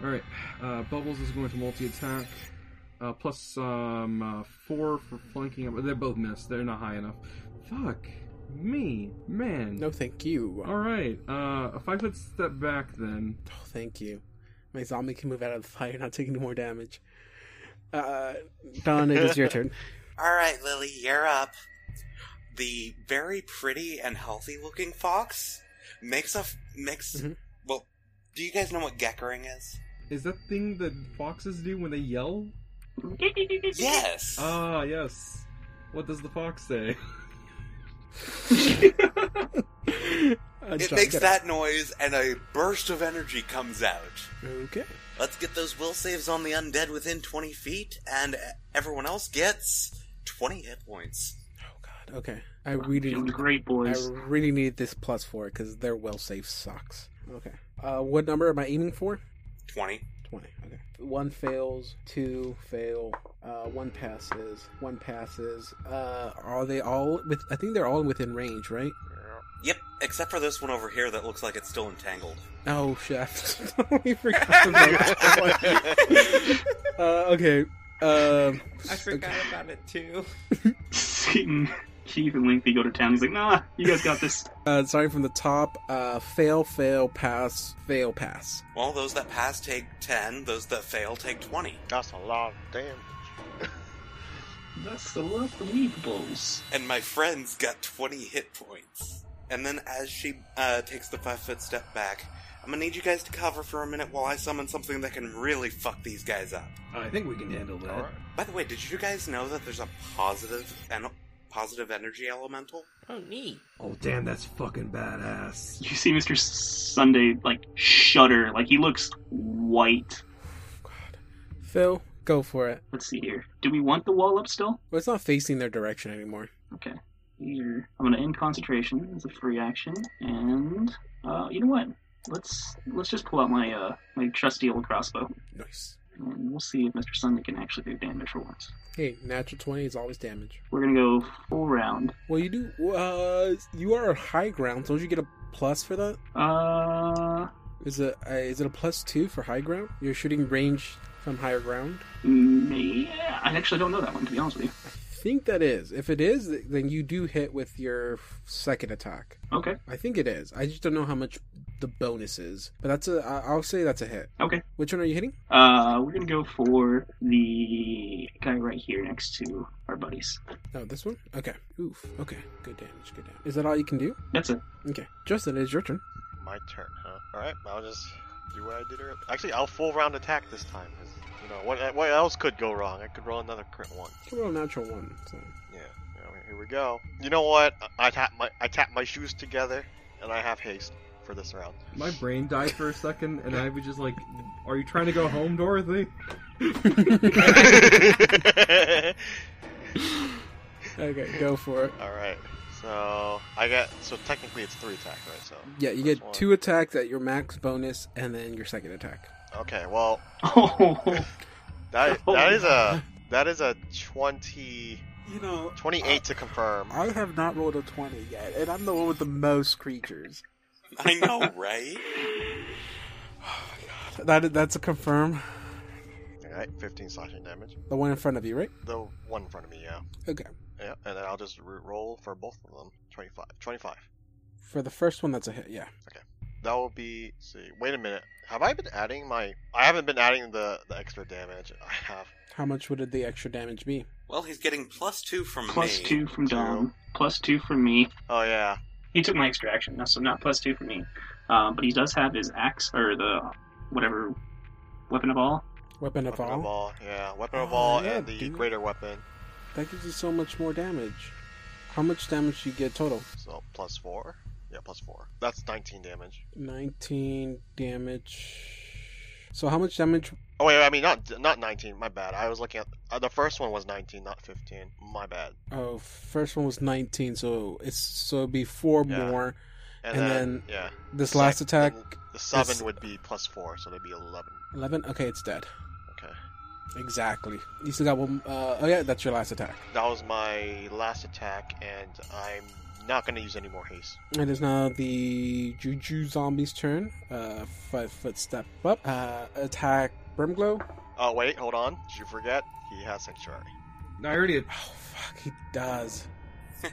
Speaker 4: All right, uh, Bubbles is going to multi-attack. Uh, plus um, uh, four for flanking. They both miss. They're not high enough. Fuck me, man.
Speaker 1: No, thank you.
Speaker 4: All right, uh, a five-foot step back then.
Speaker 1: Oh, thank you. My zombie can move out of the fire, not take any more damage. Uh, Don, it is your
Speaker 4: <laughs>
Speaker 1: turn.
Speaker 3: All right, Lily, you're up. The very pretty and healthy looking fox makes a f- makes.
Speaker 1: Mhm.
Speaker 3: Well, do you guys know what geckering is?
Speaker 4: Is that thing that foxes do when they yell?
Speaker 3: Yes.
Speaker 4: Ah, yes. What does the fox say?
Speaker 1: Uh,
Speaker 3: it
Speaker 1: John,
Speaker 3: makes
Speaker 1: get
Speaker 3: that noise, and a burst of energy comes out.
Speaker 1: Okay.
Speaker 3: Let's get those will saves on the undead within 20 feet, and everyone else gets 20 hit points.
Speaker 1: Oh God. Okay. I really,
Speaker 6: Doing great,
Speaker 1: I
Speaker 6: <laughs> boys.
Speaker 1: really need this plus four because their well save sucks. Okay. Uh, what number am I aiming for?
Speaker 3: 20.
Speaker 1: 20. Okay. One fails, two fail, uh, one passes, one passes. Uh, are they all with? I think they're all within range, right?
Speaker 3: Yep, except for this one over here that looks like it's still entangled.
Speaker 1: Oh shit! <laughs> I totally forgot about that <laughs> one. uh, okay. Um,
Speaker 2: I forgot about it too.
Speaker 6: Seeing Keith and Lengthy go to town, he's like, nah, you guys got this.
Speaker 1: uh, starting from the top. Uh, fail, fail, pass, fail, pass.
Speaker 3: Well, those that pass take 10, those that fail take 20.
Speaker 5: That's a lot of damage.
Speaker 6: <laughs> That's the unbelievables.
Speaker 3: And my friends got 20 hit points. And then as she uh, takes the five foot step back, I'm gonna need you guys to cover for a minute while I summon something that can really fuck these guys up.
Speaker 4: <laughs> I think we can handle that.
Speaker 3: By the way, did you guys know that there's a positive and positive energy
Speaker 6: <laughs>
Speaker 3: elemental?
Speaker 2: Oh, neat.
Speaker 4: Oh, damn, that's fucking badass.
Speaker 6: You see Mr. Sunday, like, shudder. Like, he looks white.
Speaker 1: Phil, go for it.
Speaker 6: Let's see here. Do we want the wall up still?
Speaker 1: Well, it's not facing their direction anymore.
Speaker 6: Okay. Here. I'm gonna end concentration as a free action, and uh, you know what? Let's let's just pull out my uh, my trusty old crossbow,
Speaker 1: Nice.
Speaker 6: and we'll see if Mr. Sunday can actually do damage for once.
Speaker 1: Hey, natural twenty is always damage.
Speaker 6: We're gonna go full round.
Speaker 1: Well, you do. Uh, you are on high ground. Don't you get a plus for that?
Speaker 6: Uh,
Speaker 1: Is it uh, is it a plus two for high ground? You're shooting range from higher ground.
Speaker 6: mm, yeah, I actually don't know that one to be honest with you.
Speaker 1: I think that is. If it is, then you do hit with your second attack.
Speaker 6: Okay,
Speaker 1: I think it is. I just don't know how much the bonus is, but that's a. I- I'll say that's a hit.
Speaker 6: okay.
Speaker 1: Which one are you hitting?
Speaker 6: Uh, we're gonna go for the guy right here next to our buddies.
Speaker 1: Oh, this one. Okay. Oof. Okay. Good damage. Good damage. Is that all you can do?
Speaker 6: That's it. <laughs>
Speaker 1: Okay. Justin, it is your turn.
Speaker 5: My turn, huh? All right, I'll just do what I did earlier. Actually, I'll full round attack this time. 'cause, you know what? What else could go wrong? I could roll another crit one.
Speaker 1: Come on, natural one. So.
Speaker 5: Yeah. all right, Here we go. You know what? I tap my I tap my shoes together, and I have haste for
Speaker 1: <laughs>
Speaker 5: this round. <laughs>
Speaker 4: My brain died for a second, and I was just like, "Are you trying to go home, Dorothy?"
Speaker 1: Okay. Go for it.
Speaker 5: All right. So I get so technically it's three attack, right? So
Speaker 1: Yeah, you
Speaker 5: first
Speaker 1: get
Speaker 5: one-
Speaker 1: two attacks at your max bonus, and then your second attack.
Speaker 5: Okay. Well,
Speaker 6: Oh,
Speaker 5: that
Speaker 1: <laughs>
Speaker 6: Oh.
Speaker 5: that is a that is a 20,
Speaker 1: You know,
Speaker 5: 28 to confirm.
Speaker 1: I have not rolled a twenty yet, and I'm the one with the most creatures.
Speaker 3: I know, right?
Speaker 1: That that's a confirm. uh.
Speaker 5: All right, fifteen slashing damage.
Speaker 1: The one in front of you, right?
Speaker 5: The one in front of me, yeah.
Speaker 1: Okay.
Speaker 5: Yeah, and then I'll just re-roll for both of them. 25. 25.
Speaker 1: For the first one, that's a hit. Yeah.
Speaker 5: That will be. see, wait a minute. Have I been adding my? I haven't been adding the the extra damage. <laughs> I have
Speaker 1: How much would the extra damage be?
Speaker 3: Well, he's getting plus two from
Speaker 6: plus
Speaker 3: me.
Speaker 6: two from Dom. Plus two from me.
Speaker 5: Oh yeah.
Speaker 6: He took my extra action, no, so not plus two for me. Uh, but he does have his axe or the whatever weapon of all.
Speaker 1: Weapon of
Speaker 5: Weapon
Speaker 1: all.
Speaker 5: of all. Yeah. Weapon of
Speaker 1: Oh,
Speaker 5: all
Speaker 1: yeah,
Speaker 5: and the
Speaker 1: dude.
Speaker 5: greater weapon.
Speaker 1: That gives you so much more damage. How much damage do you get total?
Speaker 5: So plus four. Yeah, plus four. That's 19 damage.
Speaker 1: 19 damage. So how much damage?
Speaker 5: Oh wait, I mean not not 19. My bad. I was looking at uh, the first one was 19, not 15. My bad.
Speaker 1: Oh, first one was 19, so it's so it'd be four
Speaker 5: Yeah.
Speaker 1: more.
Speaker 5: And,
Speaker 1: And
Speaker 5: then,
Speaker 1: then
Speaker 5: yeah,
Speaker 1: This last
Speaker 5: Sec-
Speaker 1: attack,
Speaker 5: then The seven
Speaker 1: is-
Speaker 5: would be plus four, so they'd be 11.
Speaker 1: 11. Okay, it's dead.
Speaker 5: Okay,
Speaker 1: Exactly. You still got one. Uh, oh yeah, that's your last attack.
Speaker 5: that was my last attack, and I'm not gonna use any more haste.
Speaker 1: It is now the Juju Zombie's turn. Uh, five foot step up. Uh, attack Brimglow.
Speaker 5: Oh wait, hold on. Did you forget? He has sanctuary.
Speaker 4: I already.
Speaker 1: Oh fuck, he does.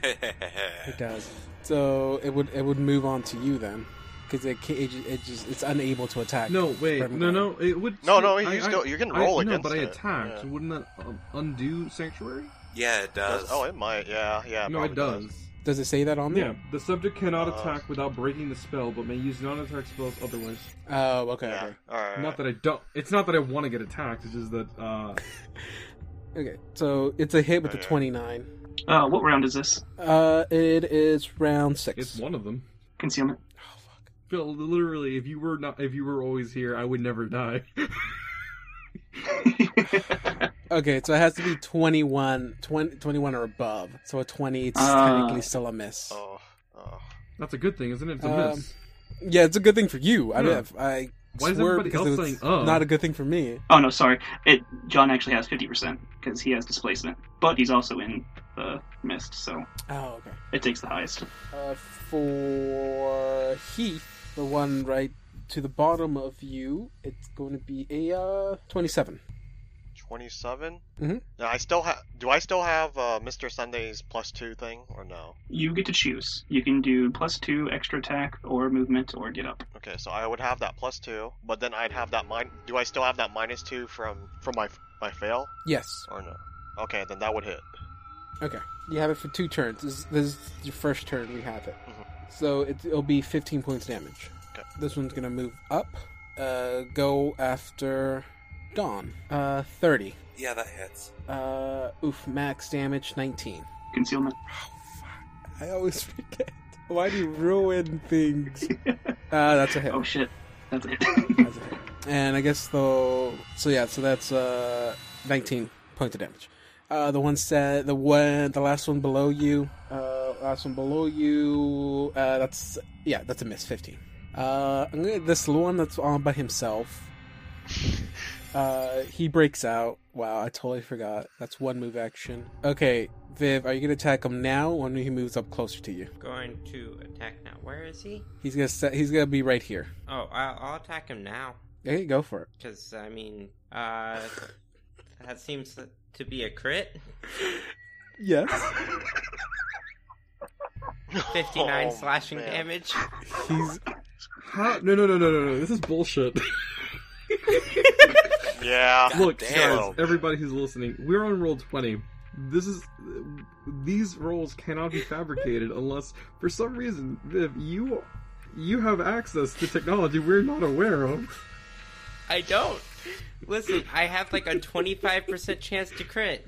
Speaker 1: It does. So it would it would move on to you then, because it, ca- it ju- it just it's unable to attack.
Speaker 4: No, wait,
Speaker 1: Brimglow.
Speaker 4: no, no. It would.
Speaker 5: No, no,
Speaker 4: I-
Speaker 5: you
Speaker 4: I-
Speaker 5: still- you can
Speaker 4: I-
Speaker 5: roll
Speaker 4: no,
Speaker 5: against
Speaker 4: but I
Speaker 5: it.
Speaker 4: attacked.
Speaker 5: Yeah.
Speaker 4: So wouldn't that um, undo sanctuary?
Speaker 3: <laughs> yeah, it does.
Speaker 5: oh, it might. Yeah, yeah.
Speaker 4: no, it
Speaker 5: probably
Speaker 4: does.
Speaker 1: Does it say that on
Speaker 4: Yeah,
Speaker 1: there?
Speaker 4: the subject cannot
Speaker 5: Uh,
Speaker 4: attack without breaking the spell, but may use non-attack spells otherwise.
Speaker 1: Oh, okay.
Speaker 5: Yeah.
Speaker 1: okay.
Speaker 5: All right.
Speaker 4: Not that I don't. It's not that I want to get attacked. It's just that. uh...
Speaker 1: Okay, so it's a hit with
Speaker 5: Oh,
Speaker 1: a
Speaker 5: yeah.
Speaker 1: 29.
Speaker 6: Uh, what round is this?
Speaker 1: Uh, it is round 6.
Speaker 4: It's one of them.
Speaker 6: Concealment. <laughs>
Speaker 1: Oh, fuck.
Speaker 4: Phil, literally, if you were not, if you were always here, I would never die. <laughs>
Speaker 1: Okay, so it has to be 21, 20, 21 or above. So a 20 it's
Speaker 6: Ah.
Speaker 1: technically still a miss.
Speaker 5: Oh, oh.
Speaker 4: That's a good thing, isn't it? It's
Speaker 1: Um,
Speaker 4: a miss.
Speaker 1: Yeah, it's a good thing for you. I
Speaker 4: Yeah.
Speaker 1: don't I
Speaker 4: Why is
Speaker 1: swear
Speaker 4: everybody
Speaker 1: because
Speaker 4: else
Speaker 1: it's
Speaker 4: saying, "Oh"?
Speaker 1: not a good thing for me.
Speaker 6: Oh no, sorry. It John actually has fifty percent because he has displacement, but he's also in the mist, so
Speaker 1: Oh, okay.
Speaker 6: it takes the highest.
Speaker 1: Uh, for Heath, the one right to the bottom of you, it's going to be a uh, 27.
Speaker 5: 27.
Speaker 4: Mm-hmm.
Speaker 1: Mhm.
Speaker 5: Now I still have. Do I still have uh, Mr. Sunday's plus two thing or no?
Speaker 6: You get to choose. You can do plus two extra attack, or movement, or get up.
Speaker 5: Okay, so I would have that plus two, but then I'd have that min. Do I still have that minus two from from my my fail
Speaker 1: Yes.
Speaker 5: or no? Okay, then that would hit. <laughs>
Speaker 1: Okay. You have it for two turns. This, this is your first turn. We have it. So it, it'll be 15 points damage.
Speaker 5: Okay.
Speaker 1: This one's going to move up. Uh, go after Dawn. Uh, 30.
Speaker 3: yeah, that
Speaker 6: <laughs>
Speaker 3: hits.
Speaker 1: Uh, oof, max damage 19.
Speaker 6: Concealment.
Speaker 1: I always <laughs> forget. Why do you ruin <laughs> things? uh, that's a hit.
Speaker 6: Oh shit, that's it. <laughs>
Speaker 1: That's a hit. And I guess though, so yeah, so that's uh 19 points of damage. Uh, the one set, the one, the last one below you, uh, last one below you. Uh, that's yeah, that's a miss. 15. Uh, I'm gonna, this one that's on by himself. <laughs> Uh, he breaks out. Wow, I totally forgot. That's one move action. Okay, Viv, are you gonna attack him now when he moves up closer to you?
Speaker 2: Going to attack now. Where is he?
Speaker 1: He's gonna set, he's gonna be right here.
Speaker 2: Oh, I'll, I'll attack him now.
Speaker 1: Okay, go for it.
Speaker 2: Because, I mean, uh, that seems to be a crit.
Speaker 1: Yes.
Speaker 2: 59
Speaker 5: Oh,
Speaker 2: slashing
Speaker 5: man.
Speaker 2: damage.
Speaker 1: He's
Speaker 4: How? No, no, no, no, no, no. This is bullshit.
Speaker 5: Yeah.
Speaker 4: Look,
Speaker 3: damn.
Speaker 4: guys, everybody who's listening, we're on roll twenty. This is these rolls cannot be fabricated unless, for some reason, Viv, you you have access to technology we're not aware of.
Speaker 2: I don't. Listen, I have like a 25% chance to crit.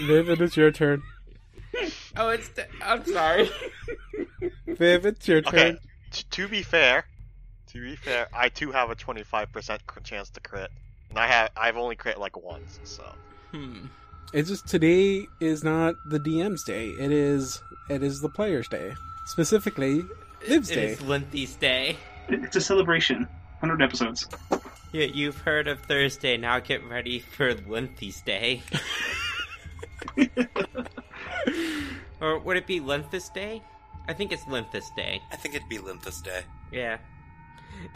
Speaker 1: Viv, it is your turn.
Speaker 2: Oh, it's. i I'm sorry.
Speaker 1: Viv, it's your
Speaker 5: Okay.
Speaker 1: turn.
Speaker 5: T- to be fair, to be fair, I too have a 25% cr- chance to crit, and I have I've only crit like once, so
Speaker 2: Hmm.
Speaker 1: It's just today is not the DM's day. It is it is the player's day. Specifically, Viv's
Speaker 2: It
Speaker 1: day. Uh,
Speaker 2: is Lenthy's Day.
Speaker 6: it's a celebration. Hundred episodes.
Speaker 2: Yeah, you've heard of Thursday. Now get ready for Lenthy's Day. or would it be Lenthus Day? I think it's Lenthus Day.
Speaker 3: I think it'd be Linthus Day.
Speaker 2: Yeah.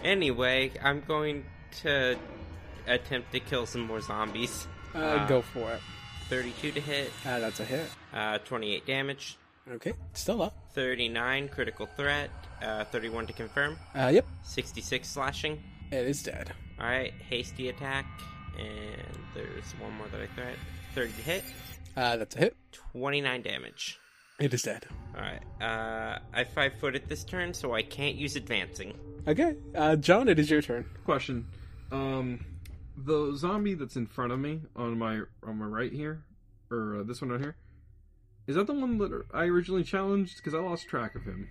Speaker 2: Anyway, I'm going to attempt to kill some more zombies.
Speaker 1: Uh, go for it.
Speaker 2: 32 to hit,
Speaker 1: Uh, that's a hit.
Speaker 2: uh, 28 damage,
Speaker 1: Okay, still up.
Speaker 2: 39 critical threat, uh, 31 to confirm,
Speaker 1: Uh, yep,
Speaker 2: 66 slashing.
Speaker 1: it is dead.
Speaker 2: Alright, hasty attack, and there's one more that I threat. 30 to hit,
Speaker 1: Uh, that's a hit.
Speaker 2: 29 damage.
Speaker 1: It is dead.
Speaker 2: Alright, uh, I five footed this turn, so I can't use advancing.
Speaker 1: Okay, uh, John, it is your turn.
Speaker 4: Question: Um, the zombie that's in front of me on my on my right here, or uh, this one right here. Is that the one that I originally challenged? Because I lost track of him.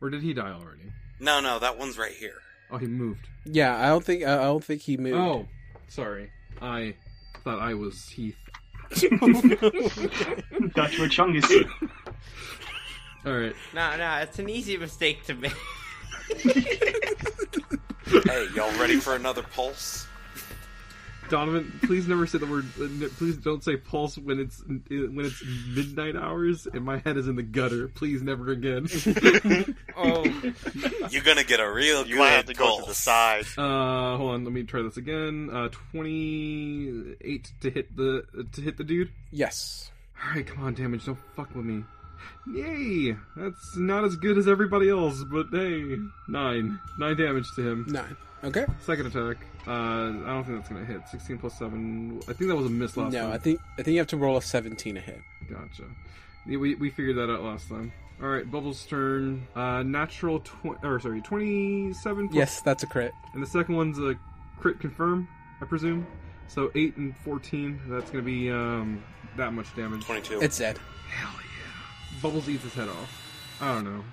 Speaker 4: Or did he die already?
Speaker 3: No, no, that one's right here.
Speaker 4: Oh, he moved.
Speaker 1: Yeah, I don't think I I don't think he moved.
Speaker 4: Oh, sorry. I thought I was Heath.
Speaker 6: Dutch Machungus.
Speaker 4: All right.
Speaker 2: No, no, it's an easy mistake to make. <laughs>
Speaker 3: Hey, y'all ready for another pulse?
Speaker 4: Donovan, please never say the word. uh, n- Please don't say pulse when it's when it's midnight hours and my head is in the gutter. Please
Speaker 1: <laughs>
Speaker 4: never again.
Speaker 2: Oh,
Speaker 3: You're gonna get a real
Speaker 5: You
Speaker 3: good
Speaker 5: might have to
Speaker 3: pulse.
Speaker 5: go to the side.
Speaker 4: uh, hold on, let me try this again. Uh, twenty-eight to hit the to hit the dude.
Speaker 1: Yes.
Speaker 4: All right, come on, damage. Don't fuck with me. Yay! That's not as good as everybody else, but hey, nine, nine damage to him.
Speaker 1: Nine. Okay.
Speaker 4: Second attack. Uh, I don't think that's gonna hit. Sixteen plus seven. I think that was a miss last
Speaker 1: no,
Speaker 4: time.
Speaker 1: I think I think you have to roll a seventeen to hit.
Speaker 4: Gotcha. Yeah, We, we figured that out last time. All right, Bubble's turn. Uh, natural tw- or sorry, twenty-seven. plus-
Speaker 1: Yes, that's a crit.
Speaker 4: And the second one's a crit confirm, I presume. So eight and fourteen. That's gonna be um that much damage.
Speaker 3: Twenty-two.
Speaker 1: It's dead.
Speaker 4: Hell yeah! Bubbles eats his head off. I don't know.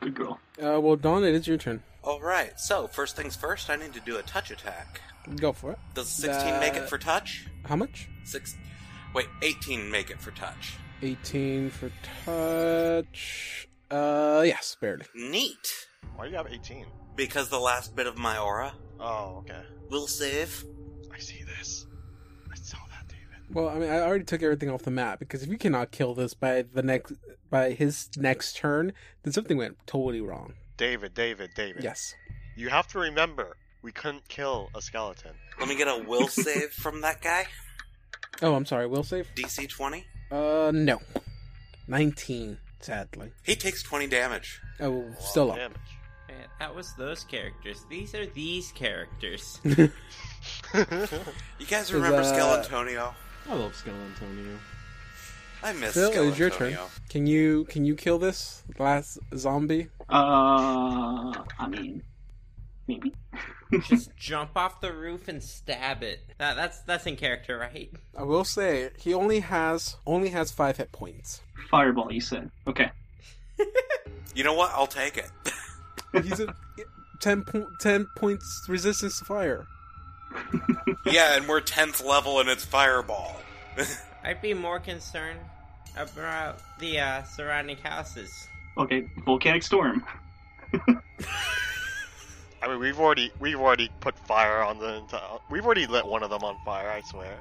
Speaker 6: Good girl.
Speaker 1: Uh, well, Dawn, it is your turn.
Speaker 3: All right. So first things first, I need to do a touch attack.
Speaker 1: Go for it.
Speaker 3: Does sixteen make it
Speaker 1: That-
Speaker 3: for touch?
Speaker 1: How much?
Speaker 3: Uh, Six. Wait, eighteen make it for touch.
Speaker 1: Eighteen for touch. Uh, yes, barely.
Speaker 3: Neat.
Speaker 5: Why do you have 18?
Speaker 3: Because the last bit of my aura
Speaker 5: Oh, okay.
Speaker 3: will save.
Speaker 5: I see this. I saw that, David.
Speaker 1: Well, I mean, I already took everything off the map because if you cannot kill this by the next by his next turn, then something went totally wrong.
Speaker 5: David, David, David.
Speaker 1: Yes.
Speaker 5: You have to remember, we couldn't kill a skeleton.
Speaker 3: Let me get a <laughs> will save from that guy.
Speaker 1: Oh, I'm sorry. Will save.
Speaker 3: DC twenty.
Speaker 1: Uh, no. Nineteen. Sadly.
Speaker 3: He takes twenty damage.
Speaker 1: Oh, still
Speaker 5: Lot
Speaker 1: up.
Speaker 5: of
Speaker 2: man, that was those characters. These are these characters.
Speaker 5: <laughs> damage.
Speaker 3: You guys
Speaker 1: Is,
Speaker 3: remember
Speaker 1: uh,
Speaker 3: Skeletonio?
Speaker 4: I love Skeletonio.
Speaker 3: I miss
Speaker 1: Phil,
Speaker 3: Skeletonio.
Speaker 1: it's your turn. Can you can you kill this last zombie?
Speaker 6: Uh, I mean, maybe.
Speaker 2: Just jump off the roof and stab it. That, that's that's in character, right?
Speaker 1: I will say he only has only has five hit <laughs> points.
Speaker 6: Fireball, you said. Okay.
Speaker 3: You know what? I'll take it. <laughs>
Speaker 1: He's a ten po- ten points resistance to fire.
Speaker 3: yeah, and we're tenth level, and it's Fireball.
Speaker 2: I'd be more concerned about the uh, surrounding houses.
Speaker 6: Okay. Volcanic storm.
Speaker 5: I mean, we've already we've already put fire on the entire. We've already lit one of them on fire. I swear.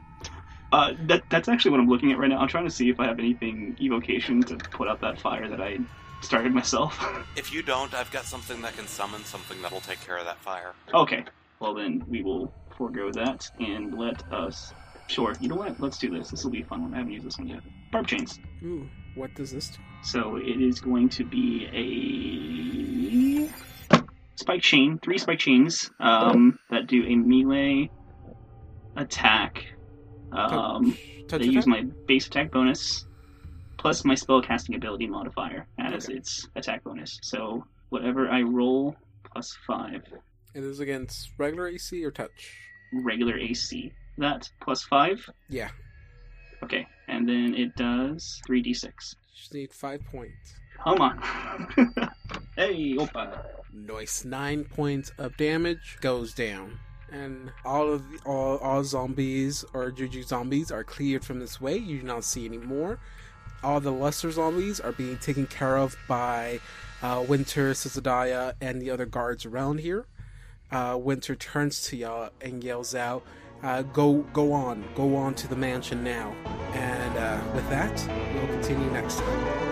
Speaker 6: Uh, that that's actually what I'm looking at right now. I'm trying to see if I have anything evocation to put out that fire that I started myself. <laughs>
Speaker 3: If you don't, I've got something that can summon something that'll take care of that fire.
Speaker 6: okay. Well then, we will forego that and let us. Sure. You know what? Let's do this. This will be a fun one. I haven't used this one yet. Barb chains.
Speaker 1: Ooh, what does this do?
Speaker 6: So it is going to be a spike chain, three spike chains um, that do a melee attack. Um,
Speaker 1: touch
Speaker 6: they use my base attack bonus plus my spell casting ability modifier as its attack bonus. So whatever I roll plus five,
Speaker 1: It is against regular AC or touch.
Speaker 6: regular AC. That plus five.
Speaker 1: Yeah,
Speaker 6: Okay, and then it does three d six.
Speaker 1: just need five points.
Speaker 6: Come on. hey, opa.
Speaker 1: Nice. Nine points of damage goes down. And all of the, all, all zombies or juju zombies are cleared from this way. You do not see any more. All the lesser zombies are being taken care of by uh, Winter, Sisodaya, and the other guards around here. Uh, Winter turns to y'all and yells out, uh, "Go, go on, go on to the mansion now!" And uh, with that, we'll continue next time.